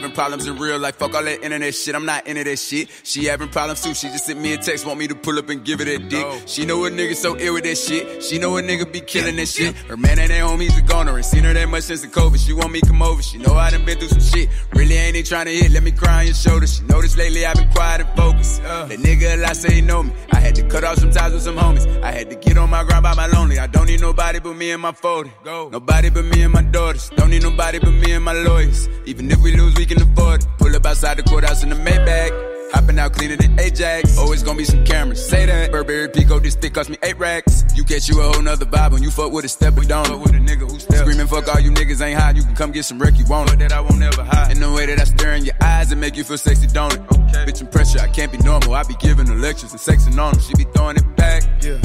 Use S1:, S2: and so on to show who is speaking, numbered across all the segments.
S1: having problems in real life. Fuck all that internet shit. I'm not into that shit. She having problems too. She just sent me a text, want me to pull up and give her that dick. She know a nigga so ill with that shit. She know a nigga be killing that shit. Her man and that homies a goner. Ain't seen her that much since the COVID. She want me come over. She know I done been through some shit. Really ain't even trying to hit. Let me cry on your shoulder. She noticed lately I've been quiet and focused. That nigga a lot say he know me. I had to cut off some ties with some homies. I had to get on my grind by my lonely. I don't need nobody but me and my folder. Nobody but me and my daughters. Don't need nobody but me and my lawyers. Even if we lose, we can afford it. Pull up outside the courthouse in the Maybach. Hopping out cleaner than Ajax. Always gonna be some cameras. Say that. Burberry Pico, this stick cost me eight racks. You catch you a whole nother vibe when you fuck with a step or don't. Fuck with a nigga who step. Screaming fuck all you niggas ain't hot. You can come get some wreck you want. Fuck that I won't ever hide. And the way that I stare in your eyes and make you feel sexy, don't it? Okay. Bitch, I'm pressure. I can't be normal. I be giving her lectures and sexing on her. She be throwing it back. Yeah.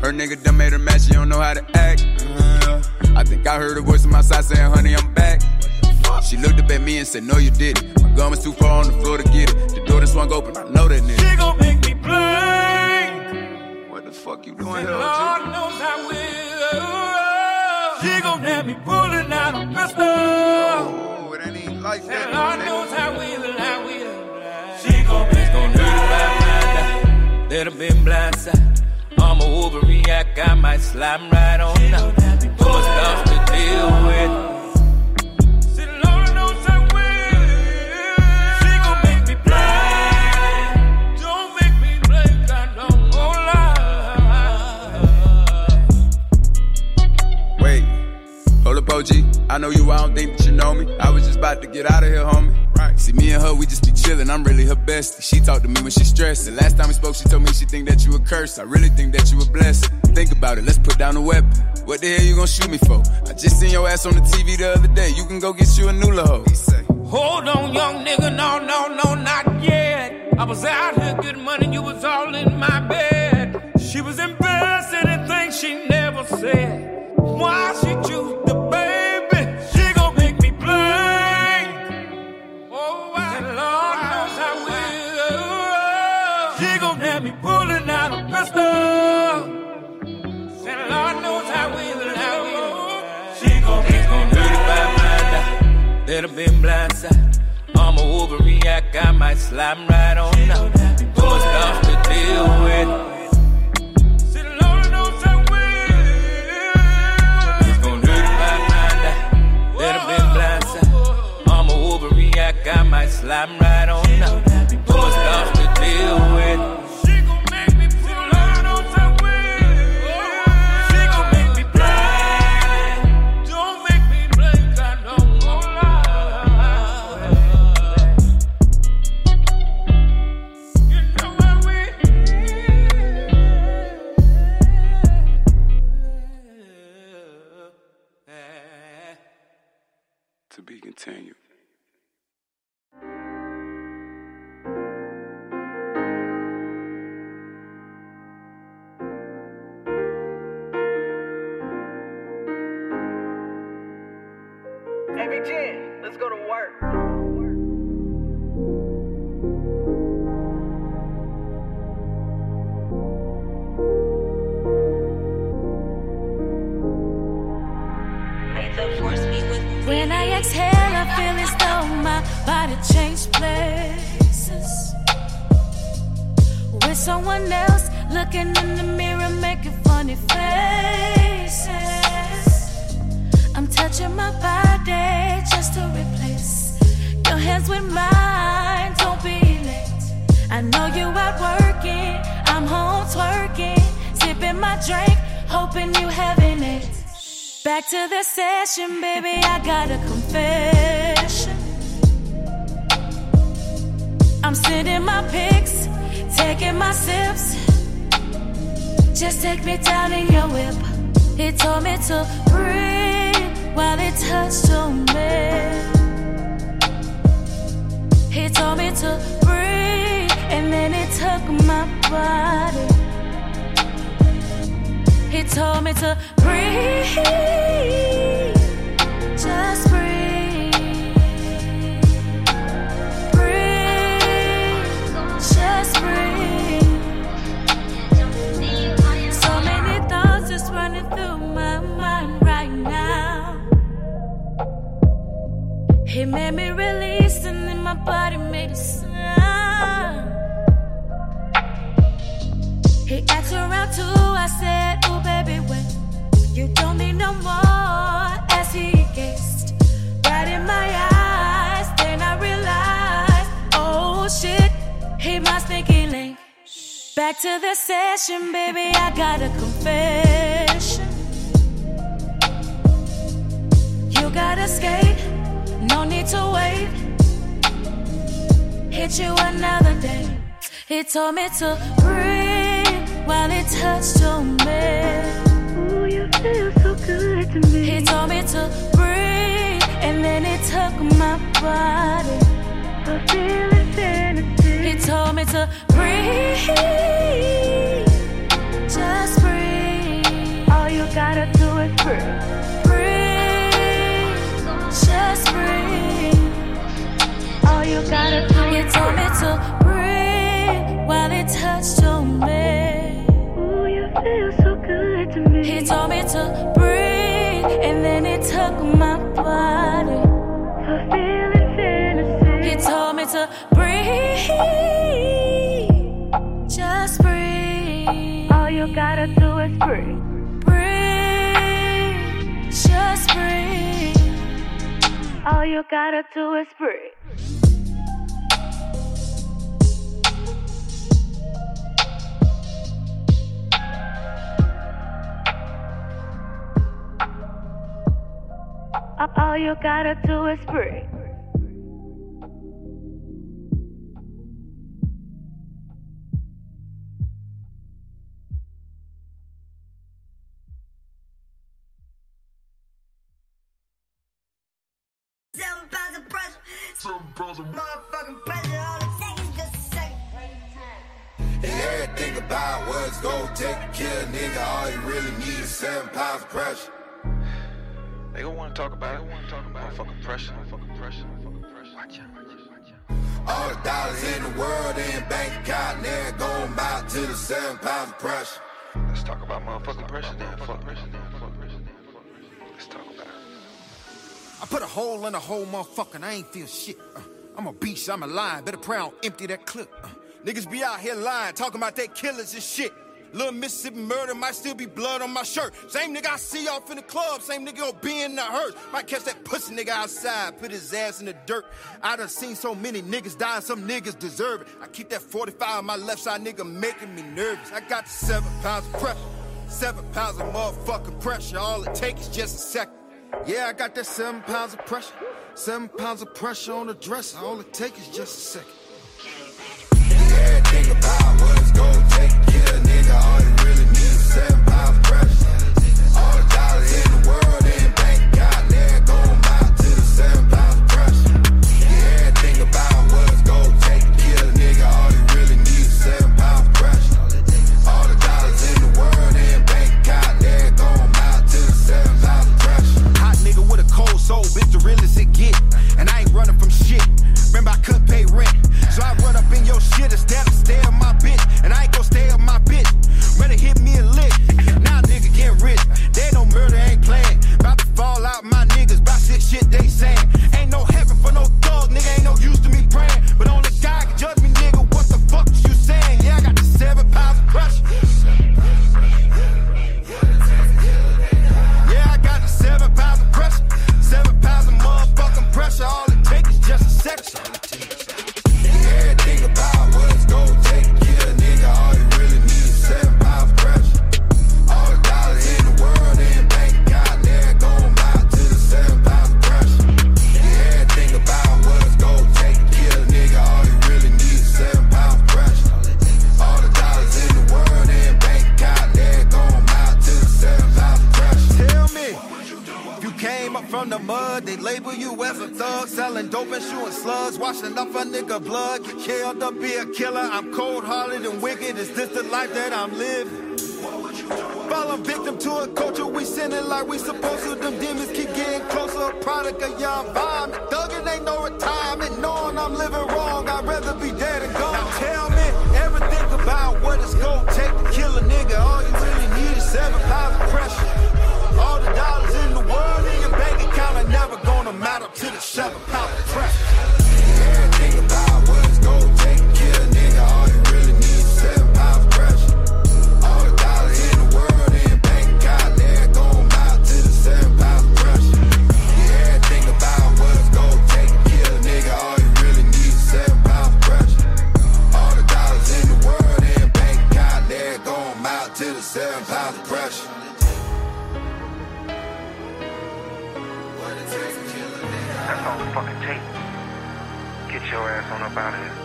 S1: Her nigga done made her mad. She don't know how to act. Uh-huh. I think I heard a voice on my side saying, honey, I'm back. She looked up at me and said, No, you didn't. My gum is too far on the floor to get it. The door just swung open. I know that nigga.
S2: She gon' make me blink.
S1: What the fuck you doing, LG?
S2: Lord knows I will. She gon' have me pulling out a pistol.
S1: Oh, it ain't even like
S2: And
S1: that.
S2: Lord knows I will, I will. She gon' be gon' do my mind. Little bit blindside. I'm a overreact. I might slime right on now. Too much stuff to deal with. She Lord knows I will. She gon' make me blind. Don't make me blink. I don't lie.
S1: Wait, hold up, OG. I know you, I don't think that you know me. I was just about to get out of here, homie. Right. See, me and her, we just be chillin'. I'm really her bestie. She talked to me when she stressed. The last time we spoke, she told me she think that you a curse. I really think that you a blessing. Think about it, let's put down the weapon. What the hell you gonna shoot me for? I just seen your ass on the TV the other day. You can go get you a new hoe. He say.
S2: Hold on, young nigga, no, no, no, not yet. I was out here getting money, you was all in my bed. She was embarrassed and things she never said. Why she choose the baby? She gon' make me blink. Oh, I, and Lord knows I will. She gon' have me pulling out a pistol. And Lord knows I will, I will. She gon' be gon' dirty by my little bit blindside. I'ma overreact, I might slime right on now. More stuff to deal with. See, Lord knows I will. It's gonna hurt my mind. I- Little bit blindside. I'ma overreact, I might slime right on now. More stuff to deal with. She gon' make me feel Lord knows I will. She gon' make me blind. Don't make me blink, I don't lie. You know I will.
S1: To be continued.
S3: Hey, Virgin, let's go to work.
S4: When I exhale, I feel as though my body changed places with someone else. Looking in the mirror, making funny faces. I'm touching my body just to replace your hands with mine. Don't be late. I know you out working. I'm home twerking, sipping my drink, hoping you having it. Back to the session, baby. I got a confession. I'm sending my pics, taking my sips. Just take me down in your whip. He told me to breathe while it touched on me. He told me to breathe, and then it took my body. He told me to breathe, just breathe, breathe, just breathe. So many thoughts just running through my mind right now. He made me release my body made a sound. He asked around too, I said, Ooh, baby, when you don't need no more. As he gazed right in my eyes, then I realized, oh shit, he my sneaky link. Back to the session, baby, I got a confession. You gotta skate, no need to wait. Hit you another day. He told me to breathe while it touched your me.
S5: Ooh, you feel so good to me.
S4: He told me to breathe, and then it took my body.
S5: Fulfilling fantasy.
S4: He told me to breathe, just breathe,
S5: All you gotta do is breathe.
S4: breathe, just breathe.
S5: All you gotta do
S4: He
S5: is
S4: told me
S5: breathe.
S4: to breathe while it touched on me.
S5: Ooh, you feel so good to me.
S4: He told me to breathe, and then it took my body.
S5: Fulfilling fantasy.
S4: He told me to breathe, just breathe,
S5: All you gotta do is breathe.
S4: breathe, just breathe.
S5: All you gotta do is breathe. A- All you gotta do is breathe.
S6: Some brother pressure. Motherfucking pressure. All it takes is just a second.
S7: And everything about what's gonna take to kill a nigga, all you really need is seven pounds of pressure.
S8: They gonna wanna talk about it. They wanna talk about fucking pressure. Fucking pressure. Fucking pressure. Watch out. Watch out.
S7: All the dollars in the world in bank account, and they're going back to the seven pounds of pressure.
S8: Let's talk about motherfucking pressure then. Fuck pressure then. Fuck pressure then. Let's talk about it.
S9: I put a hole in a hole, motherfucker, and I ain't feel shit. Uh, I'm a beast, I'm a lion. Better pray I don't empty that clip. Uh, niggas be out here lying, talking about they killers and shit. Little Mississippi murder might still be blood on my shirt. Same nigga I see off in the club, same nigga gon' be in the hearse. Might catch that pussy nigga outside, put his ass in the dirt. I done seen so many niggas die, and some niggas deserve it. I keep that 45 on my left side, nigga making me nervous. I got seven pounds of pressure, seven pounds of motherfucking pressure. All it takes is just a second. Yeah, I got that seven pounds of pressure. Seven pounds of pressure on the dresser. All it takes is just a second.
S7: And everything about what's gonna take to kill a nigga, all you really need is seven pounds of pressure. All the dollars in the world in bank account, and they're going back to the seven pounds of pressure. And everything about what's gonna take to kill a nigga, all you really need is seven pounds of pressure. All the dollars in the world in bank account, and they're going back to the seven pounds of pressure.
S9: Hot nigga with a cold soul, bitch, the realest it get. And I ain't running from shit. Remember, I couldn't pay rent. So I run up in your shit instead of stay on my bitch. And I ain't gon' stay on my bitch. Rather hit me and lick. Now nigga getting rich. They no murder, ain't playing. About to fall out my niggas, by six shit they saying. Ain't no heaven for no thug, nigga, ain't no use to me praying. But only God can judge me, nigga, what the fuck is you saying? Yeah, I got the seven pounds of pressure. Yeah, I got the seven pounds of pressure. Seven pounds of motherfucking pressure. All it takes is just a section.
S7: Everything about what's gonna take to kill a nigga, all you really need is seven pounds of pressure. All the dollars in the world in bank account, and they're going back to the seven pounds of pressure. Everything about what's gonna take to kill a nigga, all you really need is seven pounds of pressure. All the dollars in the world in bank account, and they're going back to the seven pounds of pressure.
S9: Tell me. You came up from the mud, they label you as a thug, selling dope and shooting slugs, washing up a nigga blood, get killed up, be a killer. I'm cold hearted and wicked. Is this the life that I'm living? Falling victim to a culture we sinning like we supposed to. Them demons keep getting closer, a product of your environment. Thugging ain't no retirement, knowing I'm living wrong. I'd rather be dead and gone. Now tell me everything about what it's gonna take to kill a nigga. All you really need is seven pounds of pressure. All the dollars in the world in your bank account are never gonna matter to the seven pound pressure.
S7: Everything
S9: Get your ass on up out of here.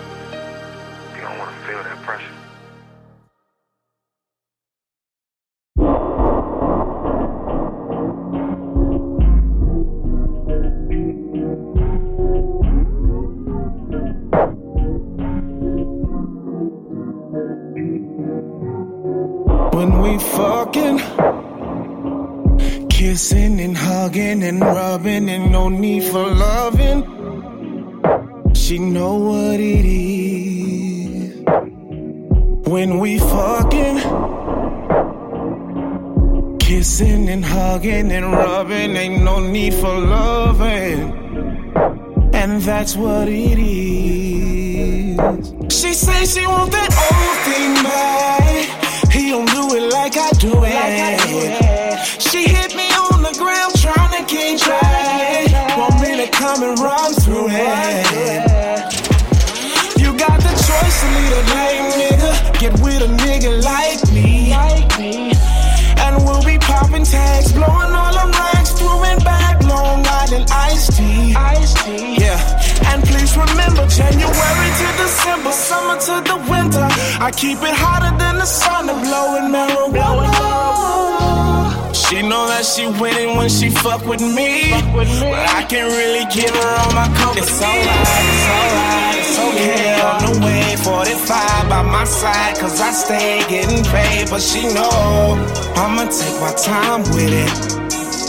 S9: You don't want to feel that pressure.
S2: When we fucking, kissing and hugging and rubbing and no need for loving. She know what it is. When we fucking, kissing and hugging and rubbing, ain't no need for loving. And that's what it is. She says she want that old thing back. He don't do it like I do it. She hit me on the ground trying to get back. Want me to come and run through it. You got the choice to lead a lame nigga. Get with a nigga like me. And we'll be popping tags, blowing all them racks, throwing back Long Island iced tea. Yeah. And please remember, January to December, summer to the winter. I keep it hotter than the sun, I'm blowing marijuana. She know that she winning when she fuck with me, but I can't really give her all my company. It's alright, it's alright, it's okay. On the way, 45 by my side, cause I stay getting paid. But she know I'ma take my time with it.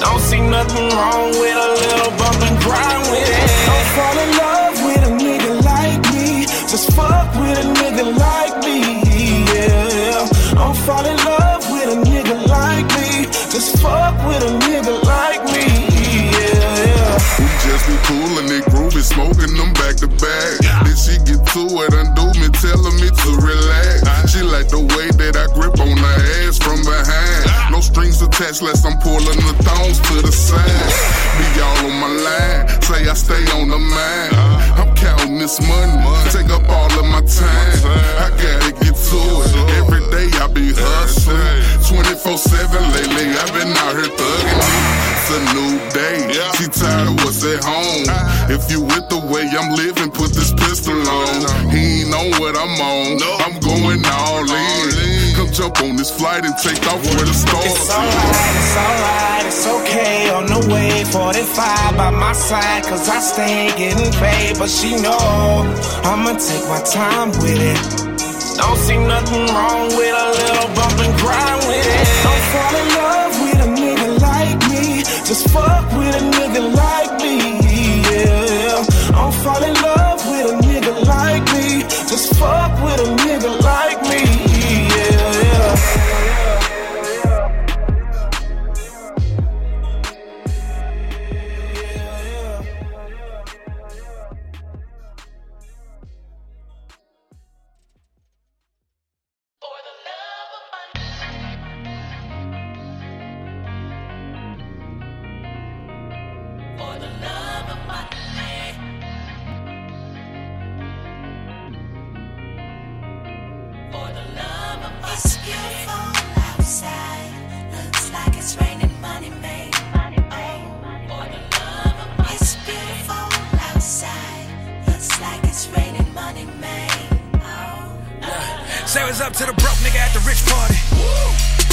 S2: Don't see nothing wrong with a little bump and grind with it. Don't fall in love with a nigga like me. Just fuck with a nigga like me. Yeah. Don't fall in love with a nigga like me. Just fuck with a nigga like me. Yeah.
S10: We just be coolin' it, groovin', smoking them back to back. Then she get to it, undo me, telling me to relax. She like the way that I grip on her ass from behind. No strings attached, less I'm pulling the thongs to the side. Be all on my line, say I stay on the mind. I'm counting this money, take up all of my time. I gotta get to it. Every day I be hustling, 24/7 lately. I been out here thugging. It's a new day. She tired of what's at home. If you with the way I'm living, put this Uh. pistol on. He ain't on what I'm on. I'm going all in. Come jump on this flight and take off where the stars
S2: It's alright, it's alright, it's okay. On the way, 45 by my side, cause I stay getting paid. But she know I'ma take my time with it. Don't see nothing wrong with a little bump and grind with it. Don't fall in love with a nigga like me. Just fuck with a nigga like me, yeah. Don't fall in love with a nigga like me. Just fuck with a nigga like me, yeah.
S6: It's beautiful outside. Looks like it's raining money, made. It's beautiful outside. Looks like it's raining money, made.
S11: Say what's up to the broke nigga at the rich party.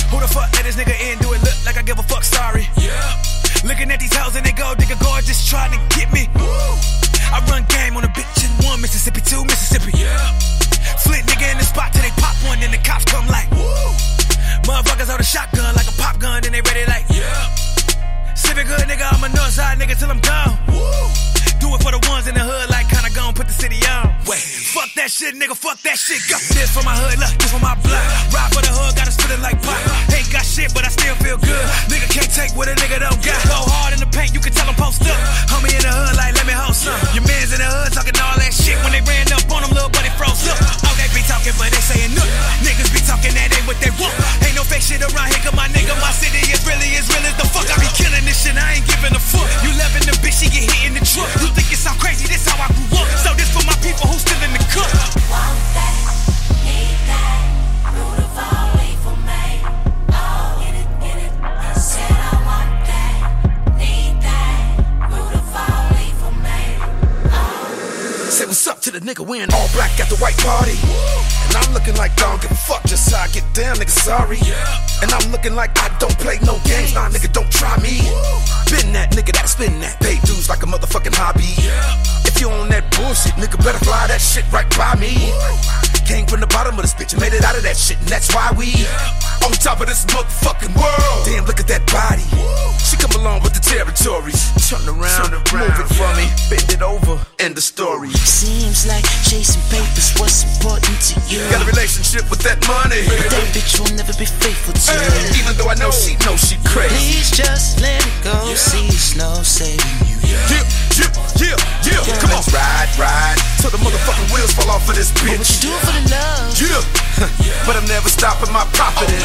S11: Who the fuck let this nigga in? Do it look like I give a fuck? Sorry. Yeah. Looking at these hoes and they go, nigga gorgeous, trying to get me. I run game on a bitch in one Mississippi, two Mississippi. Yeah. Flit nigga in the spot till they pop one, then the cops come like. Woo. Motherfuckers on a shotgun like a pop gun, then they ready like. Yeah. Civic hood nigga, I'm a north side nigga till I'm gone. Do it for the ones in the hood, like kinda gone, put the city on. Wait, fuck that shit, nigga, fuck that shit. Go. This for my hood, look, this for my block. Ride for the hood, gotta split it like pop. Ain't got shit, but I still feel good. Nigga can't take what a nigga don't got. Go hard in the paint, you can tell I'm post up. Homie in the hood, like, let me hold some. Your mans in the hood talking all that shit. When they ran up on them, little buddy froze up. Oh, they be talking, but they saying nothing. Niggas be talking that ain't what they want. Ain't no fake shit around here, 'cause my nigga, my city is really as real as the fuck. I be killing this shit, I ain't giving a fuck. You loving the bitch, she get hit in the truck. You think it sound crazy, this how I grew up. So this for my people who still in the cup.
S6: Want that, need that. Root of all evil, made. Oh, get it, get it. I said I want that, need that. Root of all evil,
S9: Say what's up to the nigga, we in all black at the white party. And I'm looking like I don't give a fuck, just how I get down, nigga, sorry. And I'm looking like I don't play no games, nah, nigga, don't try me. Been that nigga that spin that, pay dues like a motherfucking hobby. If you on that bullshit, nigga, better fly that shit right by me. Came from the bottom of this bitch and made it out of that shit, and that's why we on top of this motherfucking world. Damn, look at that body. She come along with the territory. Turn around, move it for me, bend it over, end the story.
S2: Seems like chasing papers, what's important to you?
S9: Got a relationship with that money.
S2: But that bitch will never be faithful to
S9: Hey,
S2: you.
S9: even though I know she knows she crazy.
S2: Please just let it go. See, it's no saving you.
S9: Yeah, yeah, yeah, yeah. Come on, ride, ride till the motherfucking wheels fall off of this bitch. What
S2: you do for the love?
S9: Yeah, but I'm never stopping my profiting.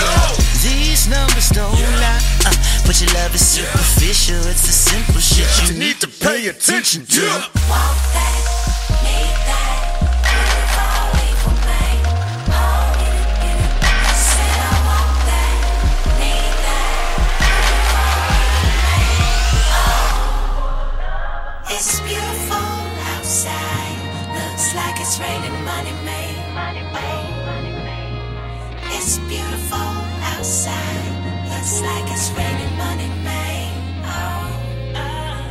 S2: These numbers don't lie. Uh, but your love is superficial. It's the simple shit you, need to pay attention to.
S6: It's beautiful outside. Looks like it's raining money made. Money made, money made. It's beautiful outside. Looks like it's raining money made. Oh, oh.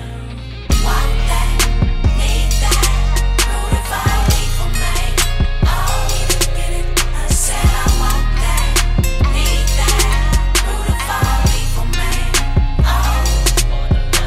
S6: Want that, need that. Root if I leave for me. Oh, need it, get it. I said I want that, need that. Root if I leave for me. Oh.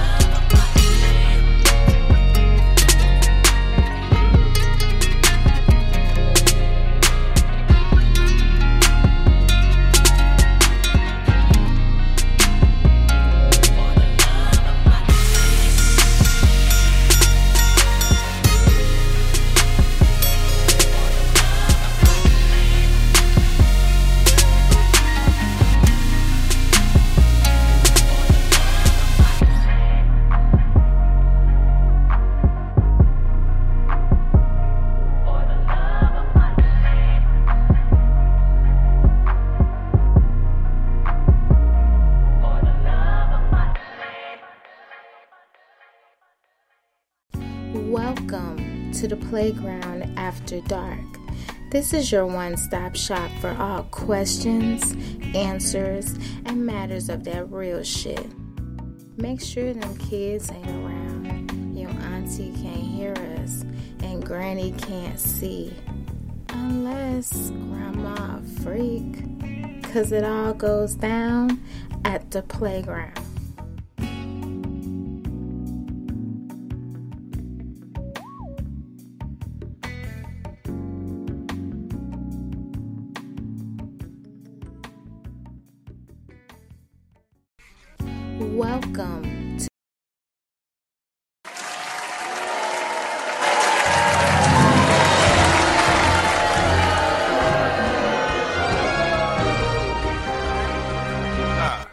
S12: Welcome to the Playground After Dark. This is your one stop shop for all questions, answers, and matters of that real shit. Make sure them kids ain't around. Your auntie can't hear us, and granny can't see. Unless grandma a freak. Cause it all goes down at the playground. Welcome to
S13: Ah,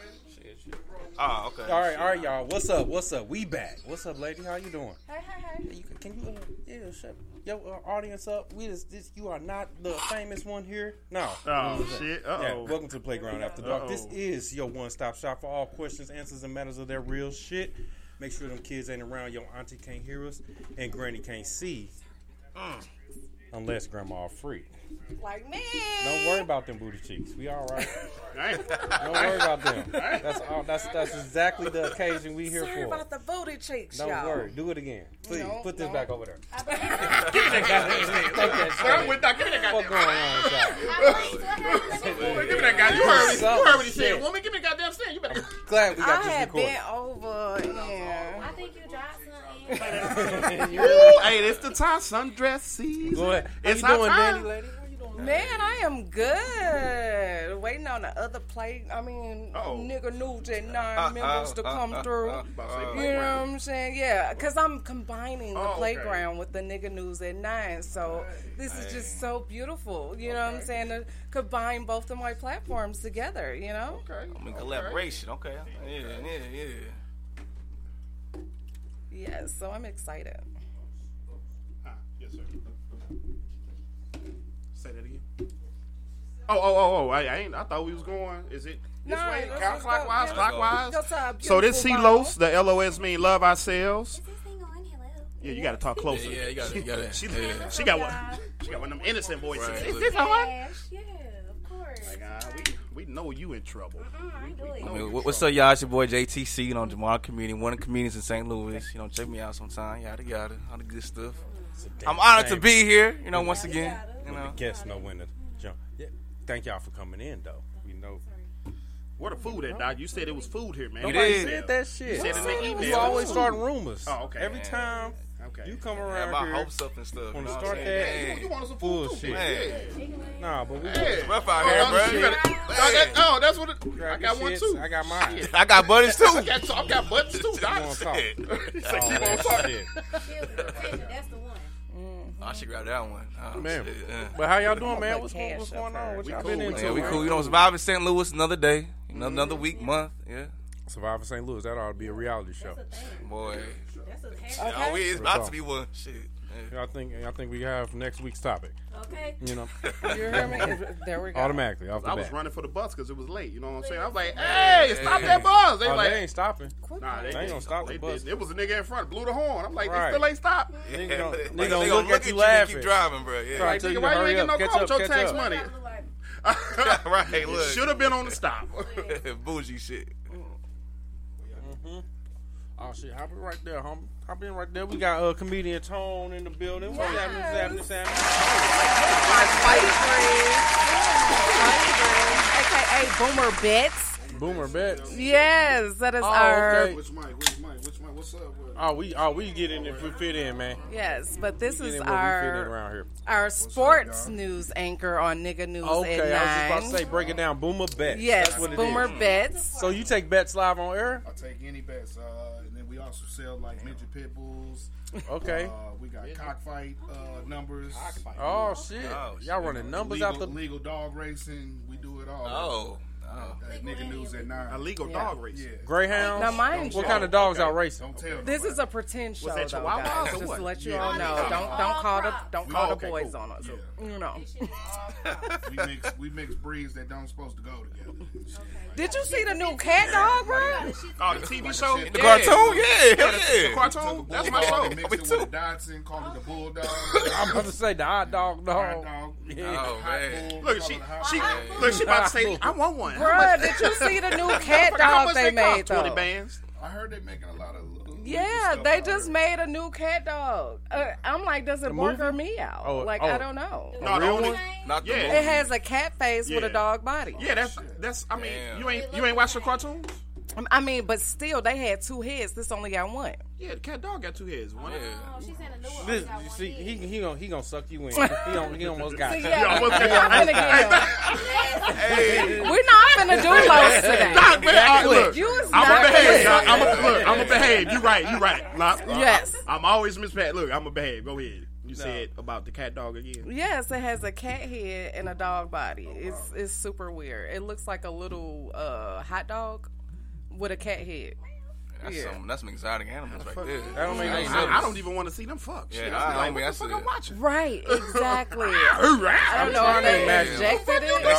S13: ah, okay.
S14: All right, all right, y'all. What's up? What's up? We back. What's up, lady? How you doing?
S15: Hey, hey, hey.
S14: Yeah, you can, can you uh, yeah, shut your uh, audience up? We just this. You are not the famous one here. No.
S13: Oh,
S14: Yeah.
S13: shit.
S14: Yeah,
S13: Uh-oh.
S14: welcome to the playground after dark. This
S13: Uh-oh.
S14: is your one-stop shop for all questions, answers, and matters of their real shit. Make sure them kids ain't around. Your auntie can't hear us, and granny can't see, unless grandma free.
S15: Mm. Like me.
S14: Don't worry about them booty cheeks. We all right. Don't worry about them. That's all. That's that's exactly the occasion we here
S15: Sorry
S14: for.
S15: about the booty cheeks,
S14: Don't
S15: y'all.
S14: worry. Do it again. Please
S15: No,
S14: put this
S15: no.
S14: back over there.
S15: I-
S14: Give me that goddamn thing. Take that
S13: Girl,
S14: shit.
S13: with that- give me that
S14: What's
S13: goddamn-
S14: going on with
S13: Boy, give me that guy. You heard what he- you heard what he said. Woman, give me that goddamn stand. You better.
S14: Glad we got
S15: I
S14: this
S15: had
S14: recorded.
S15: been over. Yeah. I think you dropped something.
S13: Ooh, hey, it's the time. Sundress season.
S14: Go ahead. How
S13: It's
S14: you
S13: our
S14: doing,
S13: time.
S14: Danny lady?
S15: Man, I am good. Waiting on the other plate. I mean, nigga Nuge and nine members to come through.
S13: Uh,
S2: uh,
S15: you know what I'm saying? Yeah, because I'm combining the
S16: Oh, okay.
S15: playground with the nigga news at nine. So this is just so beautiful. You know what I'm saying? To combine both of my platforms together. You know? Okay.
S16: I mean, collaboration. Okay. Yeah, yeah, yeah.
S15: Yes. So I'm excited.
S13: Yes, sir. Say that again. Oh, oh, oh, oh! I, I ain't. I thought we was going. Is it this
S15: No,
S13: way? Count
S15: let's just go.
S13: clockwise,
S15: Yeah, let's go.
S13: clockwise.
S15: Just a
S13: So this
S15: beautiful
S13: CLOS, the LOS mean love ourselves. Yeah, you got to talk closer.
S16: Yeah, yeah, you gotta-
S13: She,
S16: you gotta-
S13: she,
S16: yeah.
S13: she got one. She got one of them innocent voices.
S16: Right.
S13: Is
S16: this
S13: on? Yeah, of course. Like, uh, we, we know you in trouble. We- we know
S16: I
S13: you in
S16: mean, what- what's up, y'all? It's your boy JTC, you know, Jamal Comedian, one of the comedians in St. Louis. You know, check me out sometime. Yada yada, all the good stuff.
S14: damn
S16: I'm honored to
S14: shame.
S16: be here. You know, once again. You
S14: When
S16: know,
S14: the guests know when to jump. Yeah. Thank y'all for coming in, though. We know.
S13: Where the food at, Doc? You said it was food here, man.
S14: You
S13: Nobody
S14: did. said that shit.
S13: You said
S14: You
S13: it
S14: said
S13: in
S14: it
S13: the
S14: was
S13: email.
S14: always starting rumors.
S13: Oh, okay.
S14: Every time
S13: Okay.
S14: you come
S16: I had
S14: around
S16: my
S14: here,
S16: hopes up and stuff.
S14: wanna
S16: you know what
S14: start
S16: I'm
S14: that
S16: saying?
S14: You wanna some food too,
S16: bullshit.
S14: Nah, but we
S16: Hey. It's rough out here,
S17: Oh,
S16: bro.
S17: you gotta-
S16: Hey.
S17: Oh, that- oh, that's what it, I
S14: the
S17: got one
S14: shits.
S17: too.
S14: I got mine.
S17: Shit.
S16: I got buddies, too.
S17: I got, I got buttons too. Doc.
S16: Keep on talking.
S17: He said, keep on talking.
S16: That's the one.
S3: Mm-hmm.
S16: I should grab that one. Oh,
S14: Man.
S16: shit, yeah.
S14: But how y'all doing, man? What's going, what's going on? What
S16: We
S14: y'all
S16: cool,
S14: been
S16: man.
S14: into? Mm-hmm.
S16: we
S14: man?
S16: cool. You know, surviving St. Louis another day, another, another week, month. Yeah.
S14: Surviving St. Louis. That ought to be a reality show.
S16: Boy. That's
S14: a
S16: Okay. Oh, we- it's about to be one. Shit.
S14: I think I think we have next week's topic.
S17: Okay.
S14: You know.
S17: You hear me?
S15: There we
S14: go. Automatically, off the
S13: I was
S14: bat.
S13: running for the bus because it was late. You know what I'm saying? I was like, "Hey, stop that bus!" They
S14: Oh,
S13: like,
S14: they ain't stopping.
S13: Nah, they,
S14: They ain't gonna stop the
S13: they
S14: bus.
S13: did. It was a nigga in front, blew the horn. I'm like,
S14: Right.
S13: they still ain't stopped.
S14: Nigga
S16: Yeah,
S14: gonna,
S16: they-
S14: nigga gonna
S16: they gonna
S14: look,
S16: look
S14: at
S16: at
S14: you
S16: you and
S14: laughing.
S16: keep driving, bro. Yeah.
S14: Try
S16: Like,
S14: to tell
S16: nigga,
S14: you to
S16: why you
S14: hurry
S16: ain't
S14: up,
S16: getting no
S14: catch
S16: car
S14: up,
S16: with your
S14: catch
S16: tax
S13: It
S14: up.
S16: money? right. Look.
S13: shoulda been on the stop.
S16: Bougie shit.
S14: Mhm. Oh shit, hop in right there, homie. Hop in right there. We got uh, comedian Tone in the building. What's happening? What's happening? What's
S15: AKA Boomer Bets.
S14: happening? Boomer Bets.
S15: Yes, that is
S14: Oh,
S15: our.
S14: okay. Oh, we oh we get in if we fit in, man.
S15: Yes, but this
S14: We get
S15: is
S14: in where we fit in
S15: our
S14: around here.
S15: our sports news anchor on Nigga News
S14: Okay,
S15: at
S14: I
S15: nine.
S14: was just about to say, break it down. Boomer Bets.
S15: Yes,
S14: That's what it
S15: Boomer
S14: is.
S15: Bets.
S14: So you take bets live on air?
S18: I take any bets, uh, and then we also sell like midget pit bulls.
S14: Okay.
S18: Uh, we got cockfight uh, numbers. Uh,
S14: Oh, shit. Y'all running numbers
S18: legal,
S14: out the-
S18: legal dog racing. We do it all.
S14: Oh.
S16: Oh.
S18: At nigga news at nine.
S13: Illegal
S18: Yeah.
S13: dog racing.
S18: Yeah.
S14: Greyhounds.
S15: Now, mind
S14: what
S15: you-
S14: kind of dogs y'all racing?
S18: Don't tell
S15: This is a pretend show,
S14: Was that
S15: though,
S14: Chihuahuas
S15: guys.
S14: or
S15: Just
S14: what?
S15: to let you
S14: Yeah.
S15: all know,
S14: Yeah.
S15: don't don't call the don't call
S18: Oh,
S15: the
S18: okay,
S15: boys
S18: cool.
S15: on us.
S18: Yeah.
S15: You know.
S18: we mix we mix breeds that don't supposed to go together.
S15: Did you see the new cat dog, bro?
S13: Oh, the TV show,
S18: The
S13: Yeah.
S18: cartoon?
S13: the-
S16: Yeah, hell yeah.
S13: The cartoon, that's my show.
S18: Mix it with a Dotson, call it the bulldog. I'm
S14: about to say the hot dog dog.
S16: Oh, man.
S13: Look, she, she, look, she about to say, I want one. How
S15: Bruh,
S13: much-
S15: did you see the new cat
S13: How
S15: dog
S13: much
S15: they
S13: cost?
S15: made,
S13: Twenty
S15: though?
S13: bands.
S18: I heard they making a lot of little
S15: Yeah, they just made a new cat dog. Uh, I'm like, does it work or me out?
S13: Oh,
S15: like
S13: oh.
S15: I don't know.
S13: No, the only-
S16: Not the
S13: yeah.
S16: movie.
S15: It has a cat face with a
S13: Yeah.
S15: dog body.
S13: Yeah, that's that's. I mean, you ain't you ain't watched the cartoons?
S15: I mean, but still, they had two heads. This only got one.
S13: Yeah, the cat dog got two heads. One.
S15: Oh,
S14: This, you see, he he gonna he gonna suck you in. He don't, he almost got.
S15: See,
S14: it.
S15: yeah, I'm finna get him. We're not finna do lows today.
S13: Doc, man, I- look,
S15: you was
S13: I'm
S15: not
S13: gonna behave.
S15: finna-
S13: Doc. I'm gonna look. I'm gonna behave. You right. You right. Nah, nah,
S15: Yes.
S13: I, am always Miss Pat. Look, I'm gonna behave. Go ahead. You said about the cat dog again.
S15: Yes, it has a cat head and a dog body. It's it's super weird. It looks like a little uh, hot dog with a cat head.
S16: That's,
S15: Yeah.
S16: some, that's some exotic animals right there.
S13: I don't,
S16: I ain't
S13: I,
S16: noticed.
S13: don't even want to see them fuck.
S16: Yeah,
S13: Shit,
S16: I-
S13: I'm like,
S16: I ain't
S13: what the
S16: messing
S13: fuck
S16: with
S13: I'm
S16: it.
S13: watching?
S15: Right, exactly. I
S13: I'm
S15: don't know how
S13: trying to
S15: they
S13: imagine.
S15: injected it.
S16: They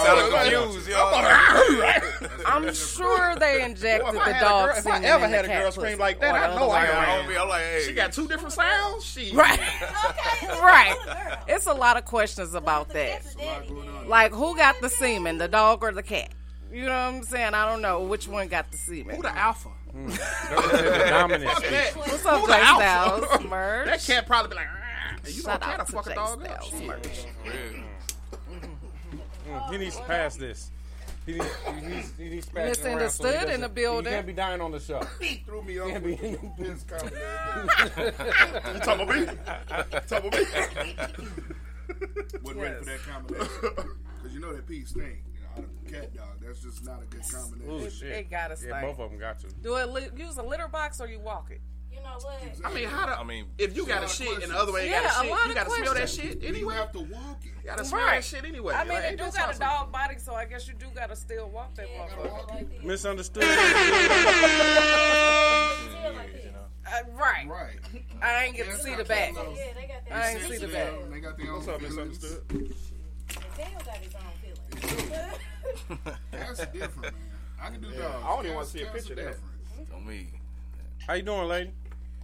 S16: sounded confused, y'all.
S15: I'm sure they injected
S13: If I
S15: the
S13: had a
S15: dog
S13: girl- if I
S15: semen
S13: ever
S15: in the
S13: had a
S15: cat
S13: girl scream
S15: pussy.
S13: like that,
S15: Or the
S13: I know I
S15: other way
S13: am.
S15: around.
S16: I'm, I'm like, hey.
S13: She got two different sounds. She
S15: right. It's a lot of questions about that. Like, who got the semen, the dog or the cat? You know what I'm saying? I don't know which one got the semen. Who
S13: the alpha?
S14: Dominant.
S13: Fuck that.
S15: What's up,
S13: Who the
S15: Jay
S13: alpha?
S15: Styles? Merch?
S13: That cat probably be like, "Ah, and you
S15: Shout
S13: don't care to
S15: out to
S13: fuck a
S15: Jay
S13: dog up.
S15: Styles
S13: Shit.
S14: Mm, He needs to pass this. He needs, he needs, he needs to pass it around so he
S15: Misunderstood in
S14: doesn't-
S15: the building.
S14: He can't be dying on the show.
S18: He threw me off
S14: Can't
S18: with
S14: be-
S18: the piss comment.
S13: You talking about me? You talking about me?
S18: Wasn't ready for that combination. Because you know that pee stink. You know, out of the cat dog. That's just not a good combination.
S14: Ooh, shit.
S15: it gotta
S14: Yeah,
S15: stay.
S14: both of them got to.
S15: Do it li- use a litter box or you walk it? You know what?
S13: I mean, how do
S16: I mean,
S13: if you got a shit and the other way ain't
S15: Yeah,
S13: got
S15: a
S13: a shit,
S15: lot
S13: you
S15: of
S13: got to smell that
S15: questions.
S13: shit
S18: You
S13: anyway.
S18: have to walk it.
S13: You got to smell that shit anyway.
S15: I mean,
S13: Like,
S15: it
S13: ain't
S15: do
S13: that
S15: got a
S13: something?
S15: dog body, so I guess you do gotta still walk that motherfucker.
S14: Misunderstood.
S15: Uh, right.
S18: Right.
S15: I ain't get to see the back. I ain't
S18: It's
S15: see the back.
S18: sensitive. They got their own feelings. That's different, man. I can do
S13: Yeah,
S18: dogs.
S13: I don't even wanna
S18: Cats-
S13: see a
S18: cats
S13: picture
S18: are
S13: of that.
S18: different.
S16: On me.
S14: How you doing, lady?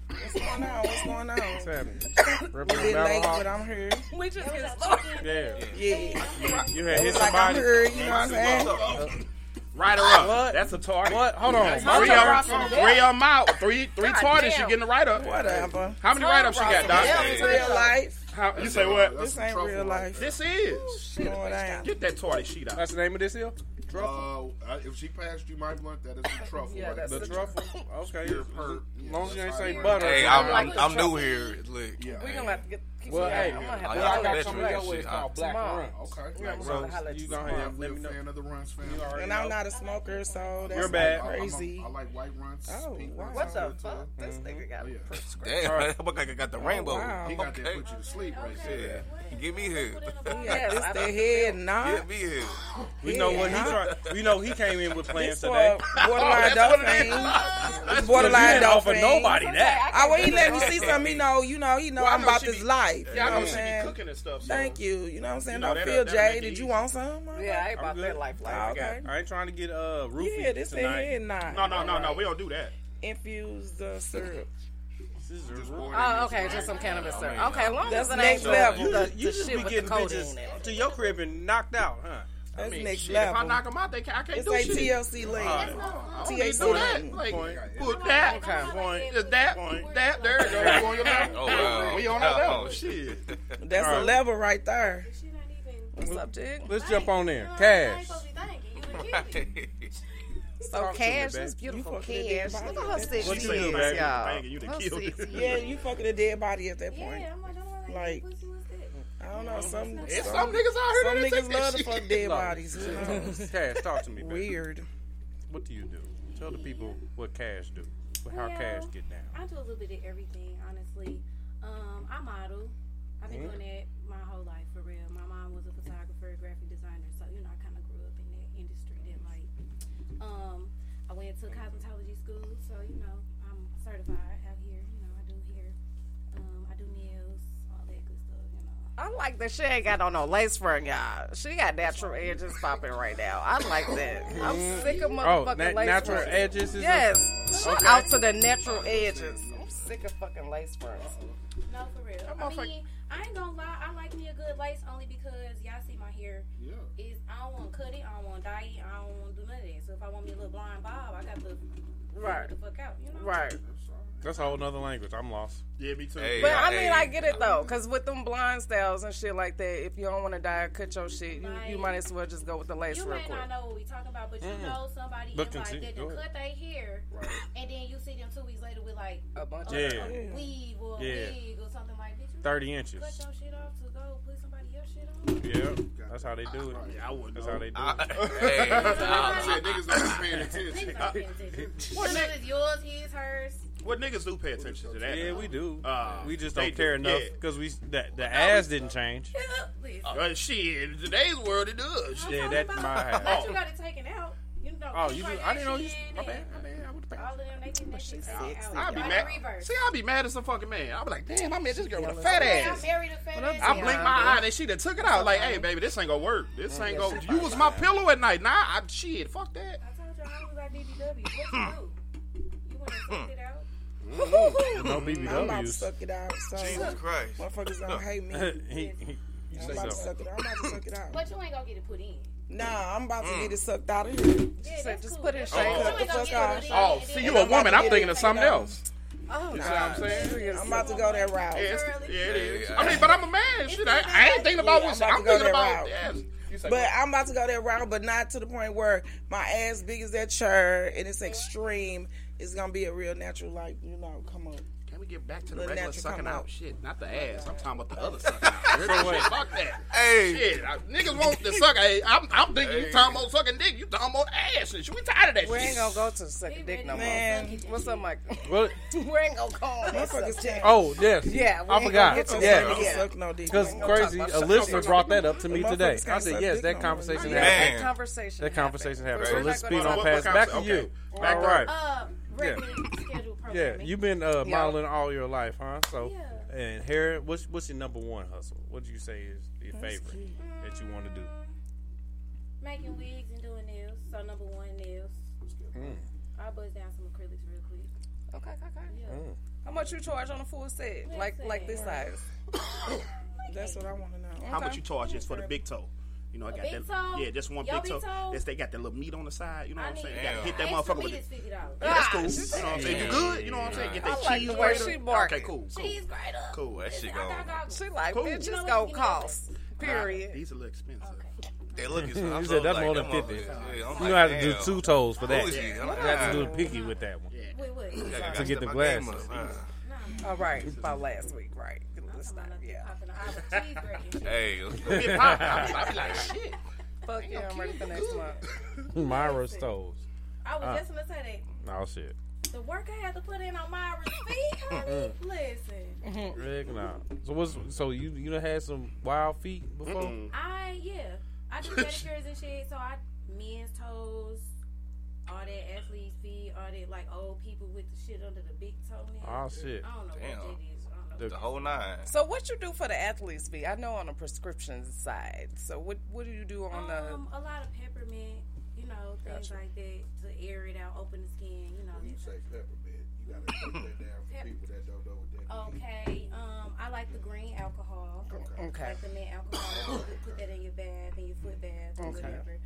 S3: What's going on? What's going on? What's
S14: happening?
S3: A
S14: Represent
S3: bit
S14: Battle
S3: late,
S14: Hawk.
S3: but I'm here. We just get started.
S14: Yeah.
S3: Yeah.
S14: You had
S3: It
S14: hit
S3: was like
S14: somebody.
S3: I'm here, you know what I'm saying?
S13: Right her up.
S14: What?
S13: That's a tardy.
S14: What? Hold on.
S13: Three of them, three of them out. Three, three
S3: God
S13: tardies. She
S3: damn.
S13: getting the write up.
S3: Whatever.
S13: How many write ups she got, Doc?
S3: This ain't real life.
S13: How, you say what?
S3: This ain't real life.
S13: This is. Get that tardy sheet out.
S14: That's the name of this here?
S18: Truffle. Uh, I- if she passed you my blunt, that is the truffle.
S14: Yeah,
S18: right
S14: that's
S18: there.
S14: the truffle. Okay.
S18: Pure perp.
S14: As long as you ain't
S18: That's
S14: say
S18: how it
S14: butter.
S18: works.
S2: Hey, I'm, I'm, I'm new here. Look.
S3: We're gonna have to get. keep
S14: Well,
S3: it
S14: hey,
S3: going. I'm gonna have
S2: I
S3: to-
S2: got
S14: I got
S2: that
S14: some
S2: shit.
S14: your way. It's called Black
S3: Tomorrow.
S14: Run.
S18: Okay.
S3: Yeah, I'm
S14: So
S3: gonna holler at
S14: you
S3: you
S14: go
S3: tomorrow.
S14: ahead and let me know.
S18: Fan of the runs, fan.
S14: You already
S3: And I'm
S14: know.
S3: not a smoker, so that's
S14: You're bad.
S3: not crazy.
S18: I, am a, I like white runs.
S3: Oh,
S18: pink
S3: wow.
S18: runs,
S3: What the
S18: too. Mm-hmm. Oh,
S3: fuck? This nigga got
S18: Yeah.
S2: Damn,
S14: All
S2: I look like I got the rainbow.
S3: Oh, wow.
S18: He got that put you to sleep right there.
S2: Yeah. Get me here.
S3: Yeah, this the head knock.
S2: Get me here.
S14: We know what he
S3: Yeah.
S14: tried. We know he came in with plans
S3: This for
S14: today.
S18: Oh,
S13: Oh,
S3: borderline dolphin. Borderline
S14: You didn't offer
S3: dolphin.
S14: nobody that.
S3: I well, he let me see something. He know, you know, he know
S13: Well, I
S3: I'm
S13: know
S3: about
S13: she
S3: this
S13: be-
S3: life. You
S13: Yeah,
S3: know
S13: I
S3: what I'm
S13: know she be
S3: saying?
S13: cooking and stuff. So.
S3: Thank you. You know what I'm saying?
S13: You know,
S3: Don't
S13: that-
S3: feel
S13: that
S3: Jay.
S13: make it
S3: Did you
S13: easy.
S3: want some?
S14: Yeah, I ain't about that
S3: life.
S14: I,
S3: life. Okay.
S14: got, I ain't trying to get uh roofied
S3: Yeah, this
S14: tonight.
S3: ain't not.
S13: No, no, no, no. We don't do that.
S3: Infused uh, syrup.
S14: This is a roof.
S15: Oh, okay, just some cannabis syrup. Okay, long
S3: That's
S15: as it ain't
S3: next
S14: So
S3: level.
S14: You,
S3: The-
S14: just- you
S3: the
S14: just
S3: shit
S14: be
S3: with the
S14: getting
S3: codeine
S14: bitches
S3: in it.
S14: to your crib and knocked out, huh?
S3: That's next
S13: shit, If I
S3: level.
S13: knock them out, they can't, I can't
S3: It's
S13: do
S3: like
S13: shit.
S3: TLC lean.
S13: I don't need to do
S3: TLC
S13: that.
S3: lean.
S13: Like,
S14: Point.
S13: put that,
S14: Point.
S13: just that, that. There you go. You on your level.
S2: Oh, wow.
S13: We on our level.
S2: Oh,
S13: Shit.
S3: That's
S14: All
S3: a
S14: right.
S3: level right there. What's up, Dick?
S14: Let's jump on in. Cash.
S15: So Cash
S14: babe.
S15: is beautiful.
S3: You fucking
S15: Cash.
S3: did
S15: Look at her
S3: it.
S15: six
S14: What
S15: years,
S14: you do, baby?
S15: y'all.
S14: Thank you. You done
S15: Her
S14: killed
S15: six
S14: it.
S3: Yeah,
S15: years.
S3: you fucking a dead body at that point.
S19: Yeah, I'm like, I'm like,
S3: Like,
S19: what's, what's that?
S3: I don't
S13: Mm-hmm.
S3: know. Some
S13: It's some niggas out here
S3: Some
S13: that take
S3: niggas
S13: that
S3: love to
S13: shit.
S3: fuck dead
S14: No.
S3: bodies. Who knows?
S14: Cash, talk to me. baby.
S3: Weird.
S14: What do you do? Tell the people what Cash do. How
S19: Well,
S14: Cash get down.
S19: I do a little bit of everything, honestly. Um, I model. I've been
S14: Mm-hmm.
S19: doing that my whole life for real. My mom was a photographer, graphic designer, so you know I kind of grew up in that industry. That like, um, I went
S14: Mm-hmm.
S19: to cosmetology school, so you know I'm certified out here. You know I do hair, um, I do nails, all that good stuff. You know.
S15: I like that she ain't got on no lace front, y'all. She got natural edges popping right now. I like that. I'm sick of motherfucking
S14: Oh, na-
S15: lace
S14: natural
S15: front.
S14: edges is a-
S15: Yes. Shout
S14: Okay.
S15: out to the natural edges. I'm sick of fucking lace fronts.
S19: No, for real. I mean, I ain't gonna lie. I like me a good lace only because y'all see my hair. Yeah. Is I don't want to cut it. I don't want to dye it. I don't want to do none of that. So if I want me a little blonde bob, I got to
S15: Right.
S19: the fuck out. You know.
S15: Right.
S14: That's a whole nother language. I'm lost.
S13: Yeah, me too.
S15: But I mean, I get it though, because with them blind styles and shit like that, if you don't want to dye or cut your shit, you, you might as well just go with the lace
S19: You
S15: real
S19: may
S15: quick.
S19: not know what we talking about, but you
S15: Mm.
S19: know somebody
S15: But
S19: in life
S15: continue.
S19: that
S15: Go
S19: done
S15: ahead.
S19: cut their hair, and then you see them two weeks later with like
S15: A bunch
S14: of-
S19: a,
S14: Yeah.
S19: a weave or
S14: Yeah.
S19: a wig or something like that.
S14: 30 inches.
S19: Cut your shit off to go put somebody else's shit on.
S14: Yeah, that's how they do it.
S13: Yeah, I wouldn't
S14: That's
S13: know.
S14: how they do
S13: I-
S14: it.
S13: Hey,
S14: Nah,
S13: shit, niggas not just paying
S19: Niggas
S13: attention.
S19: not paying attention.
S13: What
S19: Whether
S13: nigga-
S19: it's yours, his, hers.
S13: What niggas do pay attention to that?
S14: Yeah, we do.
S13: Uh,
S14: we just
S13: they
S14: don't care
S13: do,
S14: enough
S13: yeah.
S14: because we the, the ass didn't change.
S13: Uh, shit, in today's world it does.
S14: Yeah, that's my
S19: But
S14: ass.
S19: you got it taken out. You know,
S13: Oh,
S19: Kim
S13: you do-
S19: Kardashian
S13: I didn't know you-
S19: and
S13: my bad, my bad, I would've
S19: All of them, they can they can take it out.
S13: I'll be
S19: Like
S13: mad.
S19: reverse.
S13: See, I'll be mad as a fucking man. I'll be like, damn, I met this girl with a
S19: Yeah,
S13: fat
S19: I
S13: ass.
S19: married a fat ass.
S13: I blinked my eye and she done took it out. Like, hey, baby, this ain't gonna work. This ain't gonna. You was my pillow at night. Nah, I shit. Fuck that.
S19: I told y'all I was at BBW. What you do? You want to suck it out?
S14: No
S3: I'm about to
S14: BBWs.
S3: suck it out. So
S2: Jesus Christ.
S3: Motherfuckers don't hate me.
S14: He- he- you
S3: I'm
S14: say
S3: about to
S14: so.
S3: suck it out. I'm about to suck it out.
S19: But you ain't gonna get it put in.
S3: Nah, I'm about
S2: Mm.
S3: to get it sucked out of here.
S19: Yeah, that's
S15: just
S19: cool.
S15: put it in
S19: That's
S3: shape.
S19: cool. You
S3: Cut the
S19: ain't gonna
S3: fuck
S19: get it
S3: off.
S19: in.
S13: Oh, see, you a woman. I'm thinking of something else.
S15: Oh,
S13: You see what I'm saying?
S3: I'm about to go that route.
S13: Yeah, it's, yeah, it is. I mean, but I'm a man. Shit, I, I ain't thinking about
S3: Yeah,
S13: what.
S3: I'm about
S13: I'm
S3: to go
S13: thinking
S3: that
S13: about.
S3: route.
S13: Yes. You say
S3: But I'm about to go that route, but not to the point where my ass big as that chair and it's extreme. It's gonna be a real natural, like you know, come on.
S13: Can we get back to the
S3: Let
S13: regular
S3: natural
S13: sucking
S3: come
S13: out
S3: out.
S13: shit? Not the ass. I'm talking about the other sucking out. Real
S14: wait.
S13: shit, Fuck that.
S2: Hey.
S13: Shit. I, niggas want the suck. Hey, I'm, I'm thinking you talking about sucking dick. You talking about ass and shit. We tired of that
S15: We
S13: shit.
S15: ain't gonna go to suck a dick no
S3: Man.
S15: more. What's up, Mike?
S14: What?
S15: we ain't gonna call on that
S3: Motherfuckers
S15: subject.
S3: can't.
S14: Oh, yes.
S15: Yeah, we
S14: I
S15: ain't
S14: forgot.
S15: gonna get to
S14: Yeah.
S3: sucking dick. Suck no dick.
S14: Because
S3: We ain't gonna
S14: crazy,
S3: talk about
S14: Alyssa
S3: sucking
S14: brought
S3: no dick.
S14: that up to me
S3: The
S14: today.
S3: motherfuckers
S14: I
S3: can't
S14: said,
S3: suck
S14: yes,
S3: dick
S14: that
S3: no
S14: conversation
S2: more.
S15: That
S2: Man.
S14: happened.
S15: conversation.
S14: That
S15: happened.
S14: conversation happened.
S15: We're
S14: So
S15: not
S14: let's
S15: gonna
S14: speed
S15: talk
S14: on
S13: about
S14: past.
S13: that.
S14: Back to
S13: Okay.
S14: you.
S13: Back
S14: All
S13: to-
S14: right.
S19: Uh, regular schedule
S14: Yeah,
S19: programming.
S14: you've been uh,
S15: Yeah.
S14: modeling all your life, huh? So,
S19: Yeah.
S14: and hair. What's what's your number one hustle? What do you say is your
S3: That's
S14: favorite that you want to do?
S19: Making wigs and doing nails. So number one, nails. I buzz down some acrylics real quick.
S15: Okay, okay, okay.
S19: Yeah.
S15: How much you charge on a full set? Like like this size? That's what I want to know.
S13: How much you charge just for the big toe? You know, I
S15: A
S13: got
S15: big
S13: that.
S15: toe?
S13: Yeah, just one
S15: Your
S13: big
S15: big
S13: toe.
S15: toe?
S13: That's they got that little meat on the side. You know
S15: I
S13: what I'm
S15: need-
S13: saying? You gotta hit that
S15: Extra
S13: motherfucker
S15: meat
S13: with it.
S15: is
S13: Yeah,
S15: $50.
S13: that's cool.
S15: Ah,
S13: You
S15: she's
S13: know what I'm saying? You
S15: saying-
S13: good? You know what I'm saying? Get
S15: I
S13: that
S15: like
S13: cheese
S15: the way
S13: grater.
S15: she barking.
S13: Okay, cool, cool.
S15: Cheese grater.
S13: Cool. That shit
S15: I got goggles. She like,
S13: Cool.
S15: bitch, it's
S13: You know what?
S15: gonna
S13: You know
S15: cost. Period.
S13: These are a little expensive.
S16: They look as
S14: You
S16: I'm
S14: said that's
S16: like,
S14: more than
S16: them
S14: 50.
S16: motherfuckers. Yeah, I'm
S14: You
S16: like,
S14: know how to do
S16: damn.
S14: two toes for
S16: Who
S14: that.
S16: is he?
S14: You
S16: I'm like,
S14: have to do the
S16: damn.
S14: picky with that one.
S15: Wait, what?
S16: I gotta
S14: To
S16: step
S14: get the
S16: my game
S14: glasses.
S16: up. Uh.
S15: All right, about last week, right? This time, yeah.
S16: Hey.
S15: I
S16: be like, shit.
S15: Fuck yeah, I'm ready for next month.
S14: Myra's toes.
S19: I was
S14: Uh,
S19: just gonna say
S14: Oh, shit.
S19: that the work I had to put in on my feet, honey. Listen,
S14: Rick, nah. So what's so you you done had some wild feet before?
S19: I yeah, I do pedicures and shit. So I men's toes, all that athlete's feet, all that like old people with the shit under the big toe.
S14: Oh, shit.
S19: I don't know
S16: Damn.
S19: what that is. I don't know.
S16: The whole nine.
S15: So what you do for the athletes be? I know on the prescription side. So what what do you do on the?
S19: Um, a lot of peppermint, you know, things like that to air it out, open the skin, you know.
S18: When you
S19: that
S18: say peppermint, you gotta break that down for
S19: Pep-
S18: people that don't know what that is.
S19: Okay. Um, I like the green alcohol.
S18: Okay.
S19: Like the mint alcohol. You put that in your bath, in your foot bath, or
S18: Okay.
S19: whatever.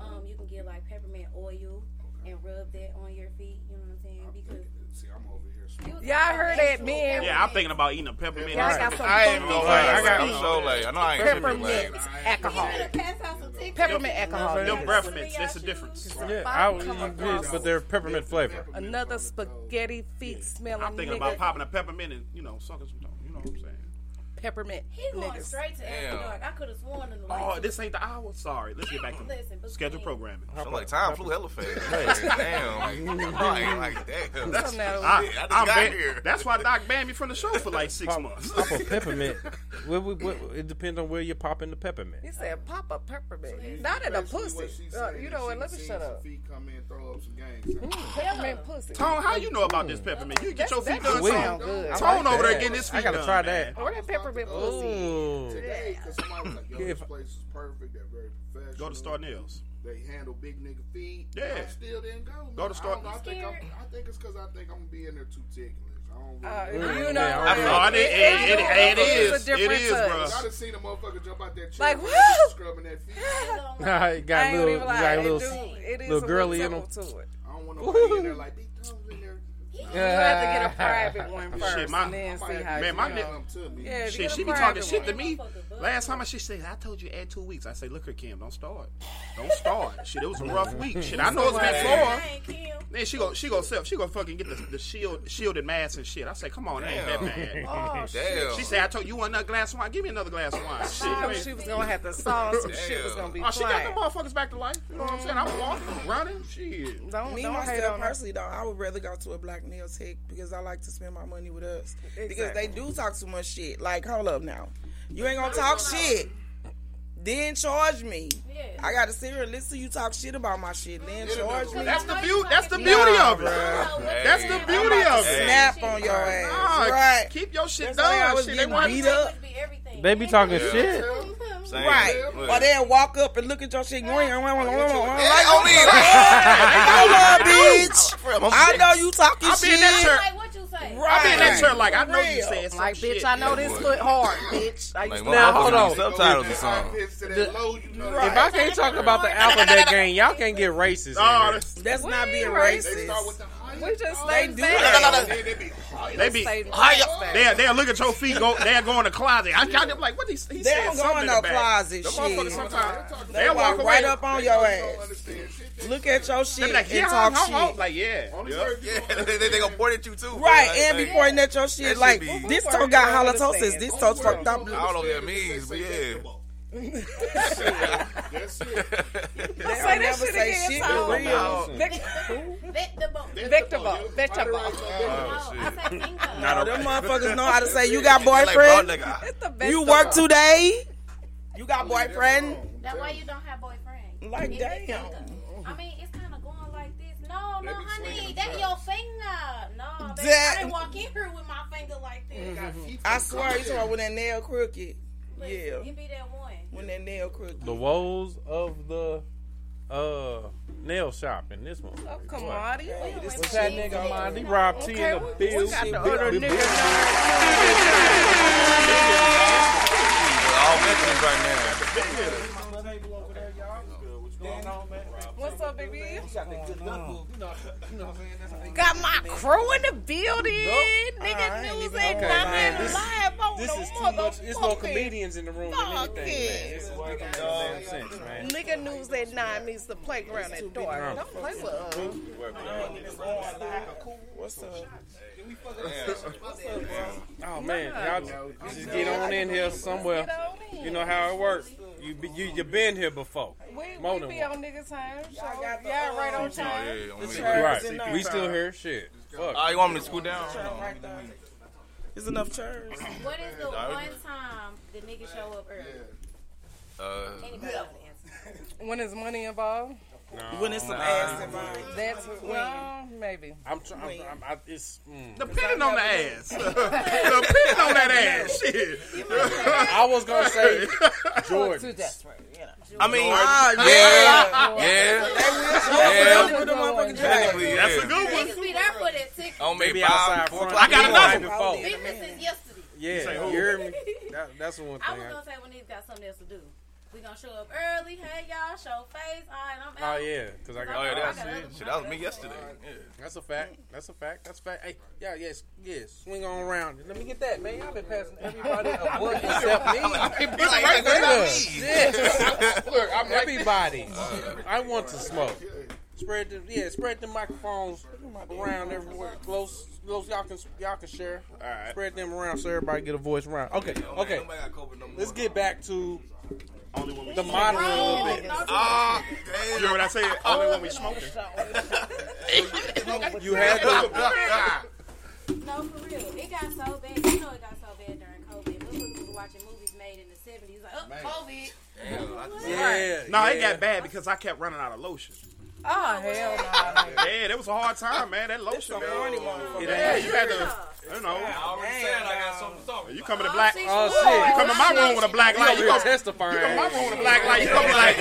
S19: Um, you can get like peppermint oil and rub that on your feet. You know what I'm saying? Because
S18: See, I'm over here.
S15: Yeah, I heard that man.
S13: Yeah, I'm thinking about eating a peppermint.
S15: Y'all
S13: ice
S15: got some
S13: cream.
S16: I ain't gonna lie. I got, I'm so late. I know I ain't
S15: Peppermint
S16: late.
S15: alcohol. Peppermint alcohol.
S13: Them
S15: niggas.
S13: breath mints. That's the difference.
S14: Yeah, I would agree, but they're peppermint flavor.
S15: Another spaghetti feet smelling.
S13: I'm thinking
S15: nigga.
S13: about popping a peppermint and you know suckers. You know what I'm saying?
S15: peppermint.
S19: he going
S15: niggas.
S19: straight to after
S13: Damn.
S19: dark. I could have sworn in the light.
S13: Oh, this ain't the hour. Sorry, let's get back
S19: Listen,
S13: to
S19: but
S13: schedule programming.
S16: I'm like, time flew hella fast. Like, damn. Like, no, I ain't like that. That's, shit, I
S13: I,
S16: just
S13: I'm
S16: got
S13: ban-
S16: here.
S13: That's why Doc banned me from the show for like six months.
S14: Pop a peppermint. Well, we- well, it depends on where you're popping the peppermint.
S15: He said, "Pop a peppermint, not in a pussy." Uh, you know what? Let me shut up. Mm,
S18: Feet come in, throw up some gang.
S15: Peppermint pussy.
S13: Tone, how you know about this peppermint? You get your feet
S15: That
S13: done.
S15: sound
S13: Tone,
S15: good.
S13: Tone over there getting his feet
S14: I gotta
S13: done,
S14: try
S13: man.
S14: that.
S15: Or that peppermint
S14: Ooh.
S15: pussy.
S18: Today, because somebody was like, yo,
S14: If-
S18: this place is perfect. They're very professional.
S13: Go to Star Nails.
S18: They handle big nigga feet.
S13: Yeah.
S18: I still didn't go. man.
S13: Go to
S18: I
S13: Star-
S18: don't know, I, think I'm, I think it's because I think I'm going to be in there too ticklish. I don't
S15: Uh,
S18: really
S15: you Yeah, know- I
S13: don't know. Oh, it- it- it- it is. It's a different It is, touch. bruh.
S18: I done seen a motherfucker jump out that chair.
S15: Like,
S18: woo!
S15: woo!
S18: Scrubbing that feet.
S14: Nah, it got
S15: I ain't
S14: little,
S15: even lie.
S14: got
S15: It
S14: little,
S15: do- it is a
S14: little girly in
S15: little
S14: them.
S15: tumble to it.
S18: I don't want nobody in there like, big thumbs in there.
S15: You have to get a private one first,
S13: Shit, my,
S15: and then see how.
S13: man,
S15: you
S13: my
S15: know.
S13: nigga.
S15: Yeah, if you
S13: shit,
S15: get a
S13: she be
S15: private
S13: talking shit to
S15: one.
S13: me. Last time I she said, I told you add two weeks. I say, look here, Kim, don't start, don't start. shit, it was a rough week. Shit, I know it's been
S19: Dang,
S13: four.
S19: Kim.
S13: Then she go, she go self, she go fucking get the, the shield, shielded mask and shit. I say, come on, that ain't that
S16: Damn.
S13: bad.
S16: Oh, shit.
S13: She said, I told you want another glass of wine. Give me another glass of wine. Shit, I
S15: Oh,
S13: mean-
S15: she was gonna have to sauce. Some shit was gonna be
S13: Oh, she got
S15: flying.
S13: the motherfuckers back to life. You know what I'm saying? I'm walking, running. Shit.
S15: Don't-
S3: Me
S15: don't hate
S3: myself
S15: on her.
S3: personally though, I would rather go to a black nail tech because I like to spend my money with us. Because
S15: Exactly.
S3: they do talk too much shit. Like, hold up now, you ain't gonna talk shit. Then charge me. I gotta sit here and listen to you talk shit about my shit. Then charge me.
S13: That's the beauty. That's the beauty of it.
S3: bruh.
S13: That's the beauty
S3: I'm about
S13: of
S3: to
S13: it.
S3: Snap on your ass.
S13: Nah,
S3: right.
S13: Keep your shit
S3: That's why I
S13: done.
S3: was
S13: Shit, they
S3: getting
S13: want
S3: beat up.
S14: They be talking
S3: Yeah.
S14: shit.
S16: Same.
S3: Right.
S16: Look.
S3: Or they'll walk up and look at your shit going, I don't like it.
S13: I
S3: Hold on, bitch. I know you talking
S13: I
S3: shit.
S13: be in that
S3: shirt.
S13: shirt.
S19: What you say?
S13: I be in that
S3: Right.
S13: shirt like I know you
S3: Real.
S13: said some
S15: Like,
S13: shit.
S15: bitch, I know this foot hard, bitch. I
S16: Like,
S15: used
S16: now,
S14: hold
S16: hold on.
S14: on.
S16: Subtitles or something.
S14: If I can't talk about the alphabet game, y'all can't get racist.
S13: Oh,
S14: in here.
S13: that's-
S3: That's
S15: We
S3: not
S15: ain't
S3: being
S15: racist.
S3: racist.
S15: They
S3: start with the
S15: We just
S3: They
S15: stay
S3: do
S15: back.
S13: They be,
S15: Say
S13: Hiya. they'll, they'll look at your feet, go, they'll go in the closet. I got them like, what he, he
S3: They
S13: said
S3: don't
S13: something
S3: go in
S13: the
S3: no
S13: back.
S3: closet
S13: The
S3: shit.
S13: motherfuckers sometimes,
S3: They
S13: they'll
S3: walk
S13: walk away.
S3: right up on your ass. Look at your
S13: They
S3: shit
S13: be like, yeah,
S3: and talk
S13: I'm-
S3: shit.
S13: I'm- Like, yeah. Yep.
S16: Yeah, they, they, they gonna point at you too.
S3: Right,
S16: Like,
S3: and
S16: like,
S3: be pointing at your
S16: that
S3: shit like
S16: should be-
S3: this toe got halitosis, this toe's fucked
S16: I
S3: up.
S16: don't know what that means, but yeah.
S18: That's it.
S3: They
S15: Say
S3: don't
S15: that
S3: never
S15: shit
S3: say
S15: again,
S3: shit
S15: Tom.
S3: for real.
S15: Vectable. Oh, Vectable.
S3: No, them motherfuckers know how to say you got
S16: Like,
S3: boyfriend.
S16: bro, nigga, I-
S3: you work today. You got boyfriend.
S19: That's why you don't have boyfriend.
S3: Like,
S19: It's
S3: damn.
S19: your finger. I mean, it's kind of going like this. No,
S3: They
S19: no,
S3: be
S19: honey,
S3: swinging
S19: that
S3: themselves.
S19: your finger. No, baby,
S3: That- Mm-hmm.
S19: I didn't walk in here with my finger like this.
S3: I swear, you talking about when that nail crooked.
S19: Listen,
S3: Yeah,
S19: It be that one.
S3: when that nail crooked.
S14: The woes of the uh nail shop in this one.
S15: Oh, Kamadi.
S14: What's that nigga Kamadi? Rob T in the
S15: we
S14: bill.
S15: got the other nigga
S20: all veterans right now.
S15: What's up, baby?
S13: Oh,
S15: Got my crew in the building. Nigga, news ain't nothing live on
S14: This
S15: the
S14: is too much. It's more
S15: motherfucking-
S14: comedians in the room than
S15: Fuck
S14: anything. Man.
S15: it.
S14: This is making no sense, man.
S15: Nigga news at nine means the playground at dark. Don't play with us.
S3: What's up?
S14: Oh man, y'all just get on in here somewhere. You know how it works. You be, you you been here before.
S15: We,
S14: More
S15: we
S14: than
S15: be
S14: once.
S15: on nigga time. Y'all, y'all right on time.
S14: Right. We still here. Shit. Fuck.
S20: Oh, you want me to scoot down?
S3: There's enough chairs.
S19: What is the
S20: I-
S19: one time the nigga show up early?
S20: Uh,
S19: Anybody else
S15: When is money involved?
S14: No,
S3: When it's some
S14: nah.
S3: ass involved.
S15: That's well, maybe.
S14: I'm trying. I'm, I'm, I, it's mm.
S15: Depending on the
S14: ass. Depending
S15: on that
S13: ass. Shit.
S14: I was gonna say Jordan.
S20: I mean,
S14: Ah,
S20: yeah, yeah,
S14: yeah.
S20: yeah.
S14: They will show up with them motherfucking
S20: yeah. Technically,
S14: That's
S20: yeah.
S14: a good
S19: Niggas be there for that ticket.
S20: Don't make
S14: Maybe
S20: five,
S14: outside
S20: four
S14: front.
S20: o'clock.
S14: I got
S20: in the
S14: another
S20: morning.
S14: one.
S19: Business is yesterday.
S14: Yeah,
S20: Say who?
S14: you hear me? That, that's the one
S19: I
S14: thing.
S19: was
S14: I-
S19: gonna say when niggas got something else to do. We gonna show up early. Hey y'all, show face. All right, I'm out.
S14: Oh yeah, because I got.
S20: Oh, yeah, that's
S14: I got
S20: it.
S14: other-
S20: Shit, that was me yesterday.
S14: That's a fact. That's a fact. That's a fact. Hey, yeah, yes, yes. Swing on around. Let me get that, man. Y'all been passing everybody a book except me.
S13: right there, not me.
S14: Yes. Look, I'm
S13: like-
S14: everybody. I want to smoke. Spread the yeah, spread the microphones around everywhere. Close, close. Y'all can y'all can share. All right. Spread them around so everybody get a voice around. Okay, okay. Let's get back to the model a little bit.
S13: Ah, you know what I said? Only
S14: Uh,
S13: when we smoking.
S14: You had
S13: the.
S19: No, for real. It got so bad. You know it got so bad during COVID. We was watching movies made in the seventies. Like, oh,
S13: Man.
S19: COVID.
S13: Yeah. No, it got bad because I kept running out of lotion.
S19: Oh
S15: Ah,
S19: hell no.
S13: Yeah, that was a hard time, man. That lotion. man. Yeah, you had to. You know. You come to the black.
S14: Oh,
S13: you
S14: shit.
S13: come to my room with a black
S14: You
S13: light.
S14: over
S13: You
S14: here
S13: come,
S14: testifying.
S13: You come to my room with a black light. You come be like.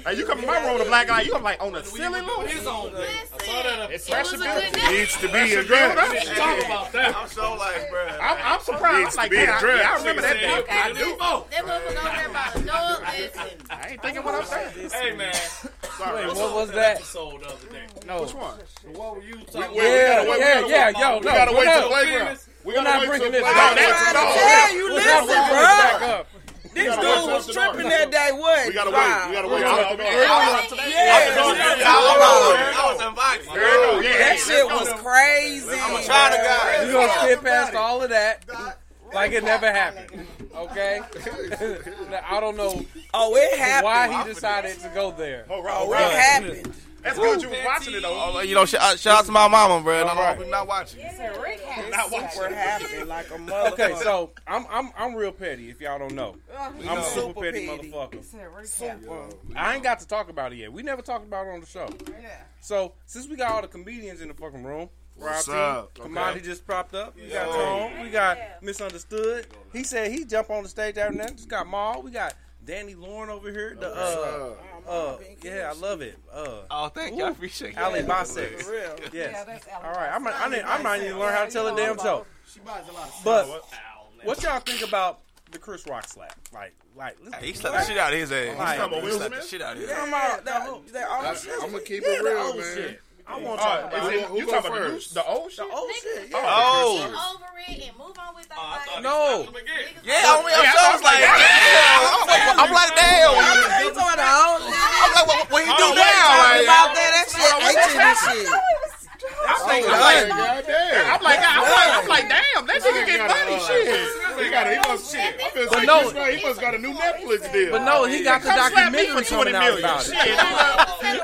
S13: Hey, you come to my room with a black light. You come like on the ceiling. Lord. uh, It's fresh and beautiful.
S2: Needs to
S13: Fresh
S2: be
S13: and
S2: addressed.
S13: beautiful.
S20: I'm so like, bro.
S13: I'm, I'm surprised. I'm
S2: Needs to
S13: like,
S2: be
S13: damn,
S2: addressed.
S13: yeah, I remember that.
S2: Okay,
S13: day. I
S2: this-
S13: do.
S19: That motherfucker over there by the door. Listen.
S13: I ain't thinking what I'm saying. Hey man.
S14: Wait, what was that?
S2: Episode the other day.
S14: No.
S13: Which one?
S2: What were you
S14: Yeah,
S2: talking
S14: yeah,
S2: about?
S14: yeah, yeah, yo,
S2: we
S14: no,
S2: gotta
S14: no,
S2: wait
S14: no.
S2: till playground. We
S14: We're
S2: gotta
S14: not
S2: wait
S14: bringing
S2: till
S14: this
S2: playground.
S14: back.
S2: That's
S14: up.
S2: all.
S3: Tell you,
S14: We're not
S3: listen,
S14: bringing this
S3: bro.
S14: back up.
S3: This dude
S14: gotta wait
S3: was
S14: till
S3: tripping
S14: tomorrow.
S3: that day. What?
S14: We gotta wait.
S3: Wow.
S14: We gotta wait. I was-
S3: Yeah.
S14: I was-
S3: Yeah.
S14: Girl, yeah.
S3: That shit was crazy. I'm gonna try to guy.
S14: You gonna skip past all of that like it never happened. Okay? Now, I don't know
S3: Oh, it happened.
S14: why he decided to go there.
S3: Oh, it happened.
S13: That's good. You was watching it though.
S20: You know, shout, shout out to my mama, bro. No, no,
S13: Not watching. Not
S3: We're
S13: watching.
S3: happy like a motherfucker.
S14: Okay, so I'm I'm I'm real petty if y'all don't know.
S2: Oh,
S3: We
S14: I'm
S3: know.
S14: a
S3: Super
S14: super petty,
S3: petty.
S14: motherfucker.
S3: Super.
S14: I ain't got to talk about it yet. We never talked about it on the show. So since we got all the comedians in the fucking room,
S13: What's
S14: Rob T,
S13: up? Okay. Oh.
S14: Commodity just propped up. We got
S13: Yo.
S14: Tom. We got Misunderstood. He said he jump on the stage every now. and then. Just got Maul. We got Danny Lauren over here. The
S16: Oh,
S14: uh, uh, yeah, I love it. Uh,
S20: Oh, thank you. I appreciate it.
S14: Ali Basex.
S20: For real.
S14: Yes.
S20: Yeah, that's
S14: All right. I'm. I need. I might need to learn how to tell a damn joke.
S18: She buys a lot of
S14: But what y'all think about the Chris Rock slap? Like, like listen,
S20: He slapped the shit out of his ass. He
S14: Like,
S20: slapped he slapped the shit out of his ass.
S3: Come on, that whole- that old
S18: I-
S3: shit.
S18: I'ma keep it
S3: Yeah, the
S18: real,
S3: old
S18: man.
S3: shit. I
S13: Oh,
S3: want to talk about
S13: is
S3: it.
S13: it- you talking about the new- the old shit?
S3: old shit.
S13: Oh.
S20: Oh.
S19: Get over it and move on with our life.
S14: No.
S20: Yeah, I mean, I'm,
S19: Yeah,
S20: so- I was like, damn. I'm, I'm like, damn.
S3: You talking about the old
S20: I'm like, what, what he do now?
S3: Oh, they talking
S20: Right
S3: about
S20: now?
S3: that. That shit ancient and shit.
S18: Oh,
S13: I'm
S3: thinking
S13: thinking like,
S3: like-
S13: I'm like, I'm like, I'm like, damn, that nigga get money, shit.
S18: uh, He got it. He must shit. I feel
S14: But
S18: like
S14: no.
S18: he must- he must got a new Netflix deal.
S14: But no, Oh, he got the
S18: Come slap me
S14: documentary
S18: for
S14: coming out about
S13: Shit.
S14: it.
S13: hey,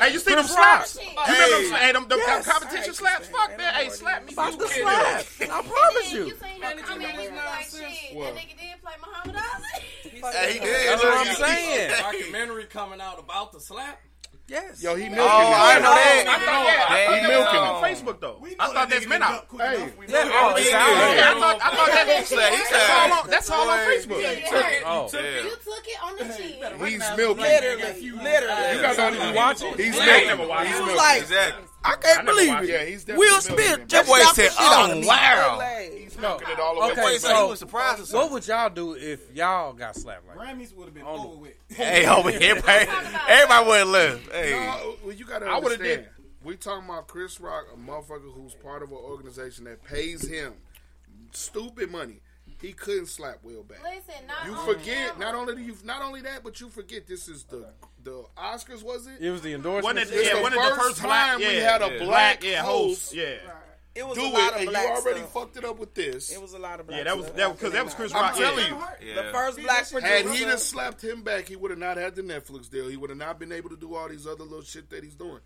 S13: hey, you see them
S14: Chris
S13: slaps? You
S14: Rock.
S13: remember them,
S14: Hey.
S13: sla- hey, them, them
S14: Yes.
S13: competition slaps? Fuck that. Hey, slap me.
S14: Fuck
S13: you
S14: the
S13: kid.
S14: slap. I promise you.
S19: Saying your comments is like shit. That nigga did play Muhammad Ali.
S14: That's what I'm saying.
S2: Documentary coming out about the slap.
S14: Yes.
S13: Yo, he milking
S14: Oh,
S13: it.
S14: I didn't know that.
S13: I thought, yeah, I
S14: Dang.
S13: thought that
S14: No.
S13: was on Facebook though. I thought that's men out. Hey,
S14: Yeah, oh, it's out.
S13: Yeah, I thought, I thought that
S14: He
S13: was
S14: said- he
S13: that's
S14: said-
S13: all on, that's all on Facebook.
S14: Yeah, you took it. You Oh. took it.
S13: Yeah.
S19: took it on the chin.
S13: He's milking.
S3: Literally, literally.
S13: You guys don't even watch it. He's
S3: Yeah.
S13: milking.
S3: Never watched
S13: He's
S3: it.
S13: milking.
S3: Like, I can't believe it.
S13: Yeah, he's definitely
S3: Will
S13: milking.
S3: Smith
S13: That
S3: just
S13: boy
S3: slapped
S13: said,
S3: the shit out
S13: "Oh,
S3: of me.
S13: wow."
S3: He's
S13: milking it all the way.
S14: Okay,
S13: That boy said he
S14: so
S13: was surprised or something.
S14: what would y'all do if y'all got slapped like Grammys would have been over with.
S16: Hey, over here, everybody, everybody would have left. Hey,
S18: No, well, you gotta.
S16: I
S18: I would
S16: would've
S18: have did. We talking about Chris Rock, a motherfucker who's part of an organization that pays him stupid money. He couldn't slap Will back.
S19: Listen, not
S18: You
S19: on
S18: forget.
S19: camera.
S18: Not only do you, not only that, but you forget this is the the Oscars was it?
S14: It was the endorsement.
S18: It's the first time we had a black host.
S3: It was
S18: do
S3: a lot
S18: it,
S3: of
S18: and
S3: black
S18: you already
S3: stuff.
S18: fucked it up with this. It
S3: was a lot of
S18: black.
S3: Yeah, that was-
S18: stuff.
S3: that was- 'cause that was Chris Rock,
S18: I'm
S3: yeah.
S18: telling you,
S3: Yeah. The first black
S18: Had he
S3: producer.
S18: just slapped him back, he would have not had the Netflix deal. He would have not been able to do all these other little shit that he's doing.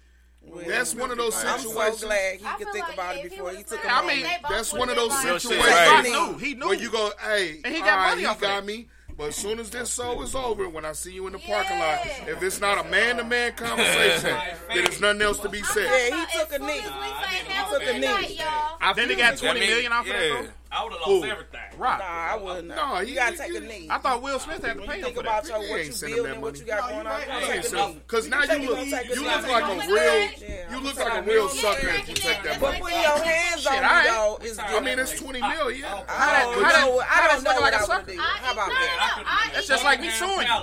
S18: that's one of those situations.
S3: I'm so glad he could think about it before he took. a
S18: I
S3: moment.
S18: mean, that's one of those
S3: Real
S18: situations.
S3: shit. Right. He
S13: knew, he knew.
S18: When you go, hey,
S13: And he got
S18: all right,
S13: money
S18: he
S13: off of
S18: got
S13: it.
S18: me. But as soon as this show is over, when I see you in the parking lot, if it's not a man-to-man conversation, then there's nothing else to be said.
S3: Yeah, he took a knee. He took a knee.
S18: I
S13: Then they
S18: feel
S13: got
S18: you.
S13: twenty million off of that.
S18: Yeah.
S13: bro? I would have
S18: Who?
S13: Right.
S3: Nah, I wouldn't.
S13: No,
S3: you gotta take a knee.
S13: I thought Will Smith had to pay him
S3: Think
S13: for
S3: about
S13: that.
S3: your,
S18: He
S3: what
S18: ain't
S3: you
S18: sending
S3: building,
S18: that
S3: what
S18: money.
S3: you got going on.
S18: I
S3: You
S18: ain't
S3: take a
S18: so-
S3: knee.
S18: Cause now
S3: take
S18: you look,
S3: it, take it,
S18: you
S3: take
S18: look
S3: it.
S18: like a real, you look like a real sucker if you take that
S3: But
S18: money.
S3: putting your hands on
S18: Shit,
S3: me,
S18: I ain't-
S3: though, is
S18: I
S3: different.
S18: mean, it's 20 mil, yeah.
S3: I
S18: But
S3: don't know.
S18: you-
S3: I don't know what I
S18: sucker?
S3: would do. How about that?
S18: That's just like me suing you.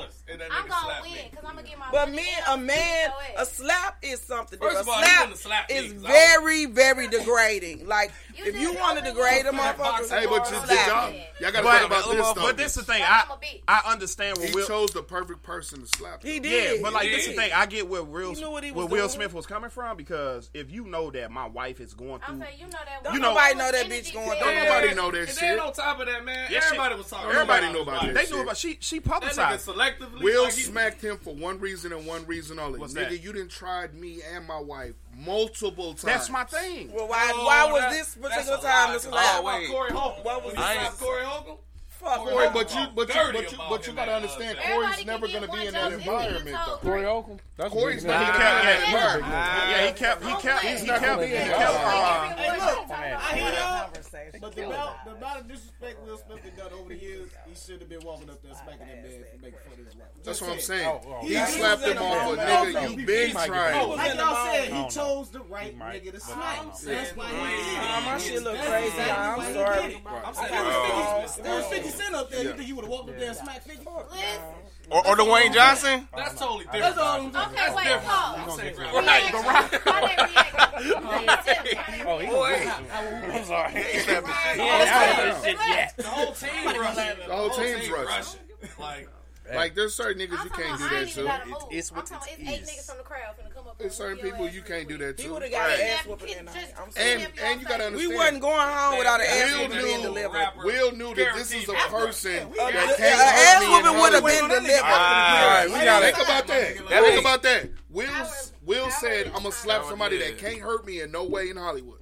S19: I'm gonna win because I'm gonna get my.
S3: But me, a man, a slap is something.
S19: First
S3: different.
S19: of all,
S3: a
S19: you
S3: slap,
S19: wouldn't slap me,
S3: is
S19: 'cause
S3: very, very degrading. Like if you want to degrade a motherfucker,
S18: Hey, but you, y'all, y'all gotta
S13: But- uh,
S18: think about this, though.
S13: but this the thing, I- I understand what
S18: He
S13: Will-
S18: chose the perfect person to slap. him.
S13: Yeah, but like this is the thing. I get where Will
S18: He knew what he
S13: where
S18: was
S13: Will
S18: doing.
S13: Smith was coming from because if you know that my wife is going through,
S19: you know that.
S3: Don't nobody know that bitch going through.
S13: nobody know that
S3: And
S13: shit.
S3: then
S2: on top of that, man,
S13: Yeah,
S2: everybody
S13: shit.
S2: was talking.
S18: Everybody
S2: about
S18: know
S2: it.
S18: about that.
S13: They
S18: shit.
S13: knew about- she- she publicized.
S2: That nigga selectively,
S18: Will
S2: like he-
S18: smacked him for one reason and one reason only.
S13: What's
S18: Nigga,
S13: that?
S18: you didn't tried me and my wife multiple times. Oh,
S13: That's my thing.
S3: Well, why? why was this particular time the slap? What was this?
S2: Corey Holcomb?
S3: Fuck
S18: Corey,
S3: Holcomb.
S18: but you, but you,
S3: Dirty
S18: but you, but you gotta understand, Corey's never gonna be in that environment though.
S14: Corey Oakham. That's
S18: Corey's
S14: big name.
S18: not gonna be in that environment.
S13: yeah, he kept he kept
S18: He's
S13: he
S18: not
S13: kept
S18: gonna
S13: he
S18: be in
S13: kept.
S18: that.
S13: uh,
S5: Hey, look, I hear y'all,
S3: conversation.
S5: but the amount, the amount of disrespect Will Smith has done over the years, he should have been walking up there smacking that man for making fun of his wife.
S18: That's
S5: Just
S18: what I'm
S5: saying.
S18: saying. He
S5: Yeah,
S18: slapped
S5: was
S18: him
S5: in
S18: off
S5: the
S18: a
S5: wrong
S18: nigga,
S5: place.
S18: you been
S5: Like
S18: trying.
S5: y'all said,
S18: I
S5: he
S18: don't
S5: chose the right nigga to smack. So that's why he did it.
S3: Oh, my shit look
S5: That's
S3: crazy.
S5: exactly
S3: I'm
S5: why he
S3: sorry.
S5: did it.
S3: Right.
S5: I'm saying,
S3: Okay.
S5: there was
S3: Oh.
S5: 50 there was 50 Cent up there. You
S16: Yeah.
S5: think you would have walked up there and smacked 50?
S16: or, or Dwayne Johnson.
S2: That's totally
S5: different. That's all I'm talking
S2: That's
S5: about.
S2: different.
S5: Pause.
S2: I'm saying
S5: Reaction.
S2: ground. Right, the rock.
S14: Oh, he
S2: I'm sorry.
S18: The whole team
S2: rushing.
S18: The whole team's rushing.
S2: rushing. Like,
S18: Like there's certain niggas you can't do that to.
S19: It's what I'm talking about, it's eight niggas from the crowd finna come up.
S18: There's certain people you can't do that to.
S3: He would have got
S18: Right.
S3: an ass whooping that night. I'm
S18: And
S3: sorry.
S18: and you gotta understand,
S3: We wasn't going home without an ass
S18: Will
S3: whooping being
S18: knew,
S3: delivered.
S18: Will knew that this is a person
S3: Yeah,
S18: that
S3: an ass
S18: can't hurt me
S3: whooping
S18: and
S3: would have
S18: hurt
S3: been
S18: me.
S3: delivered.
S18: Alright, we gotta
S3: Hey.
S18: think about that.
S3: That
S18: Think
S3: is-
S18: about that. Will Will said, "I'm gonna slap somebody that can't hurt me in no way in Hollywood."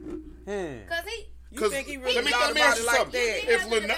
S19: Cause he.
S3: You think he really
S18: let me,
S3: thought
S18: let me
S3: about
S18: ask
S3: it
S18: you
S3: like
S18: something.
S3: that?
S18: If Leon-
S3: I don't know.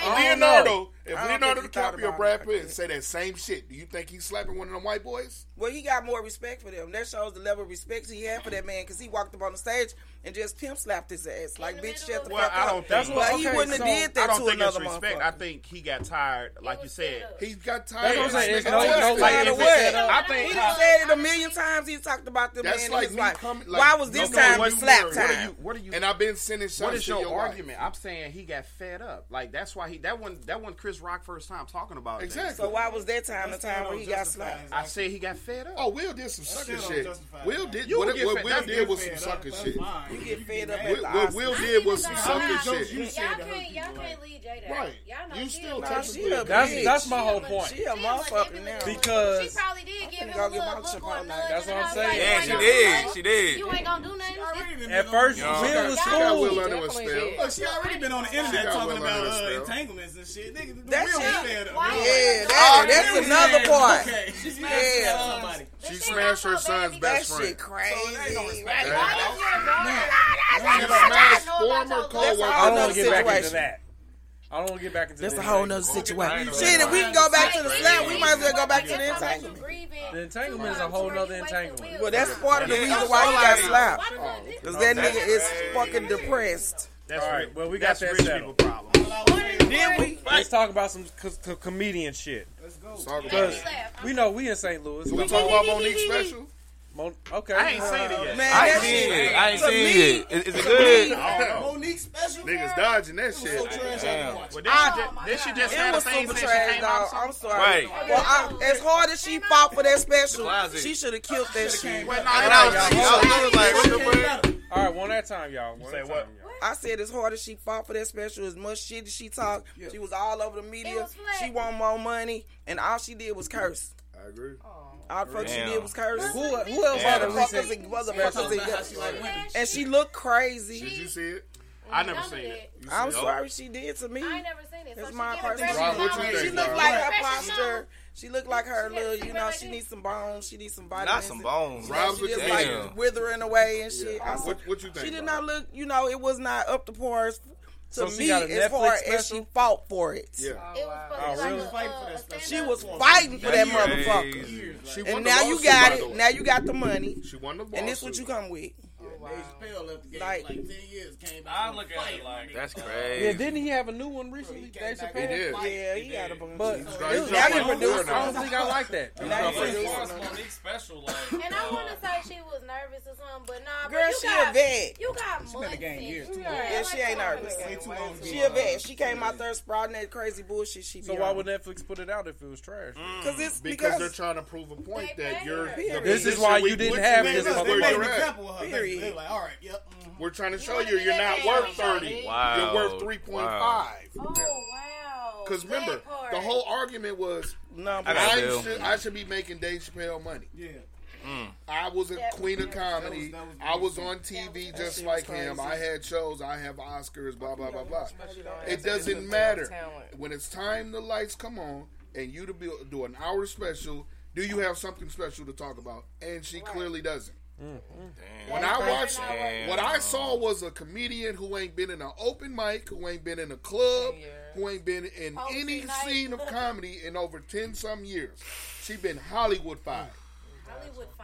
S18: Leonardo, if
S3: I don't
S18: Leonardo
S3: think he thought
S18: DiCaprio,
S3: about
S18: Brad Pitt say that same shit, do you think he's slapping one of them white boys?
S3: Well, he got more respect for them. That shows the level of respect he had for that man because he walked up on the stage and just pimp slapped his ass. Like, bitch, shut the
S13: Well,
S3: fuck
S13: I
S3: up.
S13: don't think
S3: Like, he wouldn't have did that
S13: I don't
S3: to
S13: think
S3: another
S13: it's respect. I
S3: motherfucker.
S13: think he got tired, like you said.
S18: He got tired.
S13: That's what I'm saying. It's no-
S3: Tired
S13: no-
S3: of
S13: like, if
S3: what?
S13: it's set up- I
S3: he
S13: think-
S3: done said it a million times. He talked about the
S18: That's
S3: man
S18: like
S3: and
S18: me
S3: his wife.
S18: coming-
S3: Why was this time
S18: what
S3: the
S18: you
S3: slap
S18: were-
S3: time?
S13: What are you?
S18: And I've been sending shots
S13: What is
S18: to
S13: your,
S18: your wife.
S13: argument? I'm saying he got fed up. Like that's why he that one that one Chris Rock first time talking about things.
S18: Exactly.
S3: So why was that time the time where he got slapped?
S13: I said he got fed up.
S18: Oh, Will did some sucker
S13: shit don't
S18: shit.
S13: justify
S18: Will
S13: it.
S18: did
S13: You
S18: what,
S13: get
S18: what
S13: fed-
S18: Will
S13: that's
S18: did was some
S13: fed
S18: sucker
S13: up.
S18: shit.
S3: You get fed up
S18: What,
S3: with
S18: what Will did was some sucker
S19: Y'all
S18: shit.
S19: can't, y'all can't leave Jada. Right. Y'all know
S18: You
S19: she
S18: still
S19: a-
S18: touching
S3: she a
S14: That's-
S3: bitch.
S14: that's my
S3: She
S14: whole
S3: a-
S14: point.
S3: She a motherfucker now.
S14: Because-
S19: She probably did give him a
S3: go get my
S19: little look or a nudge.
S14: That's what I'm
S19: and I was like,
S14: saying.
S19: you
S14: Yeah,
S19: ain't
S14: she
S19: gonna
S14: did.
S19: do
S14: She
S19: nothing.
S14: did.
S19: You ain't gonna do nothing.
S14: At first, Will
S18: Yo, she got-
S14: was
S18: she
S14: cool.
S18: got Will under his spell.
S5: Look, she already been on the internet
S18: got
S5: talking
S18: Will
S5: about
S18: under
S5: uh,
S18: spell.
S5: entanglements and shit. Nigga, the
S3: That
S5: real
S3: shit-
S5: fed up.
S3: Why-
S5: Real.
S3: Yeah, that-
S5: Oh,
S3: that's
S5: real
S3: another
S5: fed
S3: part.
S5: up. Okay, she smashed
S3: Yeah.
S5: up somebody.
S18: She smashed her son's best
S3: That shit
S18: friend. She
S3: crazy.
S18: smashed former
S3: That's a
S18: co-worker.
S3: whole nother situation.
S14: I don't want to get back into
S3: That's
S14: the
S3: a whole nother situation. Shit, if we can go back to the slap, we might as well go back to the entanglement.
S14: The entanglement is a whole nother entanglement.
S3: Well, that's part of the
S14: Yeah.
S3: reason why he got
S14: Oh,
S3: slapped.
S14: okay.
S3: Because that nigga is fucking depressed.
S14: That's all right. Well, we got that
S3: that's rich
S14: settled.
S3: people
S14: Then we let's talk about some co- co- comedian shit. Let's go.
S18: Talk about
S14: Because
S18: it.
S14: we know we in St. Louis.
S18: Can we talk about Monique's special?
S14: Mon- okay.
S18: I ain't seen it yet.
S14: Man,
S18: I
S14: that
S18: ain't seen
S14: shit-
S18: it. I ain't
S14: to
S18: seen
S14: me-
S18: it. Is- is it
S14: to
S18: good?
S14: me-
S18: I don't know.
S5: Monique special.
S18: Niggas dodging that shit.
S5: Damn.
S13: Well,
S3: I-
S13: this shit just
S3: Oh it
S13: had a
S3: was
S13: thing
S3: super
S13: since she
S3: trash,
S13: came
S3: dog.
S13: out.
S3: I'm sorry.
S13: Right.
S3: Well, I, as hard as she fought for that special, she should have killed that shit. oh,
S14: All right, one at a time, y'all. One at a time.
S3: I said as hard as she fought for that special, as much shit as she talked, she was all over the media. She want more money, and all she did was curse.
S18: I agree.
S3: All the fuck she
S14: Damn.
S3: did was curse.
S14: Who- who else had a
S3: Motherfuckers
S14: recent
S3: and motherfuckers and-
S14: special?
S3: And she looked crazy.
S18: Did you see it?
S13: I never seen it.
S3: I'm
S13: seen it?
S3: sorry she did to me. I
S19: never seen it.
S3: That's my
S19: she
S3: personal.
S18: fresh Rob, what you
S3: opinion.
S18: think,
S3: she looked
S18: Rob?
S3: like her
S18: Fresh
S3: posture. She looked like her little. You know, she needs some bones. She needs some vitamins.
S16: some
S3: and-
S16: bones.
S3: She,
S16: Rob's
S3: she
S16: what
S3: just
S16: you
S3: like
S16: think?
S3: withering away and shit.
S18: Yeah.
S3: I saw-
S18: What- what you think,
S3: She did
S18: Rob?
S3: not look. You know, it was not up to par as,
S18: So
S3: to
S18: she
S3: me
S18: got a
S3: as far
S18: Netflix
S3: as she fought for it.
S18: Yeah. Oh,
S3: She was fighting for that motherfucker.
S18: She won
S3: And
S18: the
S3: now you
S18: lawsuit,
S3: got
S18: by the
S3: it.
S18: way.
S3: Now you got the money.
S18: She won the
S3: And this what you
S18: lawsuit.
S3: come with.
S5: Chappelle left the game
S3: Oh, Like-
S5: for like 10 years. Came back. I look at it like.
S16: That's
S14: Yeah, didn't he have a new one recently? Dave
S5: back
S14: Chappelle?
S5: and did. fight.
S3: Yeah, he got a bunch.
S14: But
S5: He's
S3: trying-
S14: dude,
S3: he's
S14: I
S3: trying
S14: don't
S3: to do
S14: think-
S3: it
S14: I
S3: now.
S14: don't think I like that.
S3: Now he's
S14: Motherfucker.
S3: doing
S2: Monique special. Like,
S19: And I want to
S3: uh,
S19: say she was nervous or something, but nah,
S3: Girl,
S19: but you
S3: she a
S19: got,
S3: vet.
S19: You got months.
S3: the game
S19: in-
S3: years too.
S19: Yeah,
S3: Yeah,
S19: like,
S3: she ain't
S19: come on,
S3: nervous.
S19: man.
S3: She a vet. She came out there sprouting that crazy bullshit. She
S14: So
S3: be
S14: why
S3: on.
S14: would Netflix put it out if it was trash?
S3: 'Cause it's-
S18: Mm. because,
S3: because-
S18: they're trying to prove a point that you're.
S3: Period.
S14: This is why you didn't have this motherfucker.
S3: Period.
S18: We're trying to show you you're not worth thirty.
S16: Wow.
S18: You're worth three point five.
S19: Oh
S5: Oh,
S19: wow!
S18: Because remember, the whole argument was
S3: Number.
S16: I
S18: I
S16: do.
S18: should, I should be making Dave Chappelle money. Yeah. I was a
S5: That-
S18: queen of
S5: that was-
S18: comedy.
S5: that was-
S18: I was on TV
S5: that
S18: just
S5: shit
S18: like
S5: was
S18: him.
S5: crazy.
S18: I had shows. I have Oscars. Blah blah blah blah. It
S5: It's
S18: doesn't
S5: a
S18: matter
S5: talent.
S18: when it's time the lights come on and you to be, do an hour special. Do you have something special to talk about? And she clearly doesn't. When I watched, what I saw was a comedian who ain't been in an open mic, who ain't been in a club, who ain't been in any scene of comedy in over ten some years. She been Hollywood fied.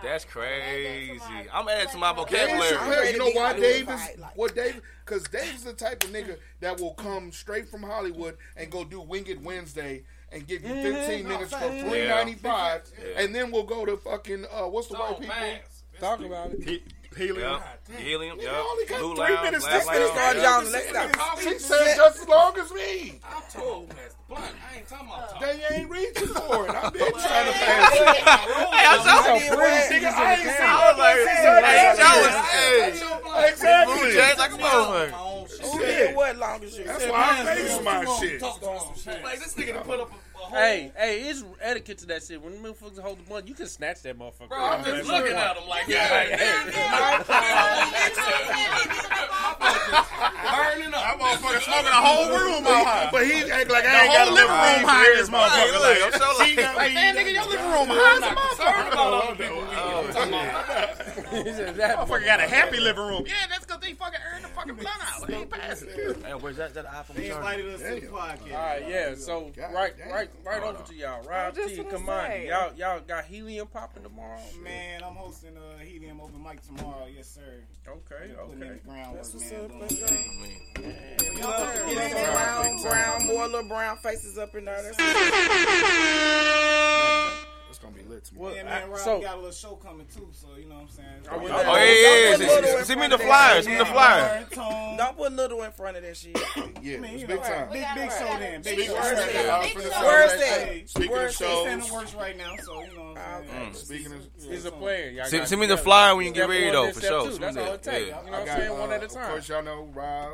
S16: That's crazy. I'm adding to my
S18: Dave Chappelle,
S16: vocabulary.
S18: you know why Dave is what Dave? Because Dave is the type of nigga that will come straight from Hollywood and go do Winged Wednesday and give you 15
S5: Mhm.
S18: minutes for
S5: Yeah.
S18: 3.95,
S5: Yeah.
S18: and then we'll go to fucking uh, what's the white
S5: Oh,
S18: people?
S5: man.
S14: Talk about it.
S18: Helium.
S16: Helium,
S18: I only got
S16: Blue
S18: three
S16: Lounge,
S18: minutes.
S16: Black
S18: This
S16: Lounge.
S18: nigga started
S16: Yeah.
S18: on the left
S5: Yeah.
S18: She said just as long as me.
S5: I'm told that's blunt. I ain't talking about
S18: They ain't reaching for it. I've been trying to
S5: Hey,
S18: pass it.
S5: I'm
S18: I
S5: so
S18: ain't
S5: pretty.
S18: seen
S5: Nigga, I ain't seen
S18: I was like,
S5: it.
S18: hey,
S5: Hey,
S18: jealous. Hey,
S5: exactly.
S18: Blue Jays like a motherfucker.
S3: Who did what long as you?
S18: Oh, That's why I face my shit.
S5: Like, this nigga done put up a, a whole.
S14: Hey, hey, it's etiquette to that shit. When the motherfuckers hold the blunt, you can snatch that motherfucker.
S5: Bro, I'm just looking at him like, yeah,
S14: Yeah.
S5: like, hey. Burning up. I'm motherfucking smoking a
S13: whole room out high.
S18: But he act like
S13: The
S18: I ain't got a
S13: whole living room high in this
S18: Right,
S13: motherfucker.
S18: look,
S13: Like,
S18: I'm so
S13: she got
S18: like,
S13: weed.
S18: man, nigga, your living room
S13: I'm
S18: high as a
S13: not
S18: motherfucker.
S13: concerned about
S2: Oh,
S13: other people. Motherfucker got a happy living room. Yeah, that's because they fucking earned the fucking blood out. They ain't passing it.
S16: Hey, where's that? that iPhone
S5: They
S16: charger?
S5: invited us to the
S16: Damn.
S5: podcast.
S14: All right, yeah. So right, right, right
S16: Hold
S14: over
S16: on.
S14: to y'all.
S5: I'm
S14: Rob T,
S5: just gonna
S14: Kamani,
S5: say.
S14: y'all, y'all got helium popping tomorrow.
S5: Man, I'm hosting uh, Helium Open Mic tomorrow. Yes, sir.
S14: Okay,
S5: Putting in the
S14: okay.
S5: groundwork,
S3: That's what's
S5: man.
S3: up,
S5: Doing
S3: that's
S5: my
S3: up.
S5: thing.
S3: Brown, brown, more little brown faces up in there. That's
S18: It's gonna be lit tomorrow.
S5: Well, yeah, man, Rob
S3: so-
S5: got a little show coming too, so you know what I'm saying.
S3: I went
S16: Oh, yeah, yeah, yeah. Send me the flyer. Send me the flyer.
S3: Don't put little in front of that shit.
S18: Yeah,
S5: Man,
S18: it's
S5: you
S18: big
S5: know,
S18: time.
S5: Big, big show then. Big
S18: Speaking
S5: show.
S18: of shows,
S3: Where's
S5: Where's
S3: that?
S18: Speaking of
S5: Where's that? It's in
S18: shows,
S5: the works right now, so you know what I'm saying.
S16: Mm.
S18: speaking of,
S14: He's a player. Y'all
S16: Send-
S14: got
S16: send me the
S14: together.
S16: flyer when you get
S14: Step
S16: ready,
S14: one,
S16: though,
S14: then
S16: for
S14: step
S16: sure.
S14: two.
S16: Send
S14: That's
S16: me
S14: all
S16: that.
S14: it takes.
S16: Yeah.
S14: You know what
S18: I
S14: I'm saying?
S18: got,
S14: One
S18: uh,
S14: at a
S18: Of
S14: time.
S18: course, y'all know Rob,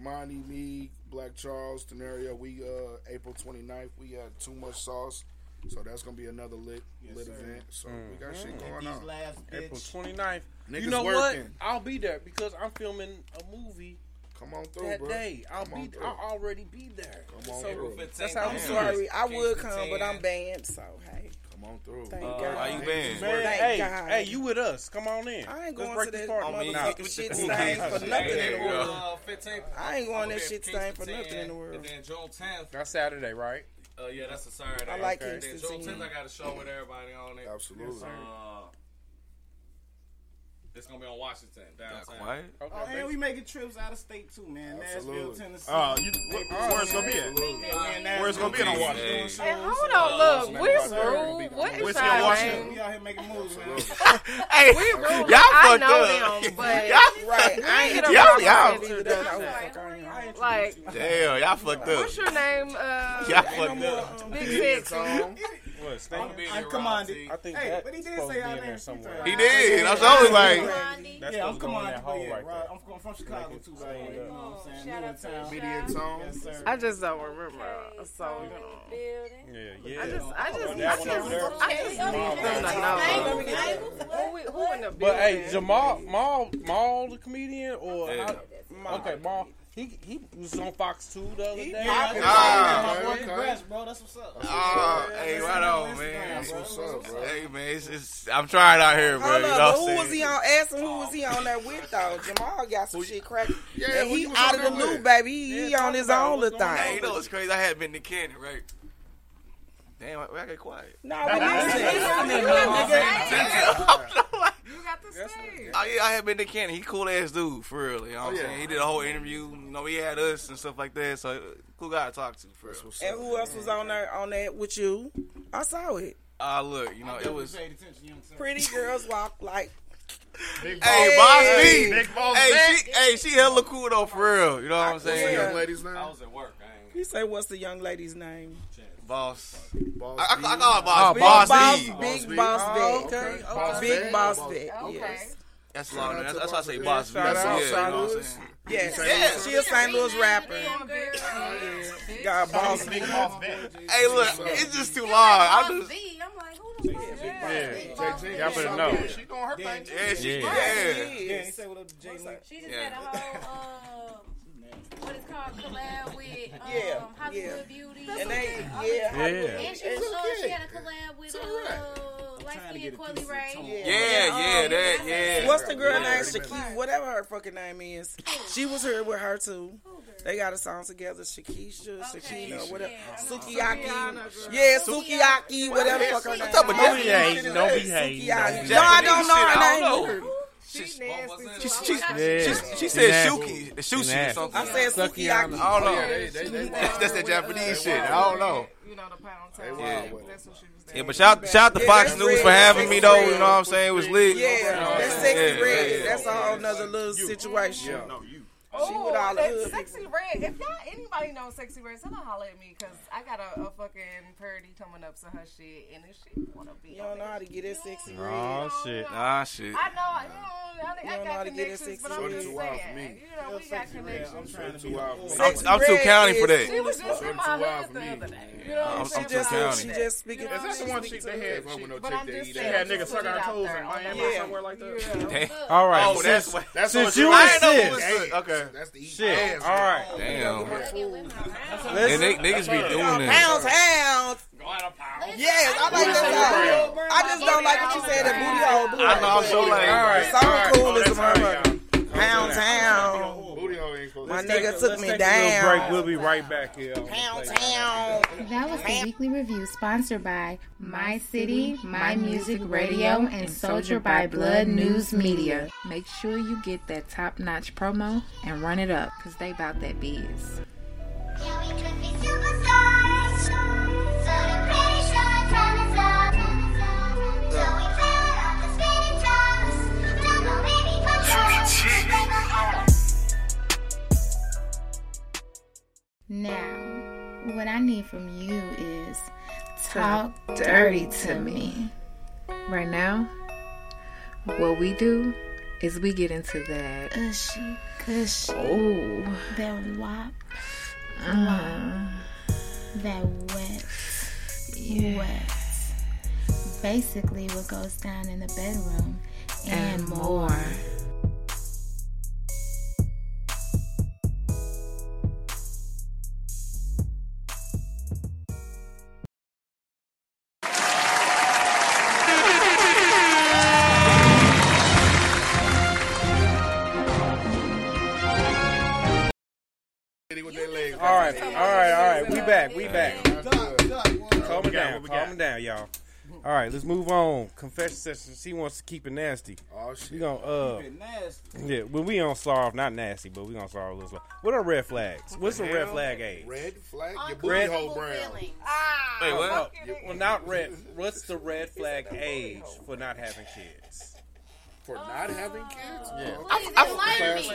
S18: Kamani, me, Black Charles, Denario. We uh April 29th. We had too much sauce, so that's gonna be another lit lit event. So we got shit going on.
S14: Mm. April 29th.
S18: Niggas
S14: you know what?
S18: working.
S14: I'll be there because I'm filming a movie
S18: Come on through,
S14: that
S18: bro.
S14: day. I'll
S18: Come on
S14: be.
S18: through.
S14: I'll already be there.
S18: Come on
S14: so
S18: through.
S14: that's how we do
S3: I'm
S14: it.
S3: sorry. I would come, but I'm banned, so hey.
S18: Come Come on through.
S14: Thank
S18: Uh,
S14: God.
S18: why you been?
S14: Man,
S18: Thank
S14: hey,
S18: God.
S14: hey, you with us? Come on in.
S3: I
S14: Let's
S3: ain't going
S14: break
S3: to
S14: this
S3: that
S14: part down.
S3: motherfucking shit stain for nothing in the world. I ain't going that shit stain for nothing in the world.
S2: then Joel 10th.
S14: That's Saturday, right?
S2: Uh, yeah, that's a Saturday.
S3: I like
S2: okay. Then
S3: Kingston
S2: Joel
S3: Senior.
S2: 10th, I got a show with everybody on it.
S18: Absolutely.
S2: It's, uh, it's gonna be on Washington downtown.
S16: quiet?
S5: Oh, and we making trips out of state too, man. Nashville,
S2: Absolutely.
S5: Tennessee.
S2: Oh, you-
S5: Maybe-
S2: wh- where it's gonna be at?
S5: Absolutely.
S2: Where it's gonna be at on Washington?
S5: Doing shows.
S2: Hey,
S15: hold on, look,
S5: Man,
S15: we're
S5: my brother
S15: rude.
S5: gonna be
S15: What
S5: down
S15: is
S5: there.
S15: y'all name?
S5: We out here making moves, man.
S15: Hey, we rude.
S5: Y'all
S15: I
S5: fucked
S15: know
S5: up.
S15: them, but
S5: Y'all-
S15: right. I
S5: Y'all-
S15: ain't get them
S5: y'all-
S15: properly
S5: y'all-
S15: today. Like,
S16: Damn, y'all fucked up.
S15: what's your name? Uh,
S16: Y'all fucked up.
S15: Big Sexy.
S14: What? Stank?
S5: I'm commanded.
S14: I think
S5: Hey,
S14: that's
S5: but he did
S14: supposed
S5: say
S14: to be
S5: our
S14: in there
S5: names.
S14: somewhere.
S16: He did. That's what I was like.
S14: That's
S5: yeah, I'm
S14: supposed to go in that
S5: commanded. but
S14: hole
S5: yeah,
S14: right
S5: right.
S14: there.
S5: I'm from- I'm from Chicago too, by the way. You know
S15: Oh,
S5: what I'm saying?
S19: Shout
S5: Little
S19: out to
S5: town.
S19: Media
S18: Tone.
S5: Yes, sir.
S15: I just don't remember. So, you know.
S14: Yeah, yeah.
S15: I just, I just,
S14: That one
S15: I
S14: over there.
S15: just, I just need them to know. Who, we- who in the
S14: But hey,
S15: building?
S14: Jamal, Maul, Maul the comedian, or
S15: Yeah.
S14: I- okay, Maul. He he was on Fox two the other day.
S5: Yeah, I can
S16: Ah,
S5: tell you, my boy
S16: okay.
S5: Brass, bro. That's what's up.
S16: Ah,
S5: Yeah,
S16: hey,
S5: that's
S16: right
S5: on
S3: Oh,
S16: on,
S5: Instagram,
S16: man.
S5: bro.
S16: Hey, man, it's, it's, I'm trying out here, bro.
S3: Hold
S16: you know what
S3: up, but
S16: I'm
S3: who
S16: saying?
S3: was he on? Ask him who was he on that with though. Jamal got some shit cracking.
S16: Yeah,
S3: and
S16: who
S3: he
S16: you was
S3: out
S16: on
S3: of the
S16: that
S3: loop,
S16: with?
S3: baby. He, he on his own little thing.
S16: Hey, you know what's crazy? I had been to Cannon, right? Damn, I, I got quiet.
S3: No,
S16: we Oh, yeah, I had been to Cannon. He cool ass dude, for real. You know what I'm
S3: Oh, yeah.
S16: saying? He did a whole interview. You know, he had us and stuff like that. So, uh, cool guy to talk to, for real.
S3: And who else was on there on that with you? I saw it.
S16: Ah, look, you know, it was.
S3: Pretty girls walk like.
S16: Hey,
S3: Hey,
S16: Boss
S3: hey,
S16: B.
S3: Big Boss
S16: hey,
S3: B.
S16: she, hey, she hella cool though, for real. You know what I'm
S3: the
S16: saying?
S3: young lady's
S18: name?
S2: I was at work. I ain't.
S3: You say what's the young lady's name?
S16: Boss.
S18: Boss
S16: I, I, call- I call her Boss. Boss, B.
S3: Oh, Big Boss
S16: Oh,
S3: Vic.
S16: okay.
S3: Boss Big Boss Vic. Yes.
S16: That's
S3: Shout
S16: long.
S3: out
S16: That's,
S3: to
S16: that's why I say
S3: Boss
S16: Boss B.
S3: B. Shout out
S16: yeah, you know what I'm
S3: St. Louis.
S16: saying?
S3: Yes.
S16: Yes.
S3: yes. She a St. Louis rapper. Got Boss Big Boss Vic.
S16: Hey, look, it's just too long. I just.
S14: Yeah, y'all better know.
S18: She doing her thing.
S16: Yeah, she
S14: Yeah.
S16: yeah.
S5: Yeah, he said what up to Jay Lee.
S19: She just
S16: Yeah.
S19: had a whole, um, what it's called, collab with um,
S3: Yeah,
S19: Hollywood
S3: yeah.
S19: Beauty.
S3: And they-
S19: Oh,
S3: yeah, Hollywood
S19: And
S3: Beauty.
S19: she, uh,
S3: It's
S19: she
S3: okay.
S19: had a collab with uh, light skinned Coily Ray. um,
S16: Yeah, yeah, that, yeah.
S3: What's the girl name? Shaquille, whatever her fucking name is. She was here with her too. They got a song together, Shakisha, Shakina, whatever, Sukiyaki, yeah, Sukiyaki, whatever the fuck her name.
S16: What's up with that?
S3: Sukiyaki.
S16: Japanese
S3: No, I don't know
S16: shit, I
S3: her
S16: don't
S3: name.
S16: know.
S3: She's
S16: She's, she's, she's, she
S14: She
S16: said
S14: nasty.
S16: Shuki,
S14: She
S16: Shushi or
S14: nasty.
S16: something.
S14: I said Sukiyaki.
S16: I don't
S3: Oh,
S16: know.
S14: Yeah, they- they- they-
S16: that's, that's that Japanese
S14: they
S16: shit.
S14: wild.
S16: I don't know.
S15: You know, the pound
S16: They
S15: town.
S16: wild with
S15: That's what she was
S16: Yeah, but shout shout to
S3: Yeah,
S16: Fox
S3: that's
S16: News for
S3: red.
S16: having me though. You know what I'm
S3: That's
S16: saying? It was lit.
S3: Yeah,
S16: You know what I'm
S3: that's
S16: saying?
S3: sexy
S16: Yeah,
S3: red.
S16: yeah, yeah.
S3: That's a whole nother little situation. No, you. She
S15: Oh,
S3: with all the
S15: that
S3: hood.
S15: sexy red. If y'all anybody know sexy red, tell her holler at me because I got a, a fucking parody coming up to her shit, and if she wanna be,
S3: You don't know how to get that sexy red.
S16: Aw, shit. Ah shit.
S15: I know, I Oh, know, I,
S3: You
S15: I
S3: don't know how
S15: got
S3: to get that
S15: connections,
S3: sexy
S15: but I'm
S3: red.
S15: just saying, you know, we got
S18: I'm
S15: connections.
S18: trying to be wild.
S16: I'm, I'm too county for
S15: She
S16: that.
S15: was just in my hood the other day.
S16: I'm-
S15: You know what I'm
S16: I'm
S15: saying?
S16: too county. She
S18: just
S3: speaking.
S18: Is that the one chick they had? She,
S15: But I'm just
S18: they
S15: saying,
S18: had
S15: just
S18: niggas
S15: put
S18: suck
S15: it
S18: our
S15: out
S18: toes
S15: there
S18: in
S15: on the
S18: Miami
S15: mic.
S18: or somewhere like that.
S16: Damn.
S14: All right.
S16: Oh, that's
S14: since,
S16: what- that's
S14: since
S16: what
S14: you
S16: you- I didn't know
S14: insist.
S16: who was Sook. Okay. That's the eat
S14: Shit.
S16: ass.
S14: All right.
S16: Damn.
S14: Listen.
S16: And they, niggas be doing that.
S3: Pounds, hounds. Yes, I like that song. I just don't like what you said. That booty hole, booty
S16: I know, I'm so
S3: hole.
S16: lame.
S3: The
S16: All
S3: song
S16: right.
S3: cool
S16: Oh,
S3: is
S16: that's all right,
S3: mother. Pounds, hounds. My nigga took
S14: Let's
S3: me
S14: take a little
S3: down.
S14: break. We'll be right back here. on the
S3: Pound
S14: Playground.
S12: That was the weekly review sponsored by My City, My Music Radio, and Soldier by Blood News Media. Make sure you get that top notch promo and run it up because they bout that biz. Now, what I need from you is talk dirty to me. Right now, what we do is we get into that cushy, cushy. Oh, Uh. that wop, that wet, wet. Basically, what goes down in the bedroom and, more.
S18: City with their legs.
S14: All right, all right, all right. We back, we back. Calm
S18: Calm
S14: it down, calm it down, y'all. All right, let's move on. Confession session. She wants to keep it nasty.
S18: Oh shit.
S14: We gonna uh,
S7: Keep it nasty.
S14: yeah. Well, we on solve, not nasty, but we gonna solve a little slow. What are red flags? What's a red
S18: Hell,
S14: flag age?
S18: Red flag? Your
S14: Uncomfortable
S18: booty hole brown.
S14: Wait,
S18: what?
S14: Well, not red. What's the red flag age for not having kids?
S18: For not having kids?
S14: Yeah.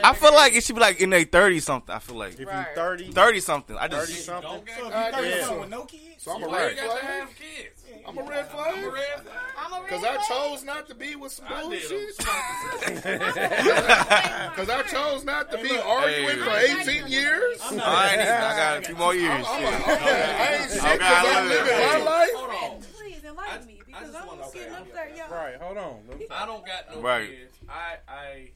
S2: I feel like it should be like in their thirty something. I feel like if
S14: you Right. 30.
S2: thirty something, I just
S14: 30 something.
S18: So if you thirty something with
S7: no kids?
S18: So I'm a
S2: Why you
S18: red
S2: got to
S18: flag. I'm a red flag. I'm a red flag. Because I chose not to be with some bullshit. Because I chose not to be arguing
S2: Hey.
S18: for 18 years.
S2: I'm not- I ain't even- I got a few more
S18: I'm-
S2: years,
S18: I'm
S2: shit.
S18: like, okay, I ain't shit 'cause
S2: Okay, I
S18: I'm
S2: love it.
S18: living my
S2: Hey.
S18: life.
S1: Please enlighten me because I'm getting up there, y'all.
S14: Right, hold on.
S16: I don't got no
S14: Right.
S16: kids. I I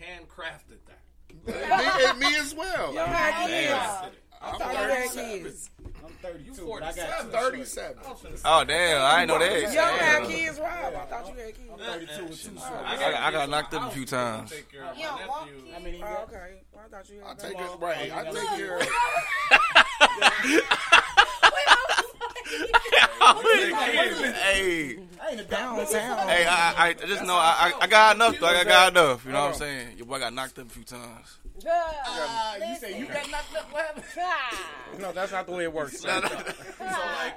S16: handcrafted that.
S18: me, and me as well.
S16: Y'all had kids.
S18: I'm
S16: I thought y'all had
S18: 37.
S16: kids.
S7: I'm 32.
S16: You 47.
S7: I got two.
S18: 37.
S2: Oh damn, I ain't know that.
S3: Y'all had kids, Rob. I thought you had kids.
S2: I got, I got knocked up a few times.
S3: I mean, oh, okay. Well, I thought you had
S18: take it,
S7: Oh,
S18: right. I take your.
S2: hey,
S7: I ain't a downtown.
S2: hey, I, I I just know I, I, I got enough. though. I got enough. You know what I'm saying? Your boy got knocked up a few times.
S15: Ah,
S7: you say you
S15: got knocked up. What happened?
S14: No, that's not the way it works.
S2: nah, nah, nah,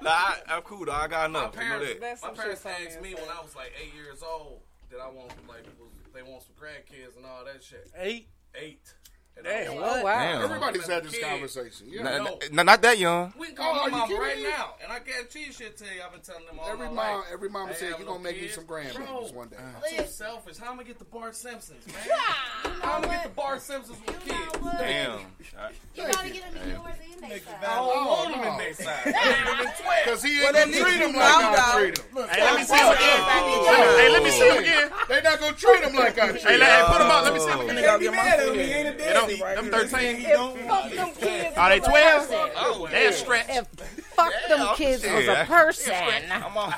S2: I, I'm cool though. I got enough. You know that.
S15: That's
S16: my
S15: some
S16: parents
S15: shit
S16: asked me when I was like eight years old that I want like was, they want some grandkids and all that shit.
S14: Eight,
S16: eight. And
S18: Damn,
S16: I was
S18: what? Damn.
S16: like, I remember
S18: Everybody's
S16: as a
S18: had this
S16: kid,
S18: conversation, yeah.
S16: you
S2: Nah,
S16: know,
S2: nah, not that young.
S16: We can call
S18: Oh,
S16: my
S18: are you
S16: mom
S18: kidding
S16: right
S18: me?
S16: now, and I guarantee you she'll tell you. I've been telling them all
S18: Every
S16: my
S18: mom-
S16: life.
S18: every mama
S16: I ain't
S18: said,
S16: have
S18: "You
S16: no
S18: gonna make me
S16: kids."
S18: some grandbabies
S16: Bro,
S18: one day.
S16: I'm too selfish. How am I gonna get the Bart Simpsons, man? How am I get the Bart Simpsons with kids?
S2: Damn.
S16: You
S1: gotta get them in yours and they side.
S16: I don't want them in their side. I need them in twelve.
S18: Because he
S16: Well,
S18: ain't
S16: that
S18: gonna
S16: nigga
S18: treat
S16: you
S18: him like I
S16: loud,
S18: treat him.
S16: dog.
S18: Hey, let me see
S16: him
S18: again.
S16: Hey, let me see him again.
S18: They not gonna treat him like I treat him.
S16: Hey, let- hey, put him out. Let me see him
S18: him
S16: again. Can't be mad at me. He ain't a daddy right
S18: I'm
S16: here.
S18: 13.
S16: He
S15: Fuck them kids.
S16: Are they
S15: as
S16: 12?
S15: a person.
S16: Oh, well. They're stretched.
S15: If fuck them kids
S2: shit.
S15: as a
S2: Yeah,
S15: person.
S2: I'm on.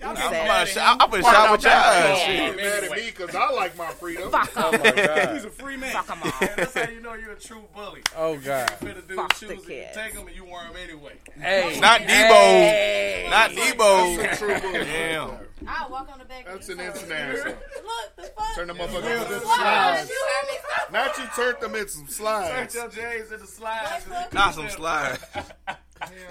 S15: I'm
S2: I'm
S15: sad.
S2: about to sh- I'm gonna shop with y'all.
S18: He
S2: Shit.
S18: mad at me because I like my freedom.
S15: Fuck
S18: Oh
S15: him.
S18: my God.
S15: He's a
S16: free man. Fuck them all. That's how you know you're a true bully.
S14: Oh, God.
S16: You fit a
S15: Fuck
S16: dude's
S15: the
S16: shoes and you
S15: kids.
S16: take them and you wear them anyway.
S14: Hey.
S2: Not Debo.
S14: Hey.
S2: Not Debo.
S18: That's a true bully.
S2: Damn.
S1: I walk on the back.
S18: That's an international.
S1: Look, the fuck.
S18: Turn the
S1: Look,
S18: motherfucker
S1: the
S18: into
S1: fuck.
S18: slides.
S1: You heard me?
S18: Not you turned them into some
S16: Take
S18: slides.
S16: your J's in the slides.
S2: Not some slides.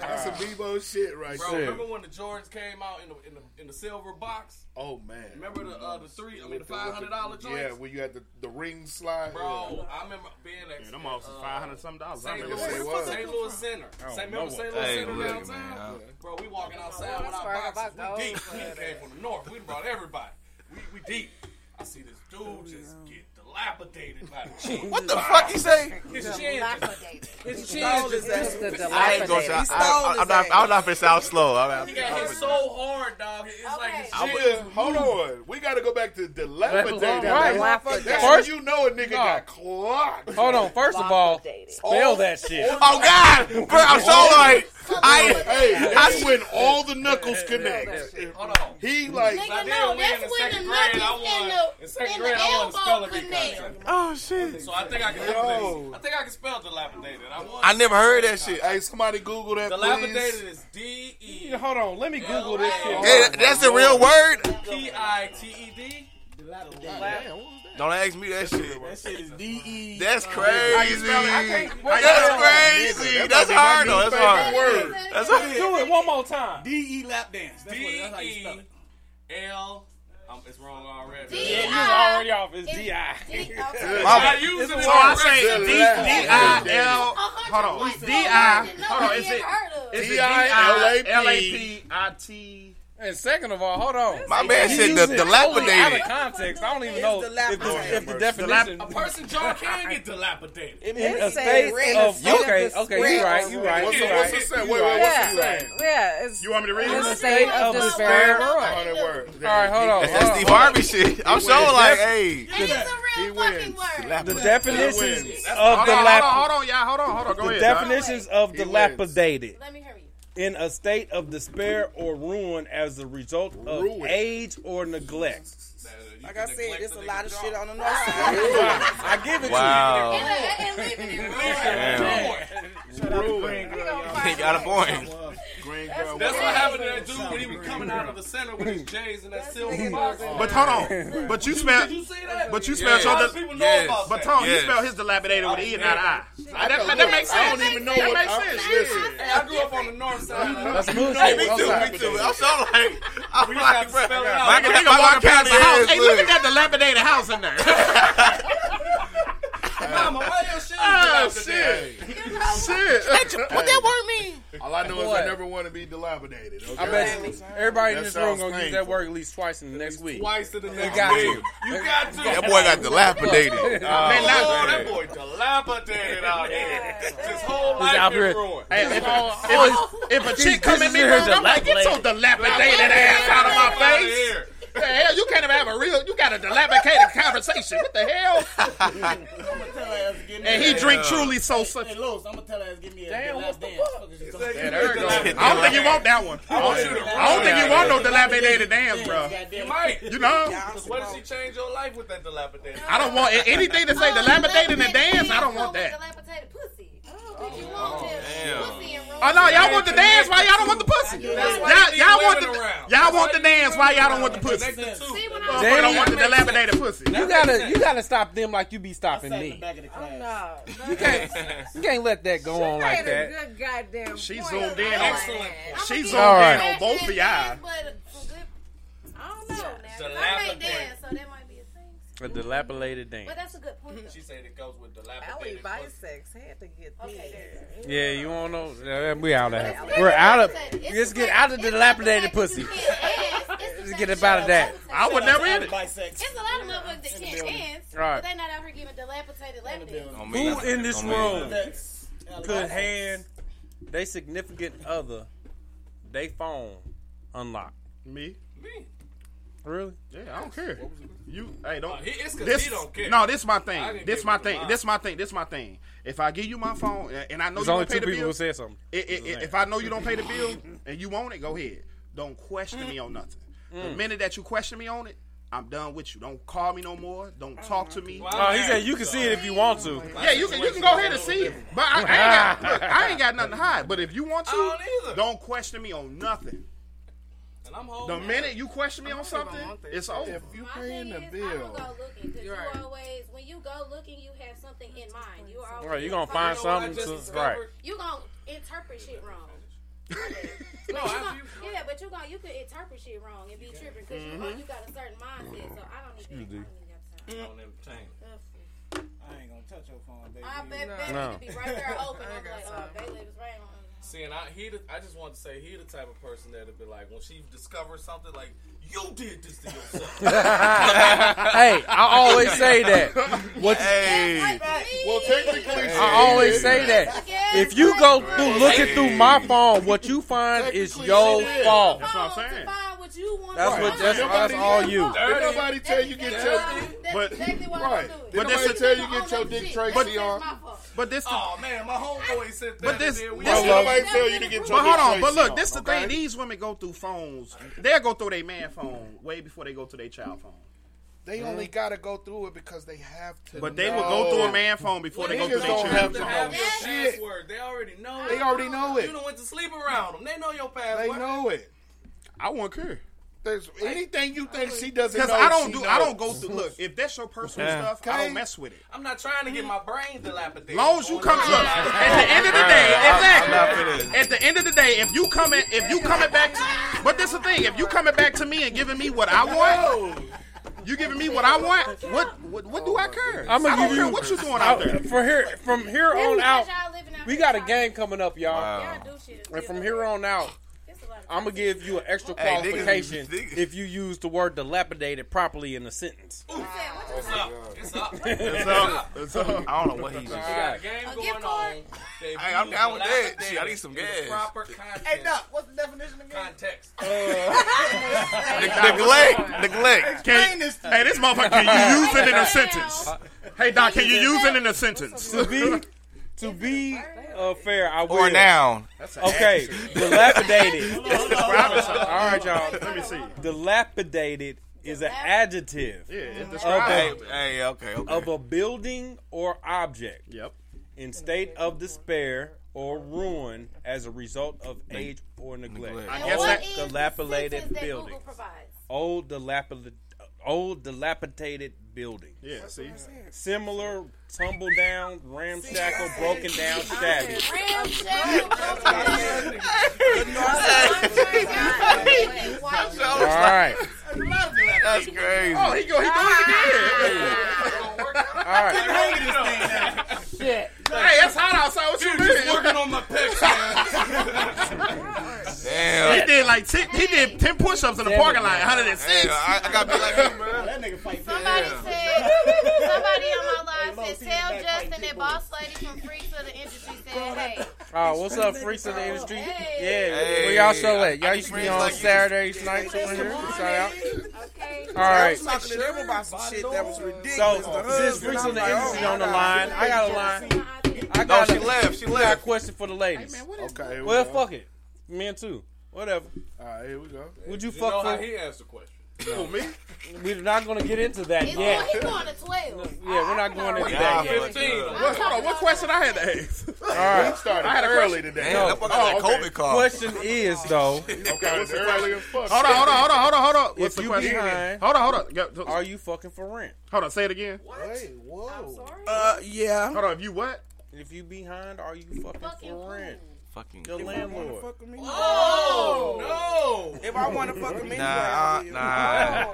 S18: That's some Bebo shit right
S16: Bro,
S18: there.
S16: remember when the Jordans came out in the in the, in the silver box?
S18: Oh man.
S16: Remember the uh, the three? I mean the
S18: With
S16: five hundred dollar
S18: with the-
S16: joints.
S18: Yeah, when you had the, the ring slide.
S16: Bro, I remember being at
S18: Yeah, them all was
S16: uh,
S18: $500 something dollars. I
S16: St.
S18: remember
S16: Louis,
S18: that. Yes, they
S16: St. Louis
S18: was.
S16: Center.
S18: I don't
S16: St.
S18: know
S16: Remember
S18: what-
S16: St. Louis
S18: Hey,
S16: Center
S18: look,
S16: downtown?
S18: man, I-
S16: Bro, we walking outside with our
S15: That's where I
S16: boxes.
S15: bought
S16: We deep.
S15: those
S16: We
S15: at.
S16: came from the north. We brought everybody. We, we deep. I see this dude just get dilapidated by the chin.
S2: What the fuck he say?
S16: His chin. just- His chin. just- just-
S2: I ain't gonna. I, I, I, I'm not. I'm not finna sound slow. I'm,
S16: He
S2: I'm,
S16: got hit so hard, dog. It's like his
S18: I
S16: chin.
S18: was, hold on. We got to go back to dilapidated.
S14: Right.
S18: That's
S14: Dilapidated.
S18: when
S14: First-
S18: you know a nigga
S14: No.
S18: got clocked.
S14: Hold on. First of all, spell that shit.
S2: Oh God, bro, I'm so like I.
S18: Hey, that's
S2: I-
S18: when all the knuckles connect.
S16: Hold on.
S18: He like
S16: Nigga, no, that's when the knuckles and the, elbow connect.
S2: Oh shit.
S16: So I think I can.
S18: Yo.
S16: I think I can spell dilapidated. I want.
S2: I never heard that shit.
S18: Hey, somebody Google that,
S16: Dilapidated is D E.
S14: Hold on. Let me Google this shit.
S2: Hey, that's the real word.
S16: P I T E D.
S2: Don't ask me that shit.
S7: That shit is D E.
S2: That's
S7: How you
S2: crazy.
S7: spell it? I can't- what
S2: That's
S7: the hell?
S2: crazy.
S7: Nigga,
S2: That's
S7: that might
S2: hard
S7: be
S2: though.
S7: my
S2: That's
S7: new
S2: hard.
S7: favorite word. That's
S2: That's hard.
S7: it.
S14: Do it one more time.
S7: D E lap dance. That's,
S16: D
S7: what, that's how you spell
S16: E
S7: it. E
S16: L. Um, it's wrong already.
S14: Yeah, you already off. It's D I.
S16: I use
S14: It's
S16: it in
S14: a word.
S16: the
S13: D-I-L. Hold on. D-I. Hold on. Is it
S14: D-I-L-A-P-I-T? And second of all, hold on.
S2: My man
S14: You
S2: said
S14: use
S2: the
S14: it totally Out
S2: dilapidated.
S14: of context, I don't even know if, this, if the
S16: A
S14: definition.
S16: person jar can get dilapidated.
S14: In a state of okay, okay, you right, you right, you right. you right.
S15: Yeah, it's
S18: You want me to read
S15: in
S18: it?
S15: the state of despair.
S18: Oh, that word.
S14: All right, hold on.
S2: That's that Steve Harvey shit. I'm
S14: He wins.
S2: showing like, hey.
S18: He wins.
S14: The definitions
S18: He wins.
S14: of
S13: Hold on, hold on, hold
S14: dilapidated.
S13: on, y'all. Hold on, hold on. Go
S14: The
S13: ahead.
S14: definitions of
S13: He wins.
S14: dilapidated.
S1: Let me hear you.
S14: In a state of despair or ruin as a result of
S18: Ruin.
S14: age or neglect.
S3: Like I said, it's a lot of shit on the north
S14: Wow.
S3: side.
S14: I give it
S16: Wow.
S14: to you.
S16: He got a point.
S2: That's what happened to that dude when he was coming out of the center with his J's and that silver box.
S13: But hold on. But you spelled.
S2: Did you see that?
S13: But you
S2: Yeah.
S13: spelled your.
S2: A lot of people know about
S13: but
S2: that.
S13: Tom, you
S2: Yes.
S13: spelled his dilapidated with an E and not an I.
S2: I
S13: That,
S2: know.
S13: that makes
S2: I
S13: sense.
S2: don't even know
S13: That
S2: what-
S13: makes
S2: I-
S13: sense.
S2: listen. Hey, I grew up on the north side.
S13: That's
S2: You know
S13: Hey, me
S2: what
S13: too,
S2: I'm
S13: me
S2: saying?
S13: too. I'm so like, I'm
S2: We just have
S13: like,
S2: to
S13: bro,
S2: spell it out.
S13: I can think of
S2: My
S13: walking past the
S2: county
S13: house.
S2: is,
S13: Hey, look at
S2: look.
S13: that dilapidated house in there.
S2: Mama, why your shoes
S18: Oh,
S2: dilapidated?
S18: shit.
S13: Shit.
S18: What that
S13: word mean?
S18: All I know is
S14: What?
S18: I never want to be dilapidated. Okay?
S14: I bet you, everybody in
S18: That
S14: this room
S18: sounds
S14: gonna use
S18: painful.
S14: that word at least twice in the next week.
S2: Twice in the next
S14: got
S2: week.
S14: to.
S2: You got to.
S14: That boy got dilapidated.
S13: Uh,
S2: oh,
S14: Man, not-
S2: that boy dilapidated out there. His whole
S14: He's
S2: life
S14: out
S2: been
S14: here-
S2: ruined.
S13: Hey, if, if, if a chick come at me wrong, I'm like, get your dilapidated ass out of my face. The hell, you can't even have a real, you got a dilapidated conversation. What the hell? and he
S5: uh,
S13: drink truly so such.
S5: Hey, Los, I'm gonna tell her ass give me a
S14: Damn,
S5: last dance. Fuck is you gonna say?
S13: I don't think you want that one. I don't think you want no dilapidated dance, bro.
S2: You might.
S13: You know?
S2: Because what if she changed your life with that dilapidated?
S13: I don't want anything to say dilapidated and dance. I don't want that.
S19: Dilapidated pussy. Oh, you want this pussy and
S13: Oh no, y'all want the dance? Why y'all don't want the pussy? Y'all,
S19: That's why you be
S13: y'all want the
S19: wailing around.
S13: y'all want the dance? Why y'all don't want the pussy? They don't want the dilapidated pussy.
S14: You gotta, you gotta stop them like you be stopping me.
S15: Oh, No.
S14: You can't, you can't let that go on like that.
S15: a good goddamn
S13: She
S15: point.
S13: zoomed in on.
S15: Excellent.
S13: She zoomed
S14: All right.
S13: in on both of y'all.
S19: I don't know. Now, 'cause I
S2: Dilapidated.
S19: can't dance, so that might be a thing.
S14: A dilapidated dance.
S19: But that's a good point.
S2: She said it goes with
S15: Allie
S2: dilapidated.
S15: bisex had to get there.
S14: Yeah, you won't know. Yeah, We out of here. We're out of. Just get out of the dilapidated pussy. Just get up out of that.
S13: I would never hit it.
S19: It's a lot of motherfuckers that can't dance,
S14: Right.
S19: but they not out here giving dilapidated lap dances.
S16: Oh,
S14: Who in this
S16: Don't mean
S14: room
S5: That's-
S14: could hand they significant other they phone unlocked?
S13: Me? Me.
S14: Really?
S13: Yeah, I don't care. You, hey, don't.
S2: Uh, he- it's 'cause
S13: this,
S2: he don't care.
S13: No, this my
S2: I
S13: thing.
S2: didn't
S13: This
S2: give
S13: my
S2: him
S13: thing.
S2: mine.
S13: This my thing. This my thing. If I give you my phone, and- and I know
S14: There's
S13: you
S14: only
S13: don't pay
S14: two
S13: the
S14: people
S13: bill,
S14: who said something.
S13: i- i- i- if I know you don't pay the bill and you want it, go ahead. Don't question me on nothing. The
S14: Mm.
S13: minute that you question me on it, I'm done with you. Don't call me no more. Don't talk to me.
S14: Oh, he said you can see it if you want to.
S13: Yeah, you can you can go ahead and see it, but I, I, ain't, got, look, I ain't got nothing to hide. But if you want to, don't, question me on nothing.
S2: And I'm
S19: Oh,
S2: home.
S13: The minute you question me on something, it's over.
S18: If you
S19: My
S18: paying
S19: thing
S18: the
S19: is, I don't
S18: bill,
S19: go looking because you always, when you go looking, you have something in mind. You always
S14: Right, you gonna find
S19: You know what I
S14: something
S19: just
S14: to-
S19: discovered?
S14: right.
S19: You gonna interpret shit wrong. But you gonna- yeah, but you gonna you could interpret shit wrong and be tripping because you, oh,
S13: Mm-hmm.
S2: Mhm.
S19: you got a certain mindset. So I don't even. I
S2: don't entertain.
S5: I ain't gonna touch your phone, baby.
S19: I bet that
S2: No.
S19: could be right there open.
S2: I
S19: I'm
S2: got
S19: like, oh, they live right on.
S2: See, and I he, the, I just want to say he the type of person that'd be like, when she discovers something, like you did this to yourself.
S14: hey, I always say that. What
S16: hey.
S18: Well, technically,
S14: I always say that. If you go through looking through my phone, what you find is your fault.
S13: That's what I'm saying.
S14: That's what that's, that's all you.
S18: Did nobody tell you get your
S13: But
S18: right? Did
S13: But this
S18: nobody
S13: is-
S18: tell you get your dick Tracy uh, on?
S13: But this.
S2: Oh man, my homeboy said that.
S13: But this,
S2: and then we-
S13: this
S18: nobody tell you to get your
S13: But hold
S18: dick
S13: on, but
S18: traced
S13: look,
S18: on,
S13: this the
S18: okay?
S13: thing. These women go through phones. They'll go through their man phone way before they go to their child phone.
S18: They only gotta go through it because they have to.
S13: But they will go through a man phone before they go
S18: Niggas
S13: through their
S18: don't
S13: child
S18: have
S13: phone.
S18: to
S2: have your
S18: Shit.
S2: password. They already know.
S18: They
S2: it.
S18: already know it.
S2: You done went to sleep around them. They know your password.
S18: They know it.
S13: I won't care.
S18: There's anything you think she doesn't know.
S13: Because I don't
S18: she
S13: do,
S18: knows.
S13: I don't go through. Look, if that's your personal
S18: Yeah.
S13: stuff, I
S18: Okay.
S13: don't mess with it.
S2: I'm not trying to get my brain dilapidated.
S13: Long
S18: Oh,
S13: as you come, look. At the end of the day,
S2: I'm- I'm not
S13: exactly. At the end of the day, if you coming, if you coming back, to, but this the thing. If you coming back to me and giving me what I want, you giving me what I want. What, what, what do I care?
S14: I'm
S13: I
S14: gonna
S13: don't
S14: give
S13: care
S14: you
S13: what you doing out there.
S14: For here, from here on out, we got a game coming up, y'all.
S13: Wow.
S14: And from here on out, I'm gonna give you an extra
S16: Hey, niggas be-
S14: qualification if you use the word dilapidated properly in a sentence.
S2: It's up. It's up.
S16: I don't know what he's
S2: We
S16: just.
S2: got a game going on. Hey,
S16: Hey, I'm down with that. Shit, I need some gas.
S2: Proper context.
S5: Hey, Doc, what's the definition again?
S2: Context.
S5: Uh,
S13: Neglect, neglect. Can, hey, this motherfucker, can you use it in a sentence? Hey, Doc, can you use it in a sentence?
S14: To be, to be uh, fair, I will.
S16: Or noun.
S14: Okay, dilapidated. All
S13: right,
S14: right, y'all.
S13: Let me see.
S14: Dilapidated is an adjective.
S13: Yeah, it
S14: of
S13: describes
S14: a-
S13: it. Hey, okay, okay.
S14: Of a building or object.
S13: Yep.
S14: In state of despair or ruin as a result of age or neglect.
S13: I
S14: Old
S13: guess that- is the
S14: dilapidated
S19: that Google
S14: buildings.
S19: provides?
S14: Old dilapidated. Old dilapidated buildings.
S13: Yeah, see?
S14: Similar, tumble down, ramshackle, broken down, shabby.
S13: All
S14: right.
S13: That's
S20: crazy.
S13: Oh, he go, he doing it
S14: again. All right.
S13: Shit. Hey, that's hot outside. What you doing? working
S2: on my pecs.
S13: He did like ten, he did ten push-ups in the parking lot. 106.
S20: Hey, I- I
S13: got
S5: That nigga fight
S19: Somebody said, somebody on my live said, tell Justin that boss lady from Freaks of the Industry said, hey.
S14: Oh, what's up, freaks of the industry? Yeah,
S13: Hey.
S14: where y'all show at?
S13: I
S14: Y'all
S13: be
S14: used to be
S13: friends
S14: on
S13: like you.
S14: Saturdays nights over here. Shout out. All
S3: I
S14: right.
S3: was talking to them about some shit that was ridiculous.
S14: So
S3: The husband,
S14: since freaks
S3: I'm
S14: of the
S3: like,
S14: industry
S3: oh,
S14: on the
S3: God.
S14: line, I got a line. I
S3: No,
S14: got
S3: she left, she
S14: I got
S3: left.
S14: a question for the ladies.
S18: Okay. here we
S14: Well,
S18: go.
S14: fuck it. Men too. Whatever.
S18: All right, here we go.
S14: Would you fuck
S2: know
S14: for?
S2: how he asked the question.
S14: No. We're not gonna get into that
S19: He's going,
S14: yet.
S19: he's going to 12.
S14: Yeah, we're not going into
S13: We
S14: that
S13: down
S14: yet.
S13: 15. What, hold on, what question I had to ask?
S14: All right.
S13: We started I had a early question. today. Damn,
S14: No.
S13: that fucker got Oh, that okay. COVID cough.
S14: Question is though.
S13: Okay, what's the question? Hold on, hold on, hold on, hold on, hold on. What's
S14: if
S13: the
S14: you
S13: question?
S14: behind,
S13: Hold on, hold on. Go- go-
S14: Are you fucking for rent?
S13: Hold on, say it again.
S3: Wait, whoa.
S14: Uh,
S3: yeah.
S13: Hold on, if you what?
S14: If you behind, are you fucking, for rent?
S16: Fucking
S14: your landlord.
S3: Oh no! If I want to fuck him anyway,
S16: Nah, nah.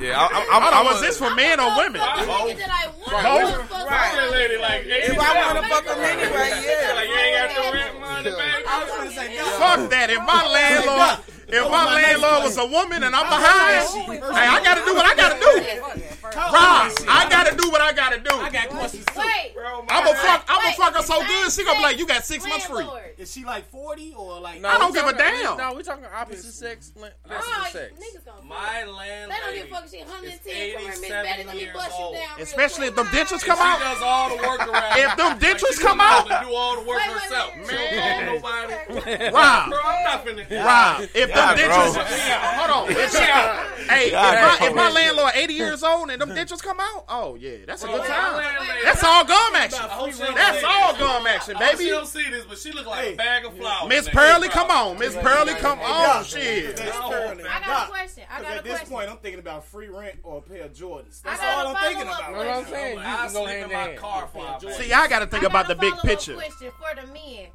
S13: Yeah,
S16: I- I- I'm-
S13: hold
S16: I'm
S13: on, was
S16: a-
S13: this for men or women?
S19: Nigga that I want.
S13: Both?
S19: Both?
S13: Right.
S2: Lady, like,
S13: If I wanna fuck
S3: him anyway, yeah.
S2: Like, you ain't got no rent money, baby.
S3: I was gonna say no.
S13: Fuck that. If my landlord, if my landlord was a woman and I'm behind, hey, I gotta do what I gotta do. Rob, I gotta do what I gotta do. I got questions.
S19: Wait.
S13: I'm gonna fuck. I'm gonna fuck her so good. She gonna be like, you got six months free.
S5: Is she like 40 or like.
S13: I don't give a damn.
S14: No, we're talking opposite sex. la-
S19: Oh,
S14: Opposite sex.
S19: niggas gonna
S2: My
S19: They don't give a
S2: landlady
S19: fuck if she 110 from her Miss
S2: 87
S19: Betty. Let me
S2: years
S19: bust you
S2: old.
S19: down. real
S13: Especially if them dentures come
S2: she
S13: out.
S2: does all the work around.
S13: If them
S2: Like,
S13: dentures
S2: she
S13: come
S2: knows how
S13: out.
S2: to do all the work
S19: wait,
S2: herself.
S19: wait.
S2: She don't want nobody.
S13: Rob.
S2: Girl, I'm not finna.
S13: Rob, if
S2: Yeah,
S13: them dentures,
S2: bro.
S13: hold on. If,
S2: Yeah.
S13: hey, if
S2: Yeah.
S13: my, if my landlord 80 years old and them dentures come out, oh yeah, that's a
S2: Bro,
S13: good
S2: my
S13: time.
S2: landlady-
S13: That's all gum
S2: I hope she
S13: action.
S2: don't
S13: That's
S2: see
S13: all
S2: this.
S13: gum action,
S2: I hope She
S13: baby.
S2: don't see this, but she look like a bag of flowers.
S13: Miss
S2: man.
S13: Pearly, come on, Miss Pearly, come on, Oh, shit.
S19: quick. I got a question. I got a
S5: at this
S19: question.
S5: point, I'm thinking about free rent or a pair of Jordans. That's
S19: I got
S5: all
S19: a
S5: I'm thinking
S19: follow-up
S5: about.
S19: That's what I'm question. saying.
S2: You can go hand in hand.
S13: See, I gotta think about the big
S19: follow-up
S13: picture.
S19: question for the men.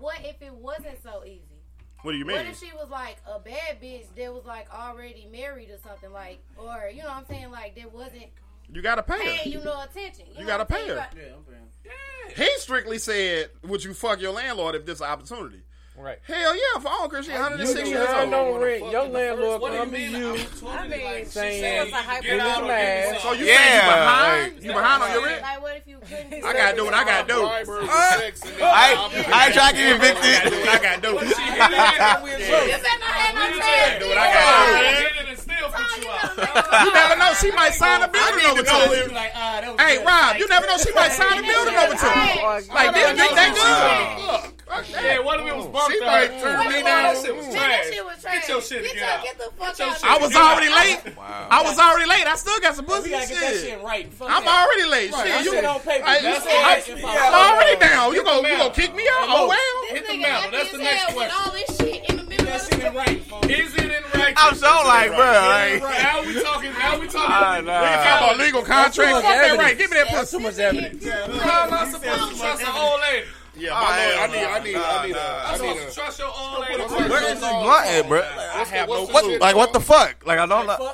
S19: What if it wasn't so easy?
S13: What do you mean?
S19: What if she was like a bad bitch that was like already married or something like, or you know what I'm saying? Like there wasn't
S13: You gotta pay
S19: paying
S13: her.
S19: you no attention.
S13: You
S19: know
S13: gotta
S19: what I'm
S13: pay
S19: saying?
S13: her.
S19: You got-
S13: He strictly said, "Would you fuck your landlord if this an opportunity?"
S14: Right.
S13: Hell yeah, if I don't care, she
S14: You
S13: 106
S14: be
S13: years
S14: high
S13: old.
S14: no rent. Your landlord
S13: What do you
S14: come to
S13: mean?
S14: you
S19: I mean, she
S14: saying,
S19: sounds like
S14: "Give me some ass."
S13: So you
S14: Yeah,
S13: saying you behind?
S14: like-
S13: you behind on your rent?
S19: Like what if you couldn't?
S13: I gotta do what I gotta do.
S20: I ain't trying to get evicted.
S13: do what I gotta do.
S19: You better not have no
S13: I do what I gotta do.
S19: Oh,
S13: You never know. She might sign a building over to you.
S2: ah,
S13: Hey, Rob, you never know. She might sign a building over to you. Like, this bitch, that good.
S2: Yeah, what if it was burnt
S13: She
S2: out?
S13: might turn
S2: What
S13: me
S2: if that
S13: down.
S2: shit was
S13: Mm.
S2: trash?
S19: That shit was
S2: Get your
S19: trash.
S2: shit
S19: Get
S2: together.
S19: your- get the fuck
S2: Get your
S19: out.
S2: shit
S13: I was
S2: together.
S13: already late. I was already late. I still got some pussy
S5: We gotta get that shit
S13: shit.
S5: right. Fuck
S13: I'm
S5: that.
S13: already late.
S5: Right,
S13: Shit,
S5: that
S13: you
S5: shit on paper.
S13: Hey,
S5: That's
S13: you-
S5: it.
S13: I-
S5: Action
S13: I'm
S5: follow.
S13: already down. You
S5: Hit the
S13: gonna you
S5: mail.
S13: gonna kick me out?
S5: Hey,
S13: Oh
S5: look.
S13: well.
S19: Hit the mail. That's the next question. All this shit in the middle of the
S2: Is it in right?
S20: I'm so like, bro, like.
S2: Now we talking. Now we talking.
S20: Ah, nah.
S13: We can talk about legal
S14: That's too
S13: contracts. Fuck
S14: much
S13: that
S14: evidence.
S13: right. Give me that
S14: That's
S13: pussy.
S14: too much evidence.
S2: How am I supposed to trust an old lady?
S13: Yeah,
S20: my lord,
S13: I need, I need,
S2: I'm
S13: I need, I
S2: supposed
S13: need.
S2: to trust your old lady.
S20: Where is this blunt at, bro?
S13: I have no Oh,
S20: What, like, what the fuck? Like, I don't know.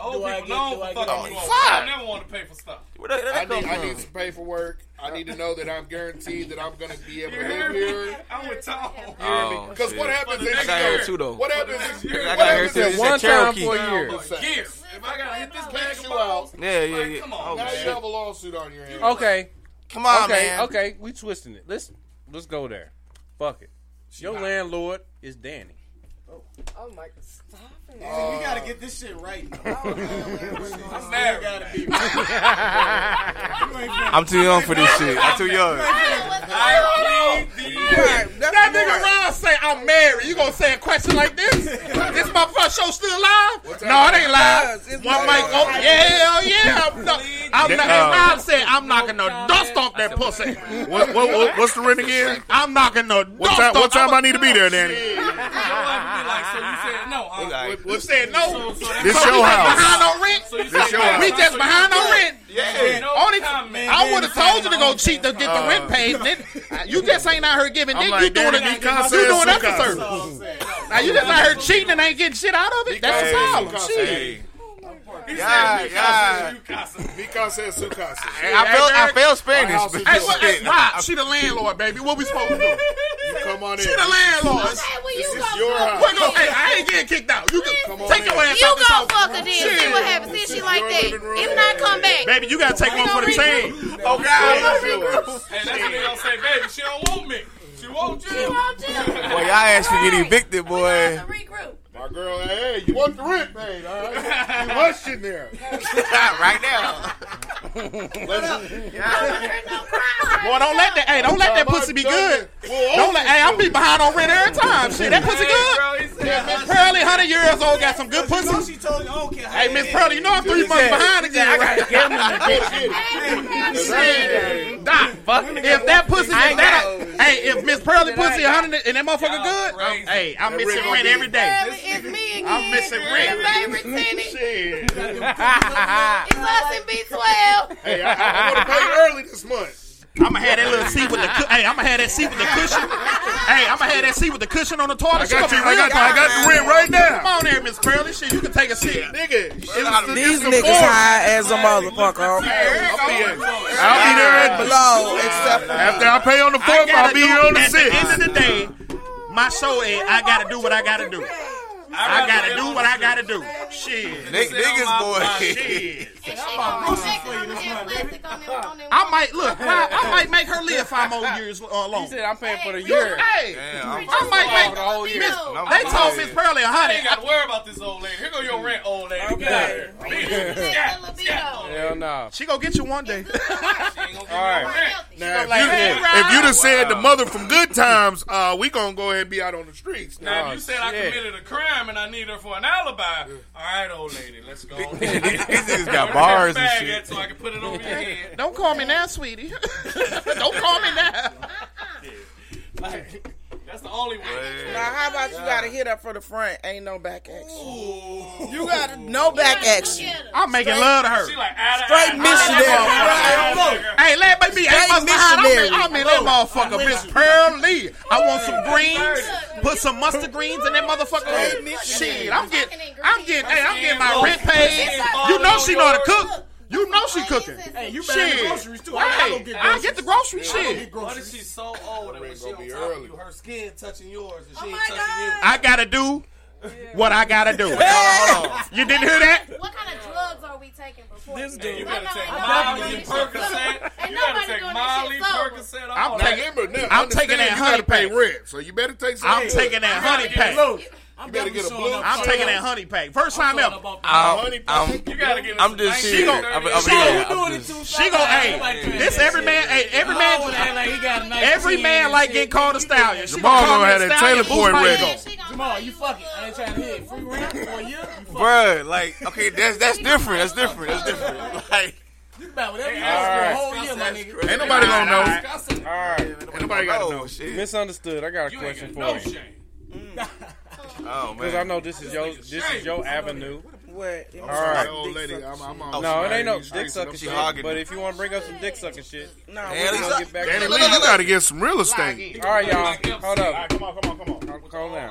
S2: Old people known for fucking you up.
S20: fuck?
S2: I never want to pay for stuff.
S18: I need, I need some paperwork. I need to know that I'm guaranteed that I'm going to be able to live here.
S2: I'm with Tom.
S20: Oh,
S18: Because what
S20: shit.
S18: happens
S20: I
S18: is
S20: got here too, though.
S18: What happens is
S20: I
S18: what
S20: got here
S18: happens
S20: too.
S18: is
S20: It's a Cherokee.
S18: Years.
S2: If I gotta hit this bag of
S18: you out.
S2: balls,
S20: Yeah, yeah,
S2: like,
S20: yeah.
S2: Come on,
S18: now
S2: man.
S18: you have a lawsuit on your hands.
S14: Okay.
S20: Come on,
S14: okay,
S20: man.
S14: Okay, we twisting it. Let's let's go there. Fuck it. Your landlord is Danny.
S15: Oh my god, stop it.
S5: Hey, we gotta get this shit right.
S19: Oh.
S2: I'm married.
S20: I'm too young for this shit. I'm too young.
S13: That nigga Ron say, I'm married. You gonna say a question like this? this motherfucker show still live? No, it ain't live. One mic. Oh, yeah, hell yeah. I'm, not, I'm, not, as Rob said, I'm knocking the dust off that pussy.
S6: What, what, what, what's the rent again?
S13: I'm knocking the
S6: What
S13: dust
S6: time?
S13: off.
S6: What time I need to be there, Danny?
S13: We said no.
S6: This
S13: so
S6: your
S13: we
S6: house.
S13: Just behind on rent.
S6: So you This said your no.
S13: We
S6: house.
S13: just behind on rent.
S6: Yeah. No
S13: Only
S6: comment.
S13: I would have told you to go cheat to get the
S6: Uh,
S13: rent paid. Then uh, you just ain't out here giving.
S6: I'm
S13: Then
S6: like,
S13: you doing
S6: Danny,
S13: it.
S6: Mikasa
S13: You doing
S6: and
S13: that for
S6: Sukasa.
S13: service. Now you just out here cheating and ain't getting shit out of it. That's a problem. Shit.
S6: Yeah, yeah.
S18: Mikasa and Sukasa.
S6: I felt- I felt Spanish, but-
S13: Hey, what, hey,
S6: Shit.
S13: Rob, she the landlord, baby. What we supposed to do? You
S18: come on
S13: she
S18: in.
S13: the landlord.
S18: Okay, well, you
S13: this
S18: go
S13: is your
S18: fuck
S13: house.
S18: her
S13: We're gonna-
S18: then.
S13: Hey, I ain't getting kicked out. You can come
S18: on
S13: take your
S18: in.
S13: ass
S18: You
S13: out this
S18: go
S13: house.
S18: fuck her then. See
S13: Shit.
S18: what happens.
S9: See if she like that. If not, come back.
S13: Baby, you gotta take
S9: We
S13: one for
S9: gonna
S13: the
S9: regroup.
S13: team. Oh God.
S9: We gonna regroup.
S2: And that's what they gonna say, baby, she don't want me. She won't you. She
S9: won't
S2: you.
S16: Boy, y'all asked to get evicted, boy.
S18: My girl, hey, you want the rent paid, all right? You rushed in there.
S16: right now.
S13: Boy, don't let that. Hey, don't let that pussy be good.
S18: Well,
S13: Don't let. Hey, I'm be behind on rent every time. Shit, that pussy good. Pearly, hundred years old, got some good pussy. Hey, Miss Pearly, you know I'm three months behind again, right? Shit, Doc, fuck. If that pussy,
S9: I ain't
S13: if that, hey, if Miss Pearly pussy a hundred and that motherfucker good, hey, I'm missing rent every day.
S9: It's me and
S13: I'm missing rent.
S9: favorite tenant.
S13: Hey,
S9: It's us and B12.
S13: I, want to pay early this month. I'm gonna have that little seat with the cu- hey. I'm gonna have that seat with the cushion. hey, I'm gonna have that seat with the cushion on the toilet.
S6: I got
S13: She gonna
S6: you. I
S13: be
S6: got,
S13: real
S6: I got the
S13: good.
S6: rent right now.
S13: Come on there, Miss Pearly. Shit, you can take a seat, nigga.
S3: These niggas high as a motherfucker.
S6: I'll be there at
S3: below, except
S6: after I pay on the fourth. I'll be here on the
S13: At the
S6: sixth.
S13: end of the day, my show is I gotta do what I gotta do. I gotta do what I gotta do. Shit,
S16: Nick- niggas, boy.
S13: Shit.
S9: I
S13: I might look. I, I might make her live five more years uh, long. He said I'm paying for the
S14: year.
S13: Hey,
S14: Damn,
S13: I
S14: I'm-
S13: might
S14: for
S13: make
S14: the
S13: the
S14: whole
S13: whole
S14: year.
S13: year.
S14: I'm-
S13: they
S14: I'm-
S13: told Miss Pearly a
S2: You ain't
S13: hundred.
S2: got to worry about this old lady. Here go your rent, old lady. Get out of here. Bitch.
S14: Hell no.
S13: She gonna get you one day.
S14: All right.
S18: Now, if,
S14: Like,
S18: you,
S14: hey,
S18: if
S6: Rob.
S18: you'd have said the
S6: Wow.
S18: mother from Good Times, uh, we gonna go ahead and be out on the streets.
S2: Now, if you said I committed a crime and I need her for an alibi, all right, old lady, let's go. These
S6: niggas got bars and shit.
S2: So I can put it over your head.
S13: Don't call me now, sweetie. Don't call me now.
S2: Like, that's the only way.
S3: Now, how about you gotta hit up for the front? Ain't no back action. You gotta no back action.
S13: I'm making love to her.
S3: Straight missionary.
S13: Hey, let me be
S3: Straight
S13: eight months behind. I'm in,
S3: missionary.
S13: I'm in that motherfucker, Miss Pearl Lee. I want some greens. Put some mustard greens in that motherfucker. Shit, I'm getting, I'm getting, hey, I'm getting my rent paid. You know she know how to cook. You know she cooking. Hey,
S2: you
S9: better get
S2: groceries, too. I- I
S13: I,
S2: go get
S13: I get the grocery shit.
S2: What if she's so old and when she on top of you, her skin touching yours
S3: Oh
S2: and she ain't touching
S13: I gotta do what I gotta do. You didn't hear that?
S9: What kind of drugs are we taking before? This
S2: dude. You
S9: gotta
S2: take Molly and Percocet.
S9: Ain't
S2: You gotta
S9: nobody
S2: take
S9: doing
S2: Molly,
S9: that shit
S2: Percocet.
S9: sober.
S13: I'm
S18: I'm
S13: taking-
S18: taking, remember, now,
S13: I'm taking
S18: understand
S13: that
S18: you
S13: honey
S18: gotta pay
S13: pack.
S18: rent, so you better take. Some
S13: I'm taking that honey pack.
S18: You better get a blue.
S13: I'm taking that honey pack. First time ever.
S16: I'm, I'm, I'm just
S13: She
S16: shit.
S13: gon'
S16: I'm,
S13: she
S16: I'm, yeah, I'm just,
S13: gon' she gon' hey this every man hey
S2: Oh,
S13: every man every man like getting called a stallion. She
S6: Jamal
S13: call
S6: gonna
S13: me a
S6: have that
S13: stallion,
S6: Taylor boy
S13: boost my
S6: ready.
S13: ego.
S9: Jamal, you fuck it. I ain't trying to hit free rent for you.
S16: bruh, like, okay, that's that's different. That's different. That's different. Like,
S9: You about whatever you
S14: Alright.
S9: ask for a whole year, my nigga.
S6: Ain't nobody gonna know.
S14: All right.
S6: Nobody gotta know.
S14: Misunderstood. I got a question for you.
S18: Mm.
S16: Oh
S14: Because I know this is your this is your avenue.
S3: What?
S14: All right.
S18: Old lady, I'm, I'm on.
S14: no, it ain't no
S18: She
S14: dick sucking
S18: hogging
S14: shit.
S18: them.
S14: But if you want to bring up some dick sucking shit,
S3: no,
S14: we
S18: Danny,
S14: gonna get back.
S18: Danny
S14: to
S18: Lee,
S14: that.
S18: you gotta get some real estate.
S14: All right, y'all. Hold up.
S13: Come on, come on, come on.
S14: Calm down.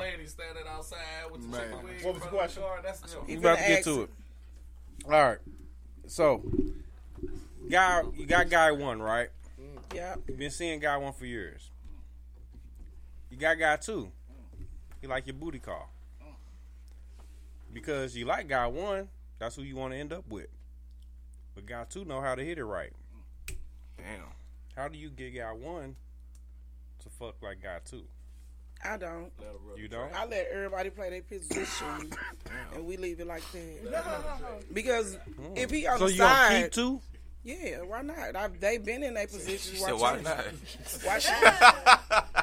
S13: What was the question?
S14: We about to get to it. All right. So, guy, you got guy one right.
S3: Mm, Yep.
S14: You've been seeing guy one for years. You got guy two. He like your booty call. Because you like guy one, that's who you want to end up with. But guy two know how to hit it right.
S16: Damn.
S14: How do you get guy one to fuck like guy two?
S3: I don't.
S14: You don't?
S3: I let everybody play their position, and we leave it like that. Because if he on
S14: Hmm. So
S3: the
S14: you
S3: side,
S14: don't keep two?
S3: yeah, why not? I've, they been in their position.
S16: said, "Why
S3: you-
S16: not?"
S3: Why should?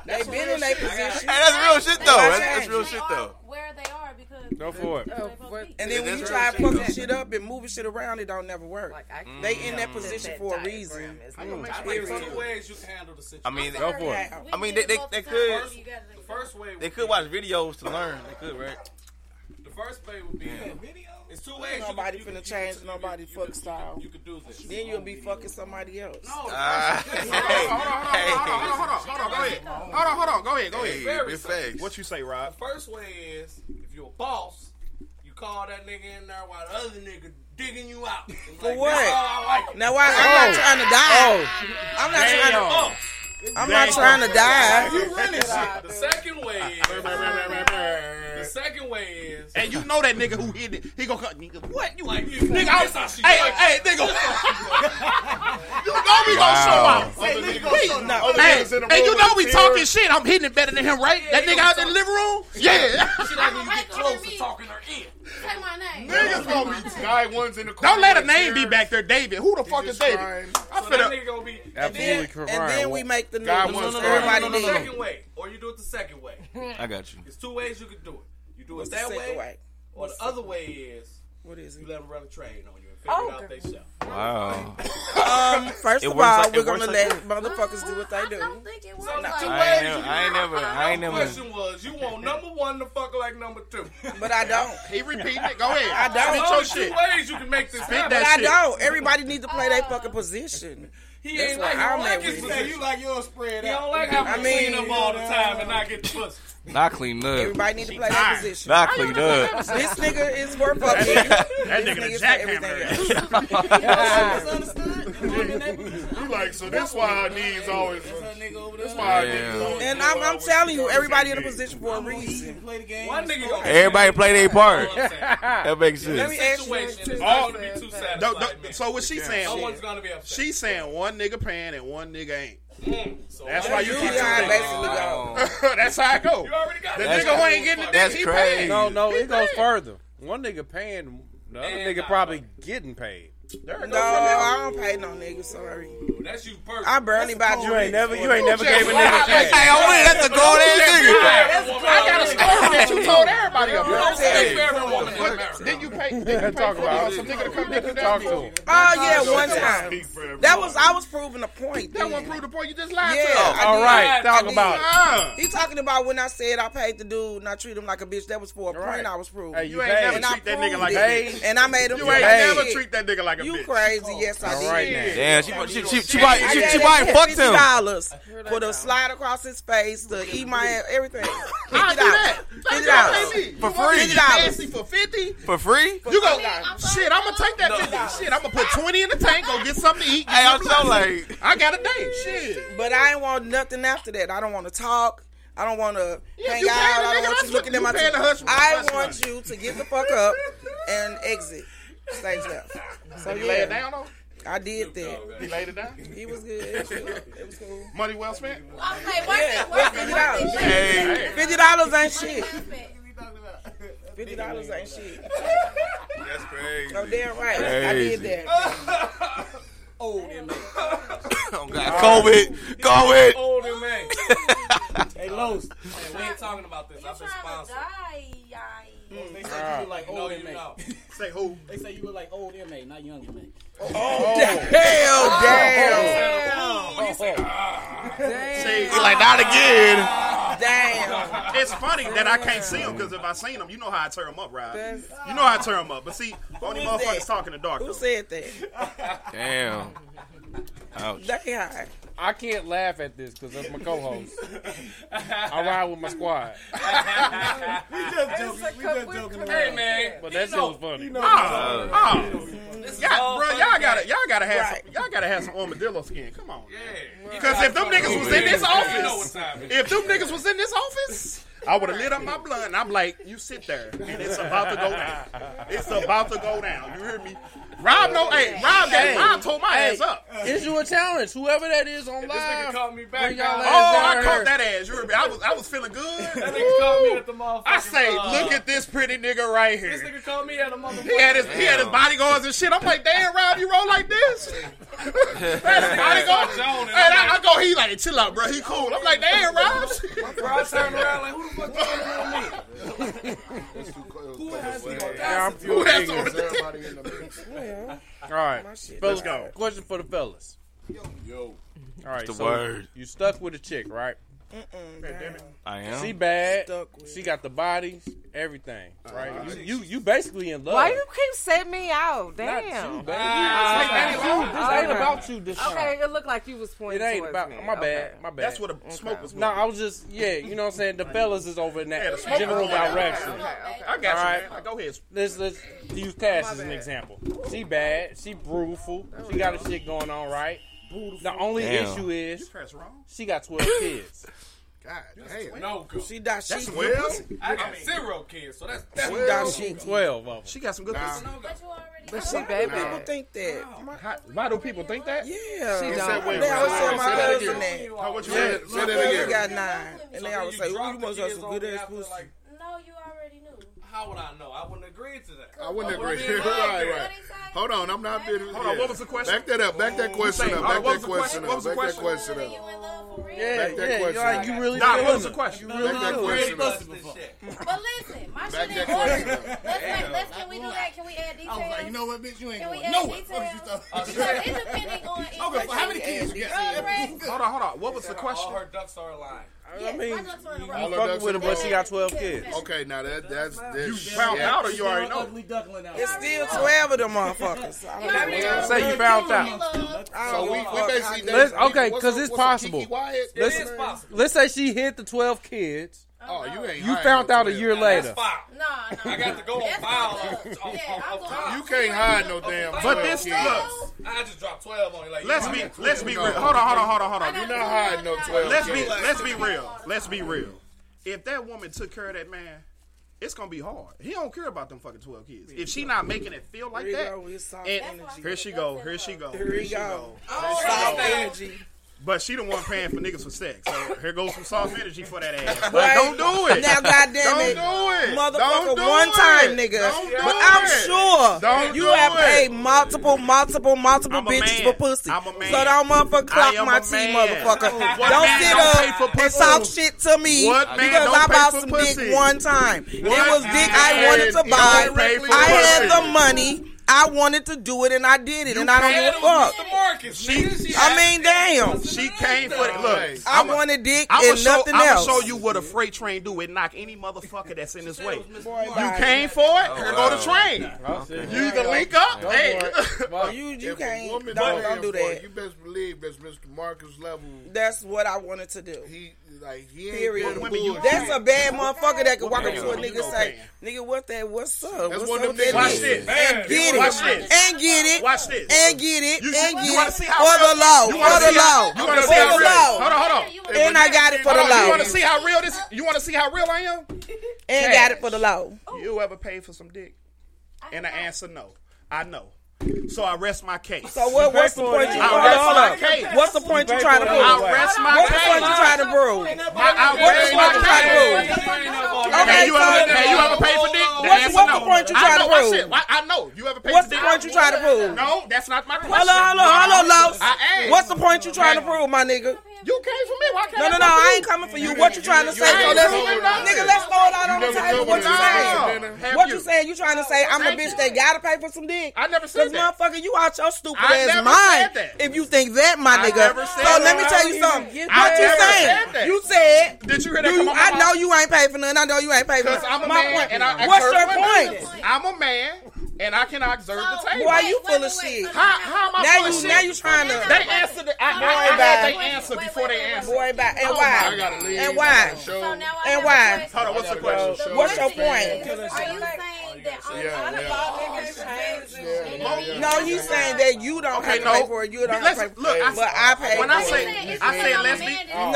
S21: They
S3: That's
S21: been
S3: real
S21: in their
S3: shit. I got-
S21: position.
S3: Hey, that's real shit, though. That's- that's real
S21: They
S3: shit,
S21: are
S3: though.
S19: Where they are because
S3: Go
S14: for it.
S3: Oh, And then when you try fucking shit up and moving shit around, it don't never work. they in that position for a reason.
S2: I think
S3: Period.
S2: two ways you can handle the situation.
S16: I mean, Go for it. I mean, they- they- they could-
S2: The first way
S16: They could watch videos to learn. They could, right?
S2: The first way would be
S16: Yeah.
S2: It's two ways.
S3: Ain't nobody finna change nobody fuck style. Then you'll be fucking somebody else. No,
S16: Ah.
S2: Hold on, go ahead. Hold on, hold on, go ahead, go ahead. Very
S13: ahead. What you say, Rob?
S2: The first way is if you're a boss, you call that nigga in there while the other nigga digging you out. It's
S3: For
S2: like,
S3: what?
S2: that's all I like.
S3: Now why I'm not
S2: Oh.
S3: trying to die. I'm not
S2: Damn.
S3: trying
S2: Oh.
S3: to. I'm not trying to die.
S2: You running shit. The second way is. the second way is.
S13: And you know that nigga who hit it. He gonna cut nigga. What you like?
S2: Nigga,
S13: Nigga,
S2: I'm-
S13: hey, hey, nigga. you know we gonna show
S2: Wow.
S13: out.
S2: Other
S13: Hey,
S2: niggas gonna show out. Other
S13: hey,
S2: niggas in the
S13: hey,
S2: room
S13: you know
S2: with
S13: we
S2: the
S13: talking
S2: tears.
S13: shit. I'm hitting it better than him, right? that nigga out in the living room. Yeah.
S2: She like when you get close to talking her ear.
S19: Say my name.
S13: Niggas
S19: gonna
S13: be
S18: guy ones in the
S13: Don't let a name be back there, David. Who the fuck is David?
S2: I'm so that nigga gonna be.
S13: Absolutely
S2: And
S13: crying.
S2: then,
S13: Ryan,
S3: we
S13: what-
S3: make the
S13: God
S3: news.
S13: wants
S3: No, no, no,
S13: everybody
S3: no, no, no,
S2: the
S3: no.
S2: second way, or you do it the second way.
S16: I got you.
S2: There's two ways you can do it. You do
S3: What's
S2: it
S3: the
S2: that
S3: second
S2: way,
S3: way?
S2: or
S3: What's
S2: the
S3: the
S2: other
S3: second
S2: way is
S3: what is it?
S2: You let them run a train on you and figure
S3: Oh,
S2: it out
S3: girl.
S2: themselves.
S16: Wow.
S3: Um, first
S16: It
S3: of all,
S16: works like- it
S3: we're
S16: works
S3: gonna let
S16: like
S3: motherfuckers do what they do.
S2: So the two
S16: I ain't never-
S2: ways you
S16: I ain't never- I ain't
S2: My
S16: never-
S2: question was, you want number one to fuck like number two,
S3: but I don't.
S2: He
S3: repeated it. Go ahead. I don't.
S2: There's only two ways you can make this happen.
S3: but I don't. Everybody need to play their fucking position.
S2: He
S3: That's
S2: ain't
S3: where
S2: like,
S3: I'm
S2: I'm like
S3: at
S2: his
S3: with it.
S2: position. You like yours spread out. He don't like having to clean up all the time and not get the pussy.
S16: Not clean up.
S3: Everybody need to play their position.
S16: Not clean up.
S3: This nigga is for fucking.
S16: That nigga
S3: This nigga's
S16: jackhammer.
S3: for everything else.
S18: you like, so that's why our needs always. That's why our needs always.
S3: And I'm, I'm telling you, everybody in a position for a reason. One nigga.
S16: Everybody play their part. That makes
S13: Let me ask
S16: sense.
S2: Situation is
S13: All-
S2: not gonna be too satisfied.
S13: No, no, so what she
S2: Yeah.
S13: saying?
S2: No one's gonna be upset. Mm.
S13: She saying one nigga paying and one nigga ain't.
S2: So
S13: That's
S2: what
S13: why
S2: you
S13: you keep
S2: doing?
S13: basically That's how I go.
S2: You already got
S13: the
S2: that.
S13: nigga who ain't getting the dick, he paying.
S14: No, no,
S13: He
S14: it goes
S13: paying.
S14: further. One nigga paying, the other
S3: And
S14: nigga
S3: I-
S14: probably getting paid.
S3: No, I don't pay no nigga. Sorry.
S2: That's you personal.
S3: I barely buy drinks.
S14: ain't never- you ain't never gave a nigga a chance.
S3: Hey, I win. That's a gold ass
S13: That's a I got a story that you told everybody
S3: You
S13: about.
S3: don't say
S13: Hey, but Then you pay. Then you pay
S14: Talk
S13: for
S14: about
S13: some
S14: it.
S13: nigga to come dick you down.
S14: Talk to him.
S3: Oh yeah,
S13: Don't
S3: one
S13: speak
S18: for
S3: time.
S18: everyone.
S3: That was I was proving a point.
S13: That one
S3: then.
S13: proved the point. You just lied to.
S3: Yeah,
S13: us.
S3: I
S14: All
S3: did.
S14: right, talk
S3: I did.
S14: about it.
S3: Ah. He talking about when I said I paid the dude and I treat him like a bitch. That was for a point
S13: right.
S3: I was proving.
S13: Hey, you You ain't paid. never
S3: And I
S13: treat that nigga
S3: proved
S13: like a
S3: it.
S13: bitch.
S3: And I made him.
S13: You
S3: feel
S13: ain't
S3: like
S13: never
S3: shit.
S13: treat that nigga like a
S3: you
S13: bitch.
S3: crazy? Yes, I did.
S16: Damn, she she she she
S3: I
S16: might she,
S3: gave
S16: she
S3: that
S16: might
S3: bitch
S16: fucked
S3: fifty
S16: him.
S3: dollars for the slide across his face, to eat my everything. Fifty dollars. Fifty dollars
S13: For
S3: free.
S13: Fifty dollars for fifty.
S16: For free?
S13: You go. Shit, I'm gonna take that fifty. Shit, I'm gonna put twenty in the tank. Go get something to eat.
S3: Hey, I'm
S13: so
S3: like-
S13: I got a date. Shit.
S3: But I ain't want nothing after that. I don't want to talk. I don't want to
S13: Yeah,
S3: hang
S13: you
S3: out.
S13: paying the
S3: I don't
S13: nigga
S3: want
S13: hush
S3: you looking
S13: money.
S3: at my.
S13: You paying the hush-
S3: I
S13: hush
S3: want you to get the fuck up and exit stage left. So
S13: Did
S3: yeah.
S13: you lay it down on?
S3: I did that.
S13: He laid it down.
S3: He was good. It was cool. It was cool.
S13: Money well spent.
S3: Yeah, well, fifty dollars.
S13: Hey.
S3: Fifty dollars ain't shit. Fifty dollars ain't shit.
S16: That's crazy.
S3: So damn right, I
S16: Crazy.
S3: did that.
S2: Old and man.
S16: Oh God, COVID, COVID.
S2: Old and man.
S16: Hey, Los.
S2: Hey, we ain't talking about this. I've been sponsored.
S7: Mm.
S9: They say you look like
S2: No,
S9: old
S2: you
S9: MA.
S2: don't.
S9: Say who? They say you look like old MA, not young MA. Oh,
S3: damn. Damn.
S13: See,
S16: He like, not again.
S3: Damn.
S13: It's funny that I can't see him because if I seen him, you know how I tear him up, Rob. You know how I tear him up. But see, only
S3: is that?
S13: motherfuckers talking to dark.
S3: Who
S13: though.
S3: said that?
S16: Damn. Ouch.
S3: They high.
S14: I can't laugh at this because of my co-host. I ride with my squad.
S9: we just joking. We just joking. around.
S2: Hey man,
S14: But that shit was funny.
S13: Oh, oh. Y'all, bro, y'all gotta, y'all gotta have
S14: Right.
S13: some, y'all gotta have some armadillo skin. Come on,
S2: yeah.
S13: Because if them niggas was in this
S2: You know what
S13: office,
S2: time it
S13: if them niggas was in this office, I would have lit up my blunt. And I'm like, you sit there, and it's about to go down. It's about to go down. You hear me?
S14: Ah.
S13: Rob, no, hey, Rob, that Rob told my
S14: Hey,
S13: ass up.
S14: Issue a challenge. Whoever that is on live. This nigga called me
S13: Oh, I caught that ass. You remember? I was I was feeling good. that nigga
S2: called
S13: me at the motherfucker. I say, look at this pretty nigga right here.
S2: This nigga called me at a motherfucker.
S13: He had his he had his bodyguards and shit. I'm like, damn, Rob, you roll like this. That's bodyguard.
S2: Jones,
S13: And
S2: and I'm
S13: I, I go, he like, chill out, bro. He cool. I'm like, damn, Rob.
S2: Bro, I turned around like, who the fuck you calling on me?
S13: Who
S2: has the
S14: Yeah, I'm
S2: audacity?
S14: feeling fingers. All right,
S2: My shit
S14: fellas,
S2: died.
S14: go. Question for the fellas.
S2: Yo.
S14: All right,
S16: It's the
S14: so
S16: word.
S14: You stuck with a chick, right?
S2: Pandemic.
S16: I am.
S14: She bad. She got the body, everything, right?
S16: Uh-huh.
S14: You, you you basically in love.
S15: Why you keep setting me out?
S14: Not
S15: Damn.
S14: you, baby. This ain't you. This ain't
S15: Okay.
S14: about you this time.
S15: Okay, it looked like you was pointing
S14: It ain't
S15: towards
S14: about
S15: me.
S14: my bad.
S15: Okay.
S14: My bad.
S13: That's what the smoke was.
S14: No, I was just yeah. You know what I'm saying. The fellas is over in that
S13: Yeah, the smoke
S14: general
S13: was over there.
S14: direction.
S13: Okay, okay. I got you, man. Go ahead.
S14: Let's let's use Cass
S13: My
S14: as an
S13: bad.
S14: example. She bad. She brutal. She got her shit going on right. The only
S16: Damn.
S14: issue is
S13: pressed wrong.
S14: she got 12 kids.
S13: God damn.
S2: No, good.
S3: She died.
S14: That's
S3: she
S14: well.
S2: I got zero kids, so that's
S3: She
S2: that's-
S3: died. She
S14: 12 of them.
S13: She got some good pussy.
S3: But
S13: she
S3: she
S13: baby.
S3: baby. People think that.
S13: How, why do people think that?
S3: Yeah.
S13: She
S3: They
S13: don't.
S3: always
S13: Say
S3: say
S13: that
S3: my
S13: again.
S3: cousin that.
S13: How- what you
S3: Yeah,
S13: said? Say
S3: My
S13: that again.
S3: cousin got nine. And they
S2: So
S3: always
S2: then
S3: say,
S2: you
S3: ooh,
S2: drop
S3: you must
S2: the
S3: have
S2: kids
S3: some good
S2: over
S3: ass
S2: after,
S3: pussy.
S2: like,
S19: No, you already knew.
S2: How would I know? I wouldn't agree to that.
S18: I wouldn't agree.
S2: been
S18: right,
S2: like
S18: right. Hold on, I'm not bitter.
S2: Hold on, what was the question?
S18: Back that up. Back that question
S2: Hold
S18: up.
S2: on,
S18: Back that
S2: what was the question?
S18: question
S2: What was
S18: up.
S2: the
S18: Back that
S2: question?
S18: question up.
S14: Yeah,
S18: Back that
S14: yeah,
S18: question
S14: you're like,
S18: up.
S14: you really
S18: Nah,
S14: feel
S18: what was
S14: it.
S18: the question?
S14: You really
S18: Back that
S14: feel it.
S18: question up.
S19: But listen, my
S18: Back
S19: shit
S18: that
S19: in order.
S18: question
S19: Let's,
S18: up.
S19: make, let's, can we do that? Can we add details?
S9: I was like, you know what, bitch, you ain't
S19: Can we
S9: going
S19: add
S9: nowhere. Fuck
S19: details?
S9: you
S2: Oh,
S9: thought.
S19: Because it's depending on if
S9: Okay, how many kids you got?
S19: Drug rats,
S13: Hold on, hold on. What was
S2: She
S13: the
S2: said
S13: question?
S2: All her ducks are aligned.
S14: I mean,
S19: my ducks are in a row.
S14: I'm fucking with her, but she got 12 kids.
S18: Okay, now that that's
S13: You
S18: that's
S13: found
S18: yeah.
S13: out or you already know?
S3: It's still 12 of them motherfuckers. I don't know.
S14: Say you found out.
S13: Oh,
S18: So we, we basically
S14: Let's,
S18: that's-
S14: okay,
S18: what's
S14: because
S18: up- what's
S14: it's
S18: up,
S14: possible.
S18: Kiki Wyatt?
S14: Let's, let's say she hit the 12 kids.
S18: Oh, you ain't.
S14: You
S18: hiding
S14: found
S18: no
S14: out a
S18: 12.
S14: year later.
S19: No, no.
S2: I got to go on file.
S18: You can't hide no damn.
S13: But
S18: 12
S13: this-
S18: kids.
S13: look,
S2: I just dropped twelve on you. Like,
S13: Let's
S2: you
S13: be
S2: know,
S13: let's be
S2: you know.
S13: real. Hold on, hold on, hold on, hold on.
S18: You're not hiding no twelve.
S13: Let's be
S18: kids.
S13: let's be real. Let's be real. If that woman took care of that man, it's gonna be hard. He don't care about them fucking twelve kids. If she not making it feel like
S3: Here
S13: that,
S3: you go, it's soft
S13: and
S3: energy.
S13: here she go, here she go,
S3: Here
S13: here
S3: we
S13: she
S3: go.
S13: go.
S19: Oh,
S3: Soft energy.
S13: But she the one paying for niggas for sex. So here goes some soft energy for that ass. But
S3: Right.
S13: don't do it.
S3: Now, goddamn
S13: don't
S3: it.
S13: do it.
S3: Motherfucker,
S13: Don't do
S3: one
S13: it.
S3: time, nigga.
S13: Don't do
S3: but I'm
S13: it.
S3: sure
S13: Don't
S3: you
S13: do
S3: have
S13: it.
S3: paid multiple, multiple, multiple
S13: I'm a
S3: bitches
S13: man.
S3: for pussy.
S13: I'm a man.
S3: So don't motherfucker
S13: I
S3: clock
S13: am
S3: my
S13: a
S3: team,
S13: man.
S3: motherfucker.
S13: What
S3: don't
S13: man
S3: sit
S13: don't pay for
S3: up and
S13: pussy?
S3: talk shit to me
S13: What man
S3: because
S13: don't
S3: I
S13: pay
S3: bought
S13: for
S3: some
S13: pussy?
S3: dick one time.
S13: What
S3: it was dick I
S13: man
S3: wanted to
S13: don't
S3: buy.
S13: pay for
S3: I had
S13: pussy?
S3: the money. I wanted to do it and I did it, and I don't give a fuck. I mean, damn.
S13: She came for it. Look,
S3: I
S13: I'ma-
S3: wanted dick
S13: I'ma
S3: and nothing
S13: I'ma
S3: else.
S13: show you what a freight train do. It knock any motherfucker that's in his way. You
S3: bye.
S13: came for it. Here
S3: wow.
S13: go the train. You can link up.
S18: Go
S13: Hey,
S3: you you
S18: If a
S3: can't.
S18: woman paying
S3: don't, don't do
S18: for it,
S3: that.
S18: You best believe that's Mr. Marcus level.
S3: That's what I wanted to do.
S18: He like he ain't
S3: Period.
S18: doing bullshit.
S3: That's a bad motherfucker that could walk
S18: Damn.
S3: up to a
S18: You
S3: nigga
S18: know
S3: and say, "Nigga, what that? What's up?
S18: That's
S3: what's
S18: one
S3: up
S18: of
S3: with
S18: them
S3: that
S18: niggas.
S3: nigga?"
S18: Watch this.
S3: And get it.
S18: Watch this.
S13: Watch this.
S3: And get it. And get it.
S13: You-
S3: and
S13: you
S3: get
S13: wanna
S3: it.
S13: see
S3: For
S13: how real-
S3: the law.
S13: you wanna
S3: For the
S13: see how-
S3: law.
S13: you wanna
S3: For
S13: see how
S3: the
S13: real-
S3: law.
S13: Hold on, hold on.
S3: And I got it for the
S13: Hold on, You
S3: law.
S13: want to see how real this? You want to see how real I am?
S3: And got it for the law.
S13: You ever paid for some dick? And I answer no. I know. So I rest my case.
S3: So what? What's the point you
S13: I rest my
S3: trying to
S13: case.
S3: prove? What's the point you trying to prove?
S13: I rest my
S3: What's the
S13: case.
S3: point you trying to prove?
S13: I
S3: What's
S13: rest
S3: the
S13: my
S3: point you trying to
S13: case.
S3: prove?
S13: Hey,
S3: Okay,
S13: you
S3: so-
S13: ever, hey, you ever paid for dick? The
S3: What's-
S13: answer
S3: what's the
S13: no.
S3: point you
S13: I
S3: trying to
S13: know my
S3: prove?
S13: shit. I, I know. You ever paid
S3: What's
S13: for
S3: the
S13: dick?
S3: point you trying to prove?
S13: No, that's not my question.
S3: Hello, hello, hello, Los.
S13: I asked.
S3: What's the point you trying to prove, my nigga?
S13: You came for me. Why can't
S3: No,
S13: I
S3: no,
S13: come
S3: no.
S13: for
S3: I
S13: you?
S3: ain't coming for you. What you trying to say?
S13: You
S3: So
S13: ain't
S3: let's,
S13: coming for me.
S3: nigga, let's throw it out on the
S13: never
S3: table.
S13: coming
S3: What you
S13: for me.
S3: saying?
S13: Have
S3: What
S13: you?
S3: you saying? You trying to say I'm a
S13: Thank
S3: bitch
S13: you.
S3: that gotta pay for some dick?
S13: I never said that.
S3: motherfucker, you out your stupid
S13: I
S3: ass
S13: never
S3: mind
S13: said
S3: if you think that, my
S13: I
S3: nigga.
S13: never
S3: so
S13: said that.
S3: let me tell you
S13: I
S3: something.
S13: didn't
S3: What
S13: get
S3: you
S13: that. I
S3: saying?
S13: never said that.
S3: You said.
S13: Did you hear that
S3: do
S13: come out my
S3: I know
S13: mouth?
S3: you ain't paid for nothing. I know you ain't paid for
S13: Because
S3: nothing.
S13: I'm a
S3: My
S13: man
S3: point-
S13: and I I
S3: What's
S13: serve
S3: your
S13: women.
S3: point?
S13: I'm a man and I can observe the table.
S3: Boy, you full of shit.
S13: How, how am I
S3: now
S13: full
S3: you,
S13: of shit?
S3: Now you trying to.
S13: They answered. The, I, I,
S3: Boy,
S13: I had
S3: bye.
S13: they answer before they answer.
S3: Boy, bye. And
S13: Oh,
S3: why?
S13: I gotta leave.
S3: And
S13: I
S3: why?
S13: gotta show. So
S3: and why?
S13: Hold on. What's the
S3: What's
S13: question?
S3: your point?
S19: Are you saying that on
S3: Yeah,
S19: lot of
S3: yeah.
S19: y'all
S3: Oh,
S19: niggas
S3: shit.
S19: changing
S3: Yeah,
S19: shit.
S3: yeah, yeah. No, you saying that you don't
S13: Okay,
S3: have to
S13: no.
S3: pay for it. You don't have to pay
S13: Let's-
S3: for it.
S13: look, I-
S3: but I pay.
S13: when I
S3: for
S13: say-
S3: it.
S13: I say let's be- Oh, I
S3: No,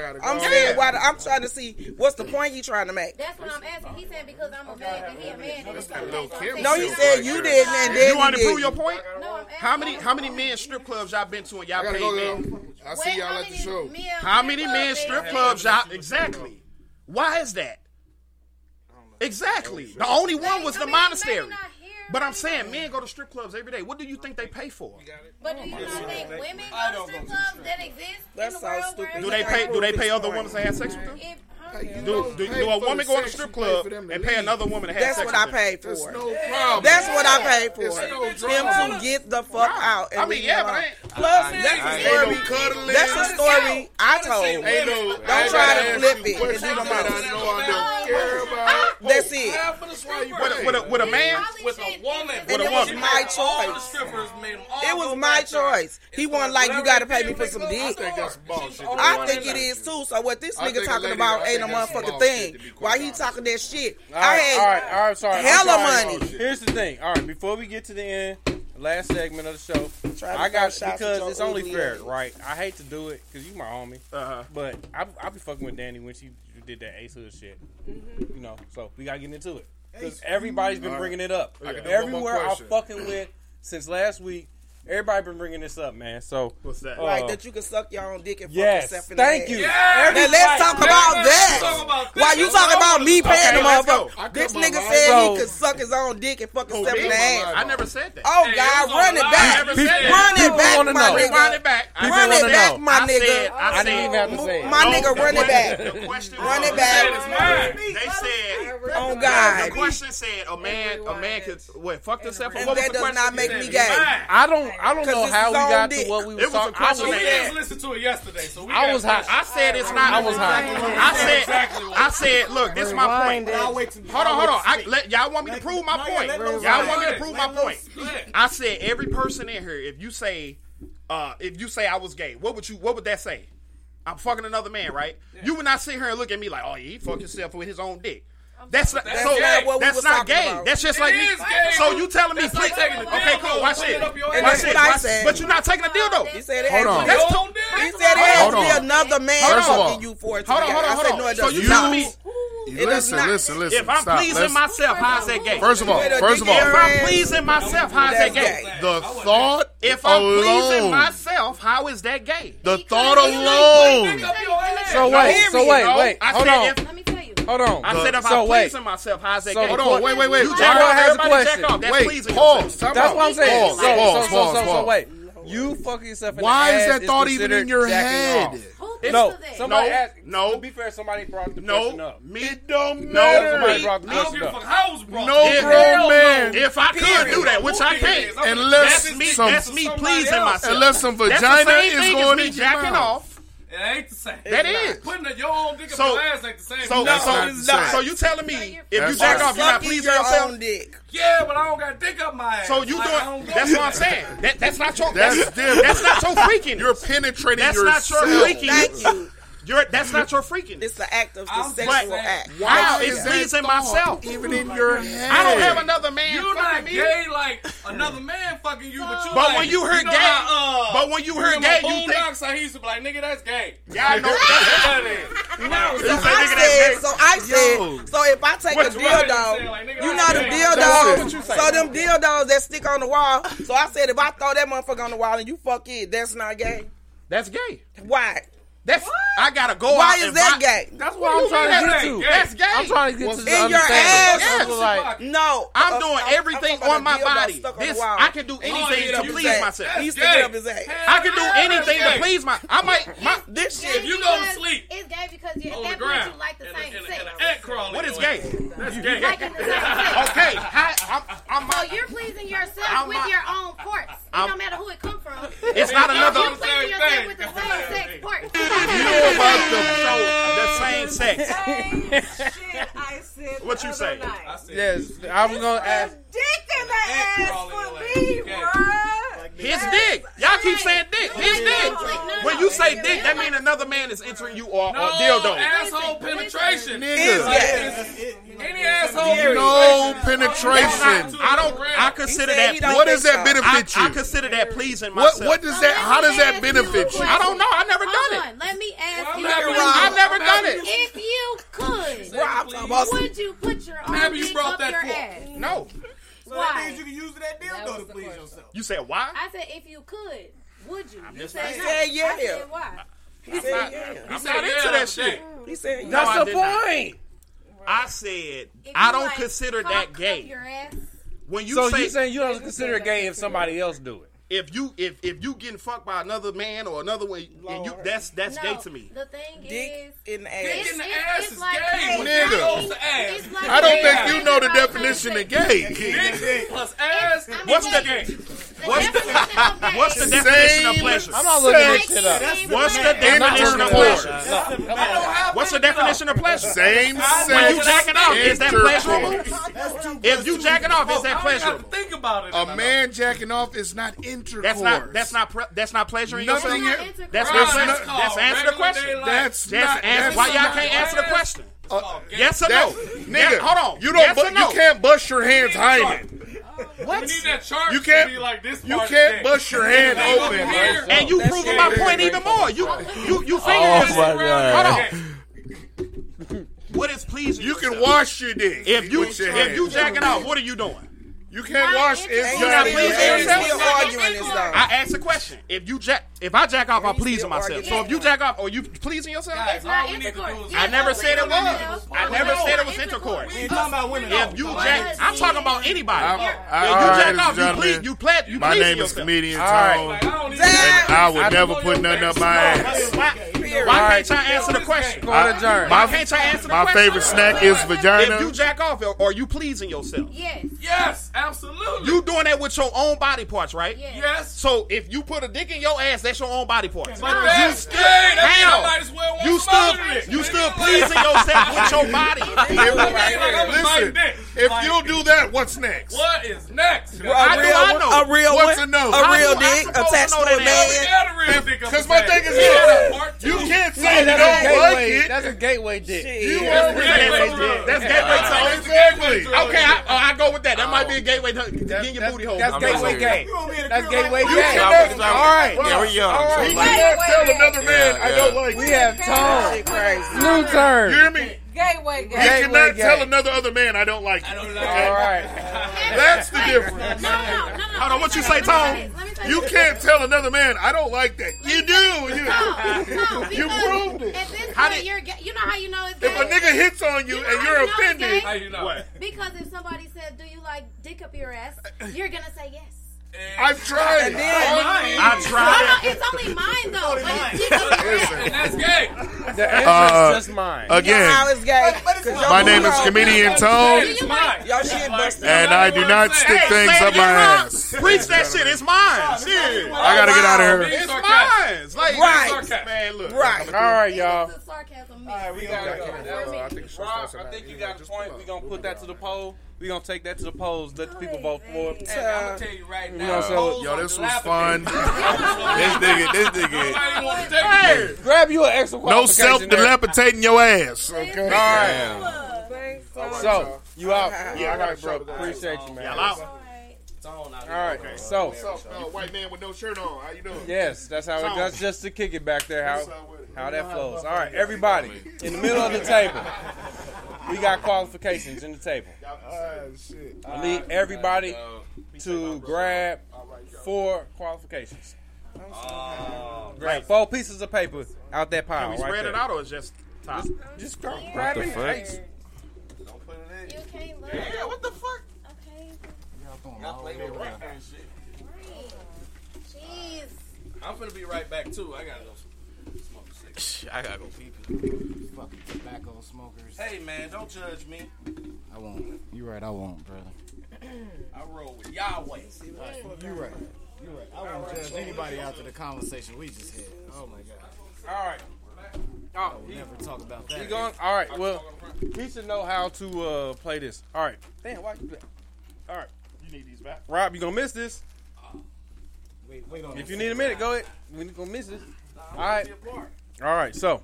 S13: gotta go.
S3: I'm saying
S13: Yeah.
S3: why. the- I'm trying to see what's the point you trying to make.
S19: That's what I'm asking. He said because I'm a man and he a man. and it's okay. So I'm saying-
S3: No, you said you didn't, and then
S13: You want
S3: you
S13: to prove
S3: didn't.
S13: your point? How many how many men strip clubs y'all been to and y'all paid men?
S18: I see y'all at the show.
S13: How many men strip clubs y'all exactly? Why is that? Exactly. The only one was the monastery. But I'm saying men go to strip clubs every day. What do you think they pay for?
S19: But do you not think women go to strip clubs that exist in the world? where
S13: Do they pay? Do they pay other women to have sex with them?
S19: If,
S13: Do, do, do a woman go to a strip club and pay another woman to have
S3: That's
S13: sex?
S3: what I
S13: with them?
S3: paid for. That's what I paid for. Him to get the fuck out. And
S13: I mean,
S3: leave me
S13: yeah, but
S3: alone.
S13: I ain't-
S3: Plus,
S13: I ain't- I
S3: that's
S13: ain't
S3: a story.
S13: no cuddling.
S3: That's a story I told.
S13: Ain't no- I ain't
S3: Don't
S13: gotta
S3: try
S13: ask
S3: to flip
S13: you
S3: it.
S13: questions about I know I don't care
S3: about. That's it.
S13: With a, with a, with a man?
S2: with a woman.
S3: And it was my choice. It was my choice. He wasn't like you got to pay me for some dick. I think that's bullshit. I think it is too. So what this
S14: I
S3: nigga
S14: think a
S3: talking
S14: lady-
S3: about
S14: I
S3: ain't a
S14: think that's
S3: motherfucking
S14: bullshit,
S3: thing. Why he talking that shit?
S14: All
S3: I
S14: right,
S3: had
S14: all right, all right, sorry. I'm
S3: hella
S14: sorry.
S3: money.
S14: Here's the thing. All right, before we get to the end, last segment of the show,
S3: Try to
S14: I got
S3: find shots with
S14: because
S3: your
S14: it's only
S3: ugly
S14: fair,
S3: ass.
S14: right? I hate to do it because you my homie, uh-huh. but I I be fucking with Danny when she did that Ace Hood shit, you know. So we gotta get into it because
S13: Ace.
S14: everybody's been
S13: All right.
S14: bringing it up.
S13: I can do one more
S14: Everywhere I
S13: question.
S14: fucking went since last week, everybody been bringing this up, man. So uh, what's that?
S3: Like that you can suck your own dick and fuck
S14: Yes,
S3: yourself in
S14: thank
S3: the
S14: you.
S3: ass.
S14: Yeah.
S3: Now let's talk
S14: Everybody-
S3: about that.
S14: Let's talk about that.
S3: Why you
S14: That's
S3: talking
S14: what I
S3: about me
S14: wanna-
S3: paying
S14: Okay,
S3: the
S14: let's go. I
S3: motherfucker? This
S14: cut my
S3: nigga
S14: line
S3: said
S14: off.
S3: he could suck his own dick and fuck himself in the ass.
S13: I never said that.
S3: Oh God, run it back,
S13: People-
S3: run it
S13: people
S3: back,
S13: wanna
S3: my
S13: know.
S3: nigga,
S13: Run it back. I
S3: run
S13: said-
S3: it back, my
S13: I
S3: nigga.
S13: said- I I didn't said- even have to say it.
S3: My
S13: No,
S3: nigga,
S13: the
S3: run it
S13: question-
S3: back,
S13: the question
S3: run
S13: was-
S3: it back.
S13: It's mine. They said,
S3: Oh, God.
S13: The question said, a man, a man could what fuck himself.
S3: And
S13: what was
S3: that
S13: the
S3: does
S13: question?
S3: not make me gay.
S14: I don't I don't know how we got to what we
S13: It
S14: was
S13: was a
S14: talking. I was
S13: question they
S14: mad.
S13: asked.
S2: Listen to it yesterday. So we
S14: I
S2: got
S14: was hot.
S13: I said it's not.
S14: I was hot.
S13: I said. I said. Look, this is my point.
S14: Rewind
S13: Hold
S14: it.
S13: on, hold on. I, let, y'all want me to prove my point? Y'all want me to prove my point? I said every person in here. If you say, uh, if you say I was gay, what would you? What would that say? I'm fucking another man, right? You would not sit here and look at me like, oh, he fucked himself with his own dick. That's not,
S2: That's
S13: so,
S2: not what we
S13: that's
S2: was
S13: not
S2: talking
S13: gay.
S2: about.
S13: That's just
S2: It
S13: like me.
S2: is gay.
S13: So you telling me,
S2: That's like taking a
S13: okay,
S2: dildo
S13: cool.
S2: and
S13: Watch
S2: putting
S13: it.
S2: it up your
S13: Watch it.
S2: ass. That's what I
S13: Watch-
S3: said.
S13: But you're not taking a dildo.
S3: He said it
S13: Hold
S3: had
S13: on.
S3: to be-
S13: That's to-
S3: He said it had
S13: Hold
S3: to be
S13: on.
S3: another man
S13: Hold on.
S3: fucking you for it. to
S13: Hold
S3: be
S13: on,
S3: gay.
S13: hold on,
S3: I said,
S13: hold on.
S3: no, it
S13: So
S3: does
S13: you
S3: not.
S13: telling me
S3: It does
S18: Listen,
S3: not.
S18: listen, listen.
S13: if I'm
S18: Stop.
S13: pleasing
S18: Let's-
S13: myself, how is that gay?
S18: First of all,
S13: If
S18: first of all,
S13: I'm pleasing myself, how is
S18: That's
S13: that gay?
S18: gay. The thought
S13: If I'm pleasing
S18: alone.
S13: myself, how is that gay?
S18: The thought alone.
S14: So
S13: No,
S14: wait, so wait,
S13: no.
S14: wait.
S13: I
S14: Hold
S13: said
S14: on.
S13: if-
S14: Hold on.
S13: I said if
S14: so
S13: I'm
S14: wait.
S13: pleasing myself, how is that
S14: So
S13: gay?
S14: hold on, wait, wait, wait.
S13: You jack
S14: Jarrell
S13: off,
S14: has a
S13: everybody jack
S14: question.
S13: off. That's
S14: Wait,
S13: pleasing
S14: pause.
S13: yourself.
S14: That's what I'm saying. so, so, so, so, so, wait. You fucking yourself in
S13: Why
S14: the
S13: is
S14: ass
S13: that thought even
S14: considered
S13: in your
S14: jacking
S13: head?
S14: off.
S13: Who
S14: No,
S13: thinks of that?
S14: somebody
S13: No,
S14: asked.
S13: no.
S14: To be fair, somebody brought the
S13: No,
S14: question up.
S13: me it don't
S14: No,
S13: matter.
S14: somebody brought the
S13: I don't
S14: question
S13: give a fuck
S14: up.
S13: how it was brought.
S14: No
S13: If- man.
S14: grown man.
S13: If I could
S14: Period.
S13: do that, which I
S14: Who
S13: can't,
S14: cares?
S18: Unless
S13: that's me,
S18: some-
S13: that's me
S18: somebody
S13: pleasing
S18: else.
S13: myself.
S18: Unless some
S13: That's the
S18: vagina
S13: same
S18: is
S13: thing as
S18: going
S13: me
S18: in your
S13: jacking
S18: mouth.
S13: off.
S2: It ain't the same.
S13: That is.
S2: Putting your own dick
S13: So-
S2: up your ass ain't the same.
S13: So,
S2: No,
S13: so,
S2: it's
S13: so,
S2: not.
S13: you telling me if you
S2: That's
S13: jack
S2: not-
S13: off, you're not
S2: Sucking
S13: pleasing
S2: your
S13: yourself?
S2: own Yeah, but I don't got dick up my ass.
S13: So you
S2: Like, I
S13: doing?
S2: don't go
S13: That's
S2: there.
S13: what I'm saying. That, that's not your.
S18: That's
S13: That's
S18: different.
S13: that's not your freaking.
S18: You're penetrating
S13: That's not your
S18: yourself.
S13: freaking.
S18: Thank
S3: you.
S13: You're, that's not your freaking.
S3: It's the act of the
S13: But
S3: sexual act.
S13: wow, it's pleasing myself.
S18: Even in your head.
S13: I don't have another man.
S2: You're not
S13: fucking me.
S2: gay like another man fucking you, but you.
S13: But
S2: like,
S13: when you heard
S2: know
S13: gay-
S2: how, uh,
S13: but when you heard
S2: remember
S13: gay, you think-
S2: Boondocks, I used to be like, nigga, that's gay.
S13: Y'all know-
S2: No,
S3: So I said, so I said, so if I take
S2: What
S3: a
S2: you wanna
S3: dildo,
S2: say, like, nigga,
S3: you
S2: I
S3: know the
S2: can't. That's what you
S3: dildos,
S2: say.
S3: so them dildos that stick on the wall. So I said, if I throw that motherfucker on the wall and you fuck it, that's not gay.
S13: That's gay.
S3: Why?
S13: That's I gotta go.
S3: Why
S13: out
S3: is
S13: and
S3: that
S13: buy-
S3: gay?
S13: That's what, I'm trying to get to. That's gay.
S14: I'm trying to get to the
S3: in your ass.
S14: understanding. Yes. Like,
S3: no,
S13: I'm
S3: a-
S13: doing
S3: a-
S13: everything
S3: a fucking
S13: on my
S3: dildo
S13: body.
S3: stuck on the
S13: This
S3: wall.
S13: I can do
S3: He
S13: anything
S3: stick it
S13: to
S3: up
S13: please
S3: his ass.
S13: myself.
S3: He stick it up his ass.
S13: I can do anything
S3: Hell
S13: to
S3: yeah.
S13: please my. I might. My,
S3: this
S13: shit.
S2: If you go to sleep,
S19: It's gay because you're,
S2: On
S19: at that
S2: the
S19: point
S2: ground.
S19: you like the same sex.
S2: ant crawling.
S13: What is
S2: your
S13: gay?
S2: ass.
S13: That's
S2: gay.
S13: okay. I, I'm, I'm,
S19: So you're pleasing yourself
S13: I'm
S19: with
S13: not-
S19: your own parts. It
S13: I'm-
S19: don't matter who it come from.
S13: It's not another-
S19: You're pleasing yourself with the same sex parts.
S13: you about to show the same sex. What you say?
S14: Yes, I was gonna ask.
S22: Dick in the ass for me, bruh.
S13: His dick. Y'all keep saying dick. His dick. When you say dick, that means another man is entering you or, or
S2: No,
S13: dildo.
S2: asshole penetration.
S13: Nigga.
S2: Any asshole
S18: theory. No
S13: That's
S18: penetration.
S13: not- I don't. I consider
S18: said he
S13: that.
S18: don't What does think that so. benefit
S13: I, I
S18: you?
S13: consider that pleasing
S18: What-
S13: myself.
S18: what does that- how does that benefit you?
S13: I don't know. I never done it.
S19: Hold on, let me ask you.
S13: never-
S19: this.
S13: I've never done it.
S19: If you could,
S13: Well, I'm talking about-
S19: would you put your
S13: Whatever
S19: arm
S13: you
S19: dick
S13: brought
S19: up
S13: that
S19: your
S13: for.
S19: ass?
S13: No.
S23: So that means
S19: Why?
S23: you can use that dildo to please yourself.
S13: You said why?
S19: I said if you could, would you? You
S13: just
S19: said
S13: saying.
S19: no.
S13: Said yeah.
S19: I said why?
S13: I'm not, I'm
S19: said
S13: not
S19: yeah
S13: into
S19: the
S13: that
S19: other
S13: shit.
S24: He said,
S13: No, I
S24: "That's the
S13: did not.
S24: point."
S13: I said
S19: If
S13: I
S19: you,
S13: don't
S19: like,
S13: consider
S19: cock
S13: that
S19: up
S13: gay.
S19: Your ass,
S13: When you
S14: so
S13: say
S14: you saying you don't consider it gay if somebody else do it?
S13: if you if if you getting fucked by another man or another way, and you that's that's
S19: no,
S13: gay to me.
S19: The thing
S24: Dick
S19: is,
S24: in the ass.
S19: It's-
S24: in the
S19: it's-
S24: ass
S19: it's
S24: is
S19: like
S24: gay.
S19: it's
S18: Nigga.
S19: like- it's like
S18: I don't
S19: gay.
S18: think you know the definition of gay.
S19: plus ass.
S13: What's the game? What's the what's the definition of pleasure?
S18: I'm not looking this shit up.
S13: What's the
S18: Same
S13: definition of
S18: sex
S13: pleasure?
S18: intercourse.
S13: What's the definition of pleasure?
S18: Same
S13: When you
S18: sex
S13: jacking off, is that pleasurable?
S18: intercourse.
S13: If you jacking off,
S3: Oh,
S13: is that pleasurable?
S16: Think about
S13: it.
S16: A man jacking off is not intercourse.
S13: That's not that's not pre- that's not pleasuring
S16: Nothing
S13: yourself.
S16: in-
S13: That's
S16: Right.
S13: not pleasure.
S16: That's called
S13: That's answer the
S16: regular
S13: question.
S16: daylight. That's
S13: just
S16: not-
S13: answer.
S16: that's
S13: why y'all
S16: not-
S13: can't answer the question? yes or
S18: That's-
S13: no?
S18: Nigga,
S13: Yeah, hold on.
S18: You don't.
S13: Yes
S18: bu-
S13: or no?
S18: You can't bust your hands hiding.
S13: What?
S2: We need that chart
S18: You
S2: to
S18: can't-
S2: be like this
S18: you
S2: part's
S18: can't
S2: gay.
S18: bust your hand
S2: Like,
S18: open,
S2: over
S18: right?
S2: here.
S13: And you
S2: That's
S13: proving
S2: gay. Oh,
S13: my point even more. You you you fingering this
S18: Oh, my God.
S13: Hold on. What is pleasing?
S18: You can
S13: yourself?
S18: wash your dick.
S13: If you
S18: with your
S13: if
S18: hands.
S13: you jacking off, what are you doing?
S18: You can't wash
S13: You're not
S18: inside.
S13: pleasing yourself.
S24: still arguing this, though.
S13: I asked the question. If you jack, if I jack off, I'm pleasing myself. So if you jack off, are you pleasing yourself?
S19: It's not intercourse.
S13: I never said it was. I never said it was intercourse.
S19: intercourse. We ain't talking
S13: about women. If you jack, I'm talking about anybody.
S18: I'm- I- all right,
S13: If you jack
S18: ladies
S13: off,
S18: and
S13: you please,
S18: gentlemen,
S13: you plead, you
S18: My
S13: pleasing
S18: name is
S13: yourself.
S18: comedian
S13: All right.
S18: Tone, and I would never put nothing up my ass.
S13: Why can't y'all answer the question?
S18: Go to Jern.
S13: Why can't y'all answer the
S18: My
S13: question?
S18: favorite snack is vagina.
S13: If you jack off, are- are you pleasing yourself?
S19: Yes.
S2: Yes, absolutely.
S13: You doing that with your own body parts, right?
S2: Yes. Yes.
S13: So if you put a dick in your ass, that's your own body parts.
S2: But that's gay. That means I might as well want
S13: you
S2: some
S13: still,
S2: other dick.
S13: you still pleasing yourself with your body.
S18: Listen, if you'll do that, what's next?
S2: What is next?
S18: Well, a
S2: How do
S18: real-
S2: I know?
S18: a real
S2: What's
S18: one-
S2: no?
S18: a
S2: How
S18: real
S2: do I
S18: dick
S2: supposed
S18: attached
S2: know
S18: to a
S2: that?
S18: man?
S2: We got a real dick
S18: Because
S2: attached.
S18: my thing is
S2: Yeah.
S18: this.
S2: Part
S18: You
S2: two.
S18: can't say you
S14: that's
S18: don't
S14: a gateway.
S18: like it.
S14: That's a gateway dick.
S18: You
S13: That's
S18: want to
S13: gateway
S18: do
S13: drug.
S18: it.
S13: That's gateway
S18: Yeah.
S13: drug.
S18: It's gateway drug.
S13: Okay, I, uh, I go with that. That might be a gateway to to get your booty hole.
S14: That's gateway gay. That's gateway
S13: You
S14: gay.
S13: cannot-
S14: All right.
S13: Yeah, we young.
S14: All right.
S13: We can't
S18: tell another man I don't like
S14: We have tone. New
S18: You
S14: turn.
S18: hear me?
S19: Gateway
S18: You
S19: gay.
S18: cannot tell another other man I don't like it. Okay?
S14: All right.
S18: That's the difference.
S13: Hold on, what you say, Tone?
S18: You can't tell another man I don't like that. You do.
S19: No,
S18: You, you
S19: because
S18: proved it.
S19: At this
S18: How
S19: point,
S18: did-
S19: you're gay. You know how you know it's gay?
S18: If a nigga hits on you and you're offended,
S13: What?
S19: Because if somebody said, "Do you like dick up your ass?" you're gonna say yes.
S18: I've tried.
S19: And then-
S13: I tried.
S19: No, no, it's only mine though. But dick up your ass.
S2: That's gay.
S14: The answer
S18: Uh,
S14: is just mine.
S18: again,
S24: How is gay? 'Cause your
S18: my name
S24: booty
S18: is
S24: hole-
S18: comedian Tone,
S24: Y'all shit busted.
S18: and I do not stick
S13: Hey,
S18: things
S13: say
S18: up
S13: it,
S18: my
S13: you're wrong.
S18: ass.
S13: Preach that shit. It's mine. Shit.
S18: I gotta get out of here.
S13: It's mine. It's Like,
S24: Right.
S13: Man, look.
S24: Right.
S14: All right, y'all.
S19: Sarcasm.
S14: We gotta go.
S19: Rob,
S14: Rob, I think you got a point. We're gonna put that to the poll. We're gonna take that to the polls. Let the people vote for it.
S2: Hey, I'm gonna tell you right
S14: You
S2: now.
S14: know, so-
S18: Yo, this was fun. this nigga, this nigga.
S13: Hey,
S14: grab you an extra
S18: No
S14: qualification
S18: self
S14: there.
S18: dilapidating your ass. Okay.
S14: All right. So you out? Yeah, I got it, bro. Appreciate you, man.
S18: Y'all out?
S2: All
S14: right, so-
S18: uh, white man with no shirt on. How you doing?
S14: Yes, that's how it does. Just to kick it back there, how how that flows. All right, everybody in the middle of the table. We got qualifications in the table. I need everybody to grab four qualifications.
S2: Oh,
S14: Grab four pieces of paper out that
S13: Can
S14: pile.
S13: we
S14: right
S13: spread
S14: there.
S13: it out or it's just top?
S14: Just go grab it. Hey,
S19: You can't look.
S2: Yeah, what the fuck?
S19: Okay.
S2: Y'all play with rock and shit.
S19: Jeez.
S2: I'm gonna be right back too. I gotta go smoke a cigarette.
S25: I gotta go pee.
S7: Fucking tobacco smokers.
S2: Hey man, don't judge me.
S7: I won't. You right, I won't, brother.
S2: I roll with Yahweh.
S7: You right. You right. I won't judge anybody after the conversation we just had. Oh my god.
S14: All right.
S2: Oh,
S7: I will never talk about that.
S14: You going? All right. Well, he should know how to uh, play this. All right. Damn. Why you play? All right.
S13: You need these back.
S14: Rob, you gonna miss this.
S7: Wait, wait on
S14: If
S7: this.
S14: you need a minute, go ahead. We gonna miss this. All right. All right. So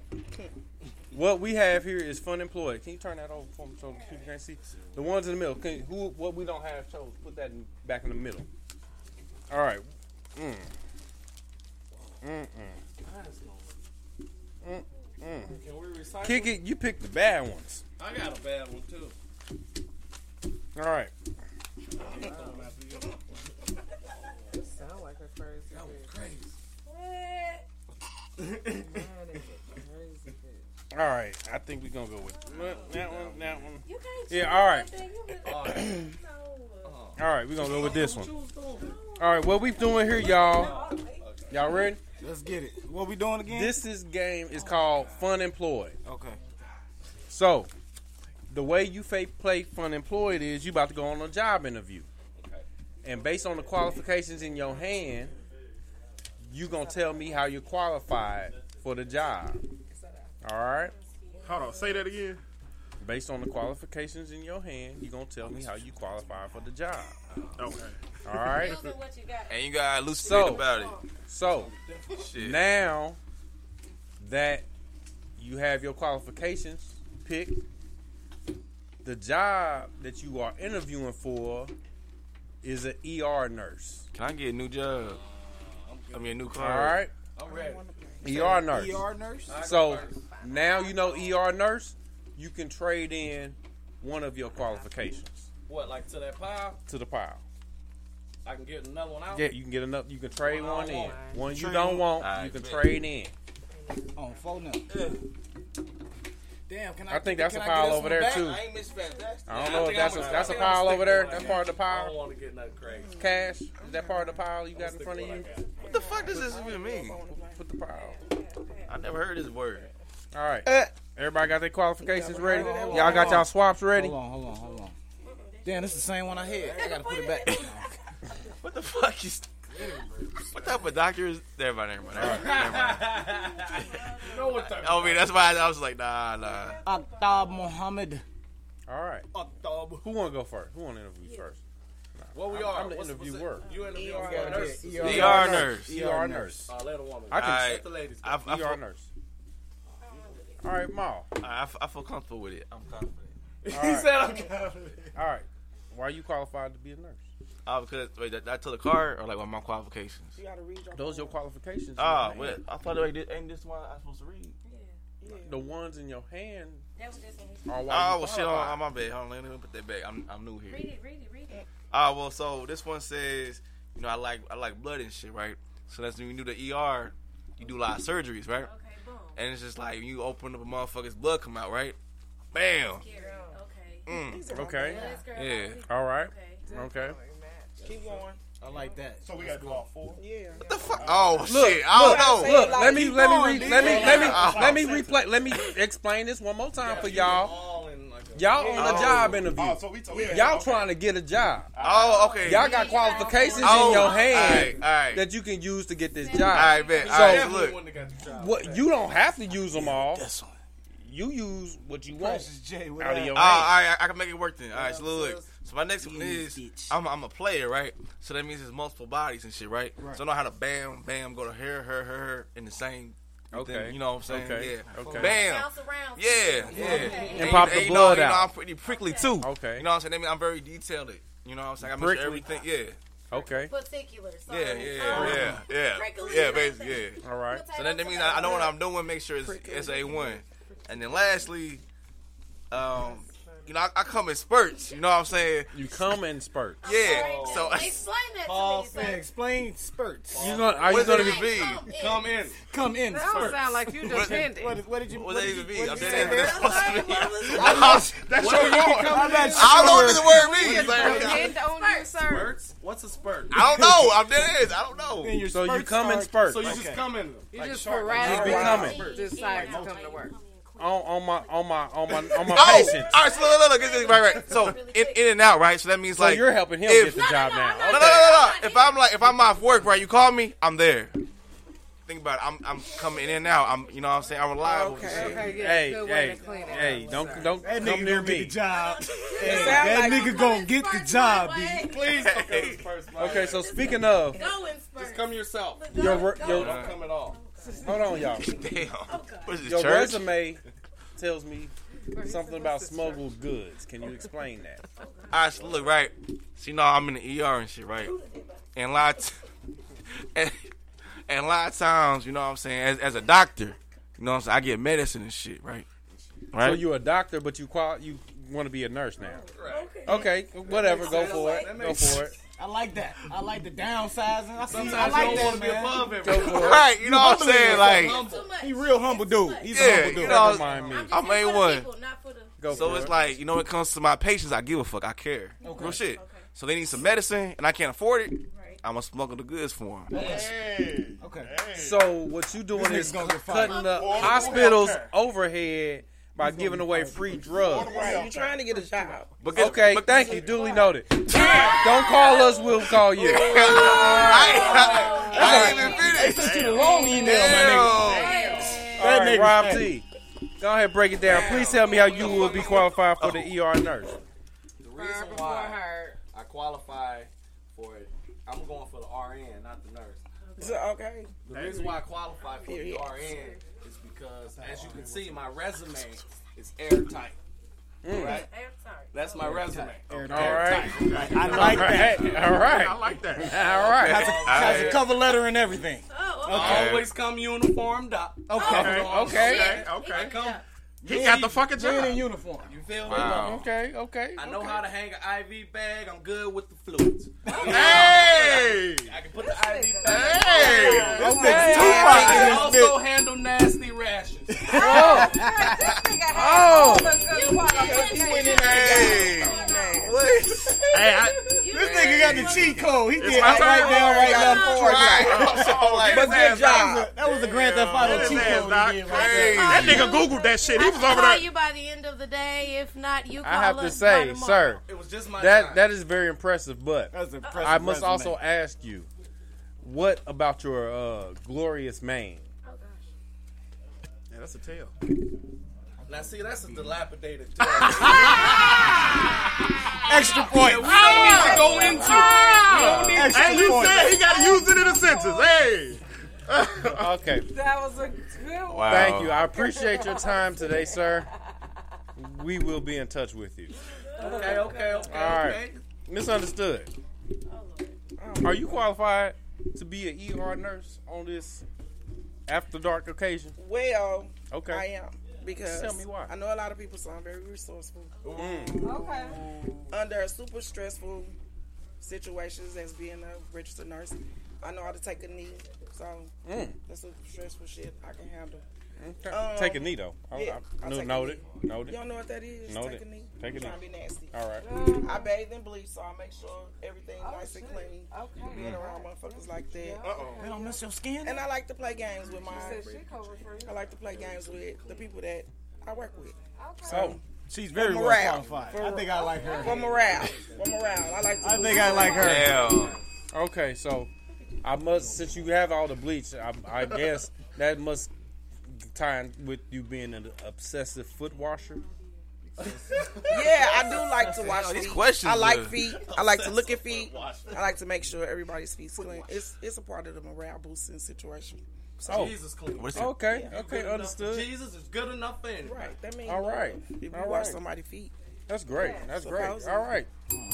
S14: What we have here is fun employed. Can you turn that over for me so people can see? The ones in the middle. Can, who? What we don't have chose. Put that in, back in the middle. All right. Mm. Mm. Mm. Mm.
S2: Can we recycle?
S14: Kick it. You picked the bad ones.
S2: I got a bad one too.
S14: All right.
S9: Sound like a crazy. That was
S14: crazy. All right, I think we're gonna go with that, one. That one.
S19: You can't
S14: yeah.
S19: choose
S14: All right.
S19: nothing. You
S14: all right, we're gonna go with this one. All right, what we doing here, y'all? Y'all ready?
S7: Let's get it. What we doing again?
S14: This is game is called Fun Employed.
S7: Okay.
S14: So, the way you fa- play Fun Employed is you about to go on a job interview, and based on the qualifications in your hand, you gonna tell me how you're qualified for the job. All right.
S6: Hold on, say that again.
S14: Based on the qualifications in your hand, you're going to tell me how you qualify for the job.
S6: Okay.
S14: All right.
S19: Those are what you got.
S16: And you gotta elucidate
S14: So,
S16: about it.
S14: so
S16: Shit.
S14: now that you have your qualifications picked, the job that you are interviewing for is an ER nurse.
S16: Can I get a new job? I mean, a new car. E
S14: All right.
S2: I'm ready.
S14: ER nurse.
S7: ER nurse?
S14: So now you know ER nurse, you can trade in one of your qualifications
S2: What, like to that pile?
S14: to the pile.
S2: I can get another one out.
S14: Yeah, you can get enough. You can trade
S2: One I
S14: one in.
S2: want.
S14: One you
S2: Trade
S14: don't
S2: one.
S14: want,
S2: I
S14: you can
S2: bet.
S14: trade in.
S7: On phone now. Damn, can I?
S14: I think that's
S7: can
S14: a
S7: I get
S14: pile
S7: us
S14: over
S7: one
S14: there,
S7: back?
S14: too.
S7: I ain't miss fantastic.
S14: I don't know if that's a, that's a pile over there. That's part of the pile. I don't want to get nothing crazy. Cash? Is that part of the pile you got in front of you? What the fuck does this even mean? Put the pile.
S16: I never heard this word.
S14: All right. Everybody got their qualifications ready? Y'all got y'all swaps ready?
S7: Hold on, hold on, hold on. Damn, this is the same one I had. I gotta put it back.
S16: What the fuck is? What type of doctor is? Never mind, never mind. Never mind.
S2: know what type
S16: I mean, that's why I was like, nah, nah.
S7: Akhtab Mohammed.
S14: All right. Who want to go first? Who want to interview first?
S2: What we
S14: I'm-
S2: are?
S14: I'm the
S2: What's- what's
S14: interviewer.
S2: it? You interview E
S14: ER
S2: for a nurse.
S14: nurse.
S16: ER nurse.
S14: ER nurse.
S2: Uh, let a woman.
S14: I can
S16: Alright.
S2: let the ladies.
S16: I- I
S14: ER
S16: feel-
S14: nurse. All right, Maul.
S16: I, f- I feel comfortable with it. I'm confident.
S14: He
S16: said
S2: I'm
S14: confident. All right. Why are you qualified to be a nurse?
S16: Oh, because wait, that, that to the car or like what my qualifications?
S3: You gotta read your
S14: Those your qualifications.
S16: Ah,
S14: in your
S16: well,
S14: hand.
S16: I thought like, this- ain't this one I'm supposed to read?
S14: The ones in your hand.
S19: That was just
S14: Are
S16: Oh,
S14: why you
S16: well, shit,
S14: qualified.
S16: on, on my bed. Hold on, let me put that back. I'm, I'm new here.
S19: Read it, read it, read it.
S16: Ah, well, so this one says, you know, I like I like blood and shit, right? So that's when you do the ER, you do a lot of surgeries, right?
S19: Okay, boom.
S16: And it's just like when you open up a motherfucker's blood come out, right? Bam.
S19: Scary. Okay.
S16: Mm.
S14: Okay.
S16: Yeah.
S14: All right.
S16: Okay.
S14: Okay.
S3: Keep going.
S7: I like that.
S6: So we got to go out four.
S3: Yeah.
S16: What the fuck? Oh
S14: Look,
S16: shit! I don't
S14: look,
S16: know.
S14: Look, let me, let me, re- let me, let me,
S16: Oh.
S14: let me replay. Let me explain this one more time for y'all. Y'all on a
S16: Oh.
S14: job interview.
S16: Oh, so we- so we-
S14: Y'all trying to get a job.
S16: Oh, okay.
S14: Y'all got qualifications
S16: Oh,
S14: in your hand
S16: alright, alright.
S14: that you can use to get this job.
S16: Alright, bet.
S14: So
S16: Alright, look.
S14: what you don't have to use them all. You use what you want out of your hand.
S16: Oh, all right, I, I can make it work then. All right, so look. So my next one is I'm, I'm a player, right? So that means there's multiple bodies and shit, right?
S14: Right.
S16: So I know how to bam, bam, go to her, her, her, her in the same.
S14: Okay.
S16: thing, you know what I'm saying?
S14: Okay,
S16: Yeah.
S14: okay.
S16: Bam.
S19: Bounce around.
S16: Yeah. Yeah.
S14: Okay. And pop the
S16: you know-
S14: blood
S16: you know,
S14: out.
S16: I'm pretty prickly too.
S14: Okay.
S16: You know what I'm saying? That means I'm very detailed. You know what I'm saying? I make sure
S14: Prickly.
S16: everything. Yeah.
S14: Okay.
S19: Particular. So,
S16: Yeah, yeah,
S19: um,
S16: yeah, yeah,
S19: regular.
S16: yeah, basically, yeah.
S14: All right.
S16: So that, that means I, I know what I'm doing. Make sure it's, it's a one. And then lastly, um, you know, I, I come in spurts. You know what I'm saying?
S14: You come in spurts.
S16: Yeah. So
S19: Explain that
S7: Paul
S19: to me. son.
S7: Explain spurts.
S14: You gonna- are you
S16: What
S14: gonna
S16: does
S14: be-
S16: it be?
S19: Come
S16: in.
S7: Come in
S15: That don't
S7: spurts.
S15: sound like you just ended.
S7: What, what did you? what
S16: What does
S7: did
S16: it
S7: you-
S16: be? I'm
S7: what did you
S16: saying
S7: say,
S16: that's
S7: man?
S16: supposed to be.
S7: I
S16: Oh,
S7: lost-
S16: That's
S7: What
S16: your
S7: did you
S16: word.
S7: come in that
S16: I don't know what
S7: spurt?
S16: the word means. Larry.
S15: End on you, sir.
S2: What's a spurt?
S16: I don't know. I'm dead ass. I don't know.
S7: Then your
S14: So Oh, you
S7: spurts
S14: come in
S7: are-
S14: spurts.
S2: So you just come in.
S15: You
S2: Like
S15: just
S2: shark.
S14: Just be coming.
S15: sporadic decide to come to work.
S14: on, on my on my on my on my
S16: Oh,
S14: patient.
S16: all right. So look, look, look, look, look, right, right. So in, in and out, right? So that means
S14: So
S16: like
S14: you're helping him
S16: if-
S14: get the job now.
S16: No, no, no, no, no. If I'm like, if I'm off work, right, you call me, I'm there. Think about it. I'm, I'm coming in and out. I'm, you know, what I'm saying, I'm reliable. and shit.
S15: Okay, yeah.
S14: Hey,
S15: good way
S14: hey,
S15: to clean it.
S14: hey! Don't don't
S7: That
S14: come
S7: nigga
S14: near
S7: gonna get
S14: me.
S7: the job.
S16: Uh,
S7: Hey,
S14: sound
S7: that
S14: like
S7: nigga gonna get the job, B.
S2: Please don't come in first. Mike.
S14: Okay, so speaking of
S19: Go in spurts.
S2: Just come yourself.
S14: your re-
S2: Don't
S14: your
S2: come at all.
S14: hold on, y'all.
S16: Damn. What's this,
S14: Your
S16: church?
S14: resume tells me something about smuggled goods. Can you explain that?
S16: I s- look right. She know I'm in the ER and shit, right? And lot, and, and a lot of times, you know what I'm saying. As, as a doctor, you know what I'm saying. I get medicine and shit, right? Right.
S14: So you're a doctor, but you qual- you want to be a nurse now. Okay, whatever. Go for it. Go for it.
S7: I like that. I like the downsizing. I see. I
S14: Sometimes
S7: like
S14: you don't wanna
S7: that,
S14: be
S7: man.
S14: above it,
S7: Go
S14: bro.
S7: for it.
S14: Right, you know what I'm
S7: humbling
S14: saying,
S7: yourself.
S14: like-
S7: he real humble dude. He's a
S16: yeah,
S7: humble dude.
S16: you know,
S7: Never mind me.
S16: I'm a one.
S7: Go
S16: so
S7: for
S16: it's
S7: it.
S16: like you know, when it comes to my patients, I give a fuck. I care.
S7: Okay.
S16: Real shit. So they need some medicine, and I can't afford it. I'm gonna smuggle the goods for them.
S7: Okay.
S14: So what you doing
S7: This nigga's
S14: is
S7: gonna get fired.
S14: cutting up
S7: Or- or
S14: hospitals'
S7: healthcare.
S14: overhead by giving away free drugs.
S3: You're trying to get a job.
S14: okay, thank you. Duly noted. Don't call us. We'll call you.
S16: They
S7: sent you the wrong email, my nigga.
S14: All right,
S7: nigga-
S14: Rob T. Go ahead, break it down. Please tell me how you will be qualified for the ER nurse.
S2: The reason why I qualify for it, I'm going for the RN, not the nurse.
S3: So, okay.
S2: The reason why I qualify for the
S3: Period.
S2: RN is because, as you can see, my resume is airtight.
S13: Mm.
S2: Right? That's my resume.
S13: Airtight.
S2: Airtight.
S13: Airtight. I like that.
S2: All right.
S13: I like that.
S2: All right.
S7: Has a, has a cover letter and everything.
S2: I always come uniformed up.
S7: Okay.
S2: Okay.
S7: Okay.
S2: Okay. I come
S7: He got the fucking job. in uniform.
S2: You feel me?
S7: Wow.
S2: Okay, okay. I know
S7: okay.
S2: how to hang an IV bag. I'm good with the fluids.
S13: Hey!
S2: I can put the IV bag.
S13: Hey!
S2: This
S13: This
S2: nigga
S13: nigga's
S2: I
S13: Tupac in
S2: can
S13: this
S2: also
S13: bitch.
S2: handle nasty rashes.
S13: Oh.
S2: Oh.
S13: Hey.
S7: What?
S13: Hey, I,
S7: This nigga got the cheat code. He
S13: It's
S7: did it
S13: my
S7: right
S13: turn.
S7: now, right
S13: Yeah.
S7: now.
S13: Right. Oh, like,
S7: but
S13: his
S7: good
S13: ass
S7: job.
S13: doc.
S7: That was the Grand Theft Auto cheat
S13: ass
S7: code. he did right there.
S17: That nigga Googled that shit. He was over
S19: Call
S17: there.
S19: you by the end of the day. If not, you call
S14: I have to
S19: us
S14: say,
S19: by tomorrow.
S14: sir,
S19: It was just my
S14: that
S19: time.
S14: that is very impressive. But
S19: That's an impressive
S14: I must
S19: resume.
S14: also ask you, what about your uh, glorious mane?
S17: Yeah, that's a tail.
S2: Now see, that's a dilapidated.
S13: Extra point.
S2: Yeah, we don't need to go into.
S13: Ah!
S2: We don't need to-
S13: Hey, you said he got to use it in a sentence. Hey.
S14: okay.
S15: That was a good one.
S13: Wow.
S14: Thank you. I appreciate your time today, sir. We will be in touch with you.
S2: Okay, okay, okay.
S14: All right. Misunderstood. Are you qualified to be an ER nurse on this after dark occasion?
S3: Well,
S14: Okay.
S3: I am because
S14: Tell me why. Mm.
S3: I know a lot of people, so I'm very resourceful.
S15: Okay.
S3: Under super stressful situations, as being a registered nurse, I know how to take a knee. So
S14: Mm.
S3: that's super stressful shit I can handle.
S14: Okay. Take a knee, though. I-
S3: yeah,
S14: I-
S3: I'll
S14: no-
S3: take a
S14: noted,
S3: knee.
S14: noted.
S3: You don't know what that is?
S14: Noted.
S3: Take a knee.
S14: Take a
S3: I'm
S14: knee.
S3: trying to be nasty.
S14: All right.
S3: I bathe and bleach, so I make sure everything's
S7: Oh,
S3: nice and clean.
S15: Okay.
S3: Being around motherfuckers like that.
S7: Uh-oh. They don't mess your skin.
S3: And I like to play games with my. I like to play games with the people that I work with.
S7: So
S3: Oh,
S7: she's
S3: For
S7: very well
S3: morale.
S7: qualified.
S3: For-
S7: I think I like her.
S3: For morale. For morale. I like to
S7: I
S3: do-
S7: think I like her.
S14: Okay, so I must since you have all the bleach, I, I guess that must tie in with you being an obsessive foot washer.
S3: Yeah, I do like to wash
S14: These
S3: feet.
S14: questions
S3: I like
S14: are-
S3: feet. I like to look at feet. I like to make sure everybody's feet's clean. It's it's a part of the morale boosting situation.
S14: Oh. What's it- Okay, okay,
S3: Good enough.
S14: understood.
S2: Jesus is good enough in.
S3: Right. That means
S14: All right,
S3: If you
S14: all
S3: wash
S14: right.
S3: somebody's feet.
S14: That's great.
S3: Yeah,
S14: That's
S3: so
S14: great.
S3: how's it-
S14: All right,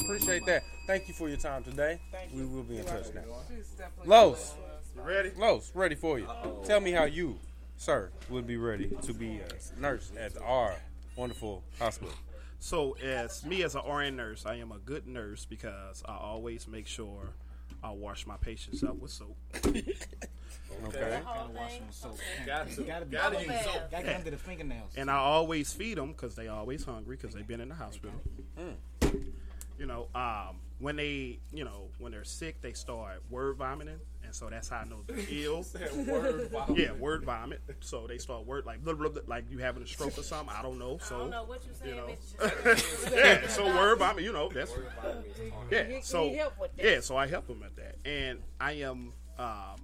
S14: appreciate that. Thank you for your time today. We will be in
S3: You're
S14: touch now.
S15: She's definitely
S14: Los,
S15: good.
S14: ready? Los, ready for you. Tell me how you, sir, would be ready to be a nurse at our wonderful hospital.
S17: So, as me as an RN nurse, I am a good nurse because I always make sure I wash my patients up with soap.
S13: Okay.
S7: Gotta wash them with soap.
S2: Got to.
S7: Gotta be-
S2: Gotta
S7: gotta
S2: use soap.
S7: get under the fingernails.
S17: And I always feed them because they always hungry because they've been in the hospital. You know, um, when they, you know, when they're sick, they start word vomiting, and so that's how I know they're ill.
S2: Said word vomit.
S17: Yeah, word vomit. So they start word like blah, blah, blah, like you having a stroke or something. I don't know. So
S19: I don't know what you're saying. It's just-
S17: yeah, so word vomit. You know that's yeah.
S19: He-
S17: So
S19: he help with that.
S17: yeah, so I help them at that, and I am um,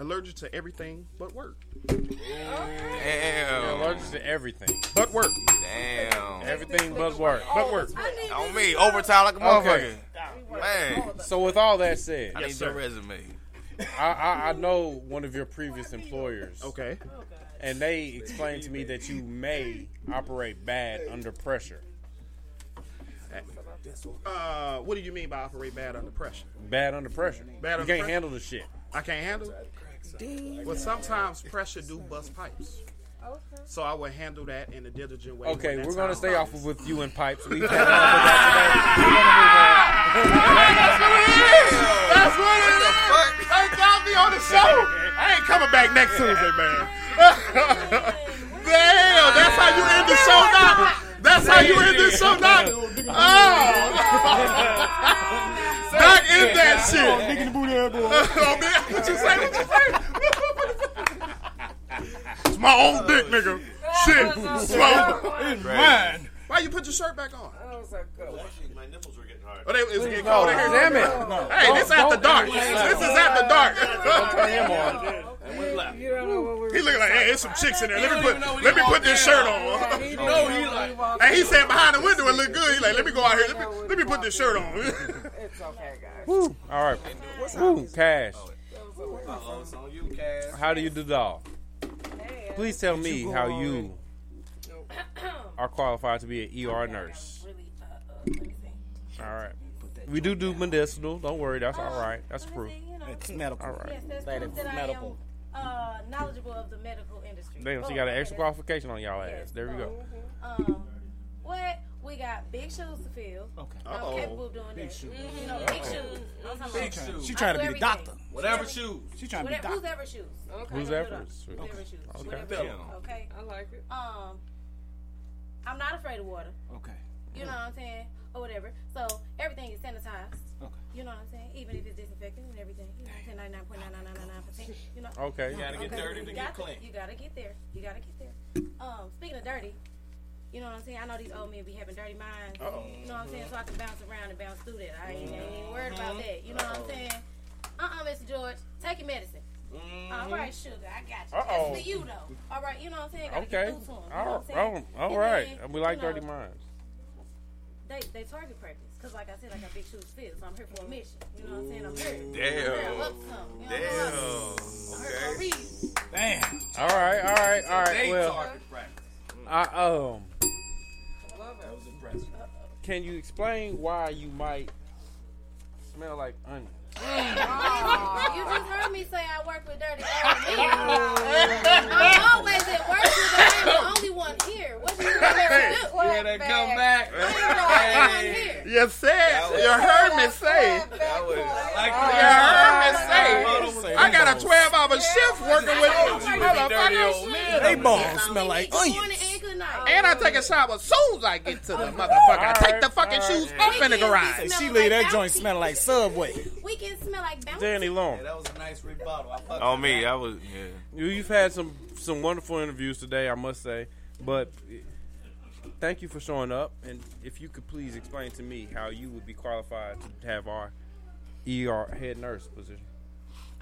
S17: allergic to everything but work.
S14: You're
S16: Damn.
S14: allergic to everything.
S17: But work.
S16: Damn.
S14: Everything but work.
S17: But work.
S16: On me, overtime like a
S14: Okay.
S16: motherfucker. Man,
S14: So with all that said,
S16: I need your resume.
S14: I, I, I know one of your previous employers.
S17: Okay.
S14: and they explained to me that you may operate bad under pressure.
S13: Uh, what do you mean by operate bad under pressure?
S14: Bad under pressure.
S13: Bad under
S14: you can't
S13: pressure?
S14: handle the shit.
S13: I can't handle it. Well, sometimes pressure do bust pipes. So I will handle that in a diligent way.
S14: Okay,
S13: when that
S14: we're gonna
S13: time
S14: stay off of with you and pipes. We can't-
S13: That's what it is. Thank God be on the show. I ain't coming back next Tuesday, man. Damn, that's how you end the show now. That's how you end the show now. Oh. Back in that shit. Nigga in the booty Oh, man. What you say? What you say? It's my own dick, nigga. Shit. It's my own- It's mine. Why you put your shirt back on?
S18: My nipples were getting hard.
S13: Oh, they, it's getting
S18: No,
S13: cold in here.
S18: damn it. No.
S13: Hey, this
S18: Don't-
S13: after
S18: don't-
S13: dark.
S18: don't-
S13: This is after dark.
S18: Don't turn him on.
S13: You don't know what we're He look like, hey, there's some chicks in there. Let me put, let me put this shirt on.
S26: He
S13: No, he like. And he said behind the window it looked good. He like, let me go out here. Let me, let me put this shirt on.
S27: It's okay, guys.
S14: Woo. All right. Woo. Cash.
S11: Cass.
S14: How do you dissolve? Please tell me how you are qualified to be an ER nurse. All right. We do do medicinal. Don't worry. That's all right. That's proof.
S2: It's medical.
S14: All right.
S19: Yes, that's
S2: That
S19: proof
S2: is
S19: that I am
S2: medical.
S19: uh, knowledgeable of the medical industry.
S14: Damn, she
S19: Boom.
S14: got an
S19: Okay,
S14: extra
S19: that's-
S14: qualification on y'all ass. There we go.
S19: Um, what we got big shoes to fill. Okay. I'm
S14: Uh-oh.
S19: capable of doing
S14: Big
S19: that.
S14: shoes.
S19: You know,
S14: Okay.
S19: big shoes. I'm talking
S14: Big
S19: about-
S14: shoes. She
S19: I
S14: tryna
S19: do
S14: be the
S19: everything.
S14: doctor.
S11: Whatever shoes.
S2: She tryna be
S19: Whatever-
S2: doctor.
S19: Whoever shoe's. Okay.
S14: Who's
S19: hold
S14: ever
S19: on.
S14: shoes?
S19: Whoever
S14: Okay.
S19: shoes.
S14: Okay.
S19: Whatever
S14: Tell
S19: shoes.
S14: 'em.
S19: Okay. I like it. Um, I'm not afraid of water.
S2: Okay.
S19: You know what I'm saying? Or whatever. So everything is sanitized. Okay. You know what I'm saying? Even if it's disinfected and everything. You know what I'm saying? 99.9999%. You know?
S14: Okay. You gotta
S19: Okay.
S14: get dirty
S19: You
S14: to
S19: got
S14: get clean.
S19: You gotta get there. You gotta get there. Um, speaking of dirty, you know what I'm saying? I know these old men be having dirty minds.
S15: Uh-oh.
S19: You know what I'm saying? So I can bounce around and bounce through that. I ain't, I ain't worried about
S14: Mm-hmm.
S15: Mhm.
S19: that. You know what
S15: Uh-oh.
S19: I'm saying? Uh-uh, Mr. George. Take your medicine. All right, sugar. I got
S14: Mm-hmm.
S19: you.
S14: Uh-oh.
S19: That's for you, though. All right, you know what I'm saying? Gotta
S14: Okay.
S19: Get through to 'em. You know
S14: All
S19: what I'm saying?
S14: right. Oh, All
S19: And
S14: right.
S19: then,
S14: We like
S19: you know,
S14: dirty minds.
S19: they they target practice because like I said, I got big shoes to fill, so I'm here for a mission. You know what I'm saying? I'm here. I'm here. I'm up to something. You know what I'm saying? I'm here for a reason.
S14: Damn. All right. All right. All right.
S19: They
S14: Well,
S19: target
S11: practice.
S14: I um.
S11: That was impressive.
S14: Can you explain why you might smell like onion?
S15: Mm.
S19: you just heard me say I work with dirty old men. I'm always at work with them. I'm the only one here. What do you want me to do?
S11: Yeah, they come back.
S19: Hey.
S13: You said, you heard me say. You heard me say. I got a 12 hour shift working with motherfuckers.
S2: They balls smell like onions.
S13: And I take a shower as soon as I get to the motherfucker. I take the fucking shoes off in the
S2: Hey,
S13: garage.
S2: she leave that joint smelling like Subway.
S19: We can smell like bounce.
S14: Danny Long.
S19: that was a nice rebuttal. I
S13: Oh,
S19: fucked
S16: On me, I was yeah.
S14: You, you've had some some wonderful interviews today, I must say. But eh, thank you for showing up. And if you could please explain to me how you would be qualified to have our ER head nurse position.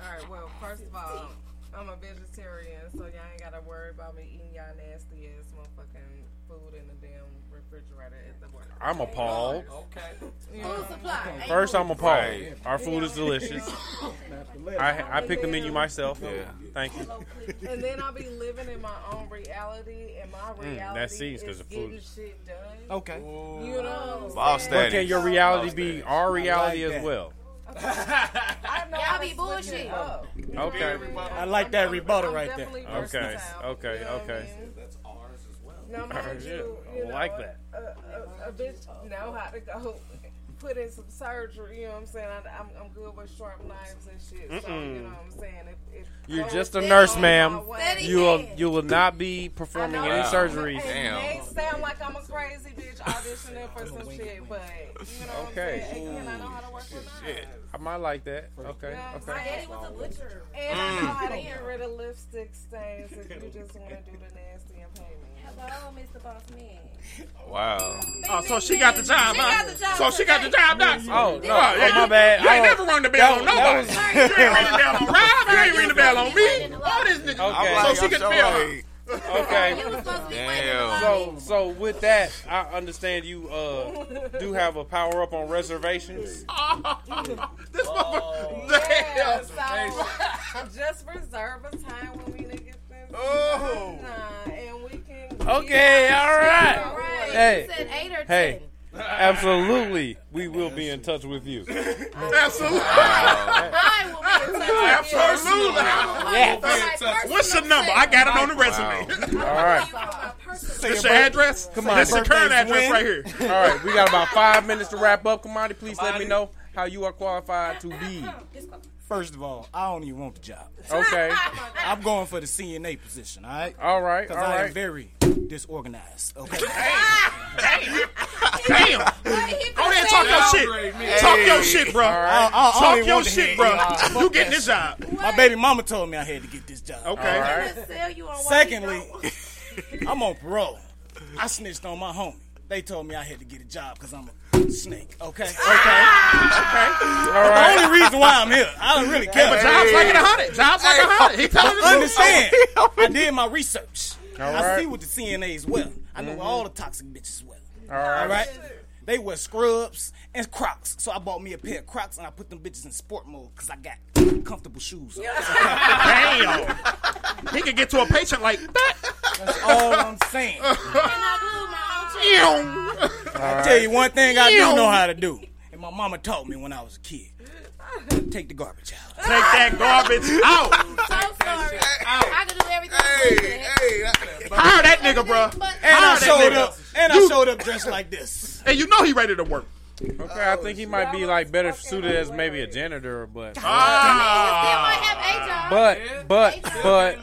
S15: All right. Well, first of all, I'm a vegetarian, so y'all ain't gotta worry about me eating y'all nasty ass motherfucking food in the damn refrigerator at the work.
S14: I'm appalled.
S15: You know?
S19: Food supply.
S14: First, I'm appalled.
S16: Oh, Right.
S14: Our food is delicious. I, I picked the menu myself.
S16: Yeah.
S14: Thank you.
S15: and then I'll be living in my own reality, and my reality
S14: Mm, that seems 'cause
S15: is
S14: of
S15: getting
S14: food.
S15: shit done.
S14: Okay.
S15: You know, what
S14: But
S15: I'm saying?
S14: can your reality be our reality
S2: like
S14: as
S2: that.
S14: well?
S15: I know
S19: Y'all
S15: how
S19: be
S15: to switch
S19: bullshit.
S15: it up.
S14: Okay.
S2: I like that rebuttal right there.
S14: Okay. Okay. Okay.
S11: That's ours as well.
S15: Now, mind
S14: Yeah,
S15: you,
S14: I
S15: you know,
S14: like that.
S15: A, a, a bitch know how to go put in some surgery. You know what I'm saying? I, I'm, I'm good with sharp knives and shit. So you
S14: Mm-mm.
S15: know what I'm saying? If, if
S14: You're
S15: goes
S14: just a
S15: down
S14: nurse,
S15: my
S14: ma'am.
S15: way-
S14: You will you will not be performing
S15: I know
S14: any
S15: that-
S14: surgeries.
S15: And they sound like I'm a crazy bitch auditioning for some shit, but you know what I'm
S14: Okay.
S15: saying? Again, I know how to work with knives.
S14: I might like that. Okay.
S15: Yeah,
S14: Okay.
S15: was a butcher. Mm. And I know how to get rid of lipstick stains if you just want to do the nasty and pay me.
S19: Hello, Mr. Boss Man.
S16: Wow.
S13: Oh, so she got the job,
S19: She
S13: huh?
S19: got the job
S13: so she got the job done.
S14: Oh, no.
S13: yeah,
S14: Oh, my
S13: you-
S14: bad.
S13: You ain't
S14: I
S13: never
S14: don't-
S13: rung the bell
S14: that
S13: on
S14: was- that
S13: nobody. you ain't ring the bell on Rob. You ain't ring the bell on me. All this nigga.
S14: Okay.
S13: so she get the bell on.
S14: Okay. So so with that, I understand you uh do have a power up on reservations.
S15: this motherfucker. Yeah, so just reserve a time when we niggas can
S14: Oh.
S15: Nah, and we can.
S14: Okay,
S15: Yeah.
S14: all right.
S15: All right.
S14: Hey,
S15: You said eight or
S14: hey,
S15: ten.
S14: absolutely, we will be in touch with you.
S2: Absolutely.
S15: I will be in touch with you.
S2: Absolutely.
S15: Yeah.
S13: What's the number? I got it on the resume.
S14: All right.
S13: This your address?
S14: Come on,
S13: This your current
S14: birthday's
S13: address
S14: when?
S13: right here.
S14: All right, we got about five minutes to wrap up. Kamadi, please let me know how you are qualified to be.
S7: First of all, I don't even want the job.
S14: Okay.
S7: I'm going for the CNA position, all right?
S14: All right,
S7: Because
S14: all
S7: I am
S14: right.
S7: very disorganized, okay?
S13: Damn. Go ahead and talk your shit. Talk your shit, bro.
S7: I- I- I
S13: Talk
S7: only
S13: your
S7: want the
S13: shit,
S7: head.
S13: bro.
S7: Nah, fuck
S13: You getting
S7: that
S13: this job.
S7: shit. My baby mama told me I had to get this job.
S13: Okay. All right.
S7: Secondly, I'm on parole. I snitched on my homie. They told me I had to get a job because I'm a snake. Okay. Okay. okay.
S2: All right.
S7: The only reason why I'm here, I don't really care.
S2: Hey, but jobs like it a hundred. Jobs like a hundred. He telling the truth.
S7: Understand? I did my research.
S2: All
S7: I
S2: right. Mm-hmm.
S7: see what the CNAs well. I know all the toxic bitches well.
S2: All right.
S7: All right. They wear scrubs and Crocs, so I bought me a pair of Crocs and I put them bitches in sport mode because I got comfortable shoes.
S13: Damn. He could get to a patient like that.
S7: That's all I'm saying.
S13: Ew.
S7: I tell you one thing I do
S2: Ew.
S7: know how to do, and my mama taught me when I was a kid. Take the garbage out.
S13: Take that garbage out.
S19: I can do everything.
S13: Hire that nigga, bro. And
S7: And I showed up. And I showed up dressed like this.
S13: And you know he ready to work.
S14: Okay, I
S7: Oh,
S14: think he might be like better suited as maybe a janitor, but
S13: Ah.
S14: but but but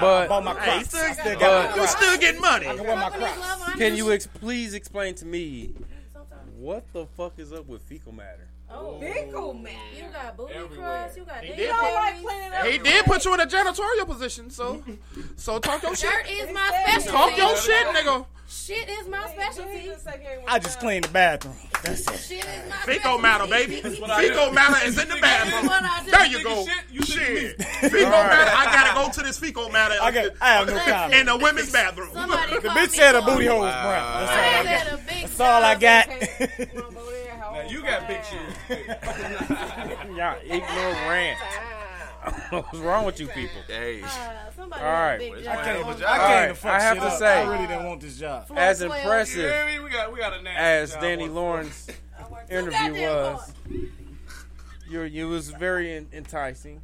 S14: but
S7: Bought my Crocs. I still got
S14: but-
S7: my Crocs. I can wear my Crocs.
S14: Can you ex- please explain to me what the fuck is up with fecal matter?
S15: Oh, Bickle man.
S19: You got booty crust. You got
S13: He
S19: dick
S13: did
S19: pics.
S13: put- He did put you in a janitorial position, so so talk your shit.
S19: Dirt is my specialty.
S13: Talk your shit, nigga.
S19: Shit is my specialty.
S7: I just cleaned the bathroom. That's it.
S19: Shit is my
S13: Fecal matter, baby.
S7: what I
S13: Fecal
S7: do.
S13: matter is in the bathroom.
S19: What I do.
S13: There you go. Shit. Fecal matter. I gotta go to this fecal matter. I, got,
S7: I have no comment.
S13: In the women's bathroom.
S7: The bitch said her booty hole was brown. That's all I got. That's all I got.
S16: Now you got big shoes.
S14: Y'all ignorant. What's wrong with you people?
S28: Hey.
S14: All
S19: Uh, somebody
S14: right.
S19: with a big
S14: All
S19: job. I can't- I
S14: right.
S19: can't
S7: fuck
S14: I have
S7: shit
S14: to
S7: up.
S14: say,
S7: I really didn't want this job. Floor
S14: As
S7: 12.
S14: impressive
S7: You hear me? We got- we got a nasty
S14: as
S7: job
S14: Danny
S7: working.
S14: Lauren's interview was, you it was very en- enticing,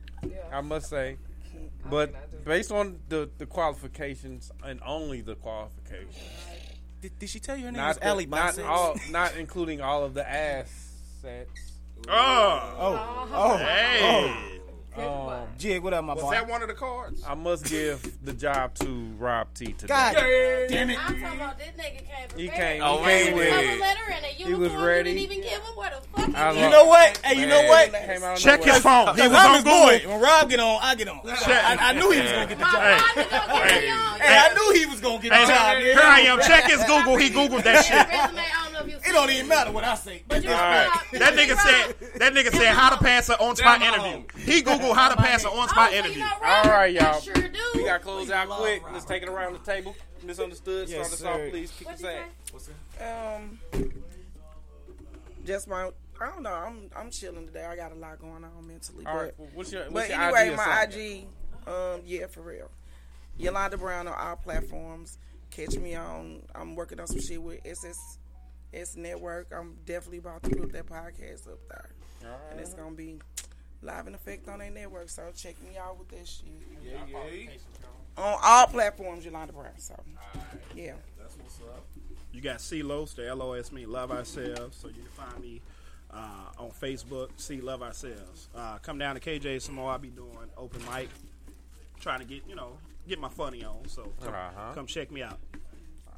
S14: I must say. But based on the, the qualifications and only the qualifications,
S7: Did, did she tell you her name
S14: not
S7: was
S14: the-
S7: Ellie
S14: not
S7: Bossex?
S14: all, not including all of the ass sets.
S13: Oh.
S19: Uh-huh.
S7: Oh. Oh.
S13: Hey.
S7: Oh. Jig, what up, my
S13: Was
S7: boy?
S13: that one of the cards?
S14: I must give the job to Rob T today.
S7: God damn it.
S19: I'm talking about this nigga came
S14: He
S19: prepared.
S14: came- he Oh, came
S19: He
S14: with
S19: was
S14: it.
S19: letter in a
S14: He was
S19: uniform. You
S14: ready.
S19: didn't even give him what the
S14: I
S19: fuck. he
S14: love-
S19: did.
S7: You know what? Hey, you know
S14: Man,
S7: what?
S14: came out of
S13: Check his
S14: nowhere.
S13: phone.
S7: He was on board. When Rob get on, I get on. I, I knew he was gonna get the job. Hey, I knew he was gonna get the job.
S13: Hey, here I am. Check his Google. He Googled that shit.
S7: It don't even matter what I say. But
S13: That nigga said. That nigga said how to pass an on-spot interview. He Googled how to pass an
S7: Oh,
S13: on-spot interview.
S14: All right, y'all. We got to close out quick. Let's take it around the table. Misunderstood.
S3: Yes,
S14: Start us off,
S3: sir.
S14: please. Keep us out.
S3: Um, just my. I don't know. I'm I'm chilling today. I got a lot going on mentally.
S14: All
S3: but,
S14: right, well, what's your-
S3: but
S14: what's your
S3: anyway,
S14: IG or
S3: my
S14: something?
S3: IG. Um, yeah, for real. Yolanda Brown on all platforms. Catch me on. I'm working on some shit with SS S Network. I'm definitely about to put that podcast up there, and it's gonna be live in effect on their network. So check me out with that shit. On all platforms, Yolanda Brown. So yeah.
S13: That's what's up. You got CLOS, the LOS mean Love Ourselves. So you can find me uh, on Facebook, See Love Ourselves. Uh, come down to KJ some more. I'll be doing open mic, trying to get, you know, get my funny on. So come,
S14: Uh-huh.
S13: come check me out.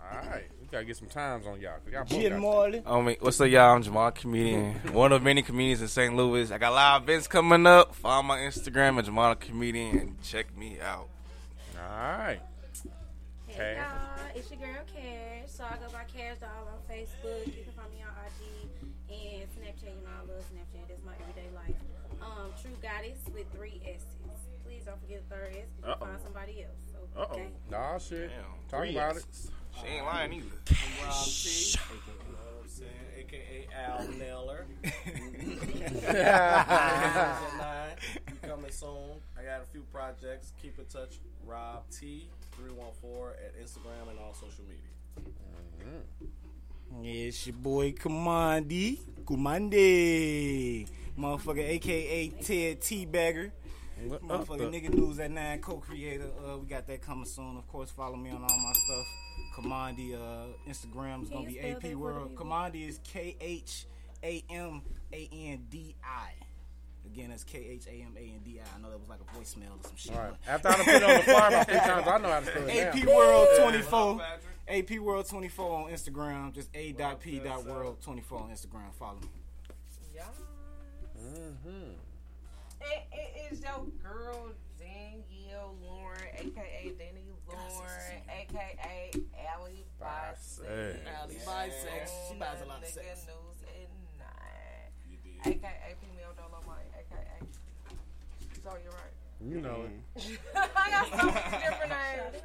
S14: All right. We got to get some times on y'all. 'cause y'all both
S7: Jim
S14: got-
S7: Morley.
S28: Oh, man. What's up, y'all? I'm Jamal, comedian. One of many comedians in St. Louis. I got live events coming up. Follow my Instagram at Jamal, comedian, and check me out.
S14: All right.
S28: Okay.
S19: Hey y'all, uh, it's your girl Cash. So I go by Cash Doll on Facebook. You can find me on IG and Snapchat. You know I love Snapchat. That's my everyday life. Um, True Goddess with three S's. Please don't forget the third S. 'cause
S14: Uh-oh.
S19: You find somebody else.
S14: Uh oh.
S19: Okay.
S14: Nah, shit.
S28: Damn.
S14: Talk
S28: Three
S14: about it.
S28: X's. She ain't lying either.
S16: I'm Rob T, you know what I'm saying, aka Al Naylor. July, you coming soon. I got a few projects. Keep in touch Rob T three one four at Instagram and all social media.
S14: Mm-hmm.
S7: Yeah, it's your boy Commandi. Commandi. Motherfucker, aka Ted Teabagger.
S14: What up,
S7: Motherfucker,
S14: though?
S7: nigga news at nine, co-creator. Uh, we got that coming soon. Of course, follow me on all my stuff. Commandi, uh, Instagram is gonna
S29: Can you
S7: be
S29: spell that
S7: AP
S29: for
S7: World.
S29: the people?
S7: Commandi is K H A M A N D I. Again, that's K H A M A N D I. I know that was like a voicemail or some shit.
S29: All right.
S7: but-
S29: After I done put it on the fire about three times, I know how to spell it
S7: AP
S29: now.
S7: World
S29: Yeah.
S7: 24. AP World 24 on Instagram. Just a.p.world24 on Instagram. Follow me.
S15: Yeah.
S7: Mm-hmm.
S15: It, it is your girl Danielle Lauren, aka Danny Lauren, aka Allie Bisexual.
S30: Bisexual.
S15: Allie
S30: Bisexual.
S15: She buys a lot of sex. News at night. AKA female no low money. AKA. So you're right.
S14: You know it.
S15: I got so many different names.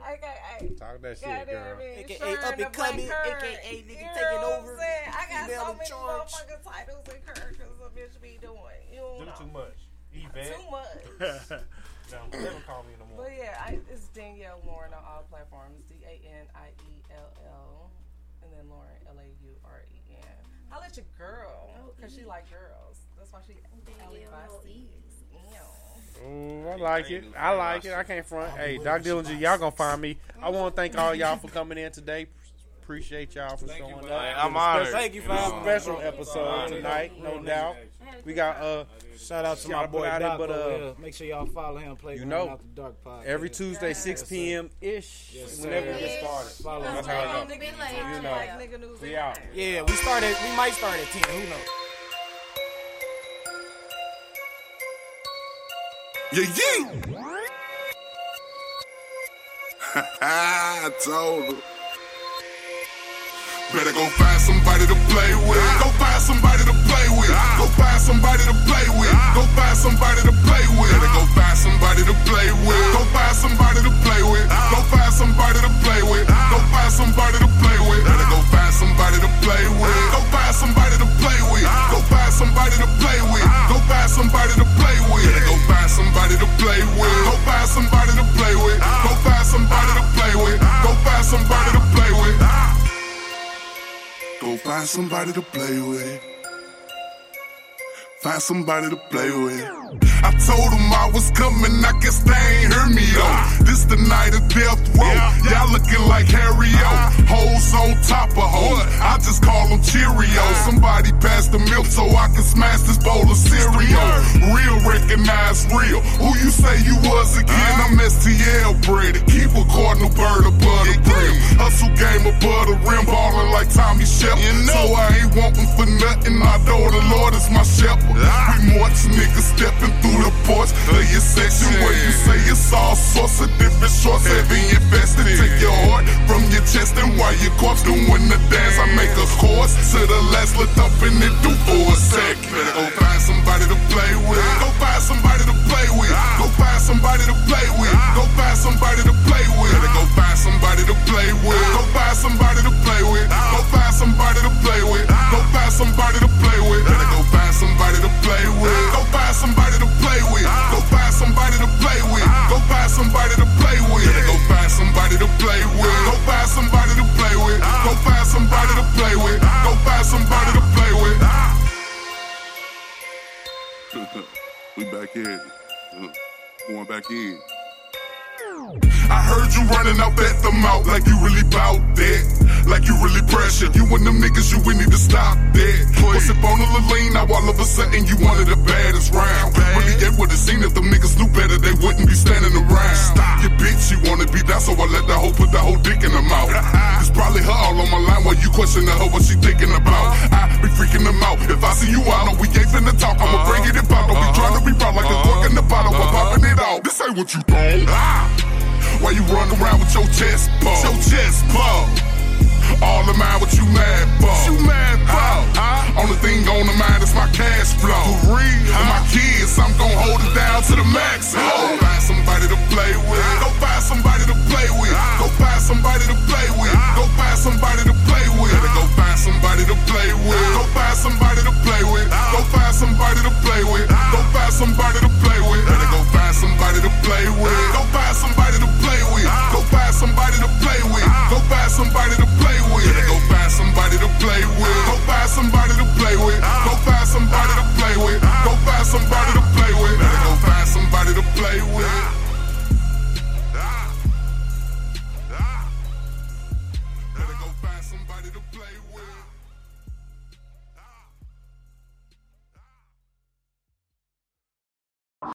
S15: AKA.
S14: Talk that shit,
S15: Goddamn
S14: girl.
S15: it,
S14: AKA
S15: Sharon
S14: up and
S15: the Black
S14: coming,
S15: Current.
S14: AKA nigga
S15: You
S14: taking
S15: know what I'm
S14: over,
S15: saying? I got
S14: female
S15: so
S14: in
S15: many
S14: charge.
S15: motherfucking titles and characters a bitch be doing. You
S2: Do
S15: don't know.
S2: too much. Event.
S15: Too much.
S2: no, never call me no more.
S15: But yeah, I, it's Danielle Lauren on all platforms. D A N I E L L, and then Lauren L A U R E N. Holla at your girl,
S14: Oh,
S15: cause
S14: E.
S15: she like girls. That's why she E Allie Bisexual.
S14: E. Ooh, I like it. I like it. I can't front. Hey, Doc Dillinger, y'all gonna find me. I want to thank all y'all for coming in today. Appreciate y'all for showing up.
S13: man. I'm
S14: It was a
S13: honored.
S14: special-
S13: Thank you for
S14: it was a special
S13: having me.
S14: episode
S13: Honored.
S14: tonight, no doubt. We got uh,
S7: Shout out to my boy
S14: out
S7: Doc
S14: it, but
S7: over
S14: uh,
S7: here. Make sure y'all follow him. Play
S14: you
S7: Ground
S14: know,
S7: out the dark podcast.
S14: every Tuesday, 6 p.m. ish,
S7: Yes, sir.
S14: whenever we
S7: Yes.
S14: get started.
S7: Follow
S14: That's
S7: us.
S14: how
S7: Nigga
S14: it goes.
S7: late.
S14: You
S7: Like
S15: nigga
S14: know,
S15: news
S14: we out.
S7: Yeah, we started. We might start at ten. Who knows?
S10: Yeah, yeah. I told her. Better go find somebody to play with. Go find somebody to play with. Go find somebody to play with. Go find somebody to play with. Better go find somebody to play with. Go find somebody to play with. Go find somebody to play with. Go find somebody to play with. Better go find somebody to play with. Go find somebody to play with. Go find somebody to play with. Go find somebody to play with. Better go find somebody to play with. Go find somebody to play with. Go find somebody to play with. Go find somebody to play with. Go find somebody to play with. Find somebody to play with. I told them I was coming, I guess they ain't hear me though. This the night of death row. Y'all looking like Harry O. Hoes on top of hoes. I just call them Cheerios. Somebody pass the milk so I can smash this bowl of cereal. Real recognize real. Who you say you was again? I'm STL breaded. Keep a cardinal bird above the brim. Hustle game above the rim, ballin' like Tommy Shepard. So I ain't wantin' for nothing. I know the Lord is my shepherd. We much niggas stepping through the porch of your section where you say it's all sorts of different shorts. Heavy invested, take your heart from your chest and while your corpse doing the dance, I make a chorus to the last lift up and it do for a sec. Better go find somebody to play with. Go find somebody to play with. Go find somebody to play with. Go find somebody to play with. Better go find somebody to play with. Go find somebody to play with. Go find somebody to play with. Go find somebody to play with. Better go find somebody to play with. Go find somebody to play with. Go find somebody to play with. Go find somebody to play with. Better go find somebody to play with. Go find somebody to play with. Go find somebody to play with. Go find somebody to play with.
S31: we back in. Going back in.
S10: I heard you running out at the mouth like you really bout that. Like you really pressure. You and them niggas, you would need to stop that. What's up on the lane? Now all of a sudden you one of the baddest round. Really, it would've seen if them niggas knew better, they wouldn't be standing around. Stop. Your bitch, you wanna be down, so I let that hoe put that whole dick in her mouth. it's probably her all on my line while you questioning her what she thinking about. I be freaking them out. If I see you out, we ain't finna talk. I'ma bring it about. Don't be trying to be proud like a cork in the bottle. I'm popping it out. This ain't what you thought. Uh-huh. Ah. Why you run around with your chest ball? Your chest ball. All of mine, what you mad for? You mad for? Only thing on the mind is my cash flow. For real? my kids, I'm gon' hold it down to the max. Go find somebody to play with. Go find somebody to play with. Go find somebody to play with. Go find somebody to play with. Better Go find somebody to play with. Go find somebody to play with. Go find somebody to play with. Go find somebody to play with. Better go find somebody to play with. Go find somebody somebody to play with. Go find somebody to play with. Go find somebody to play with. Go find somebody to play with.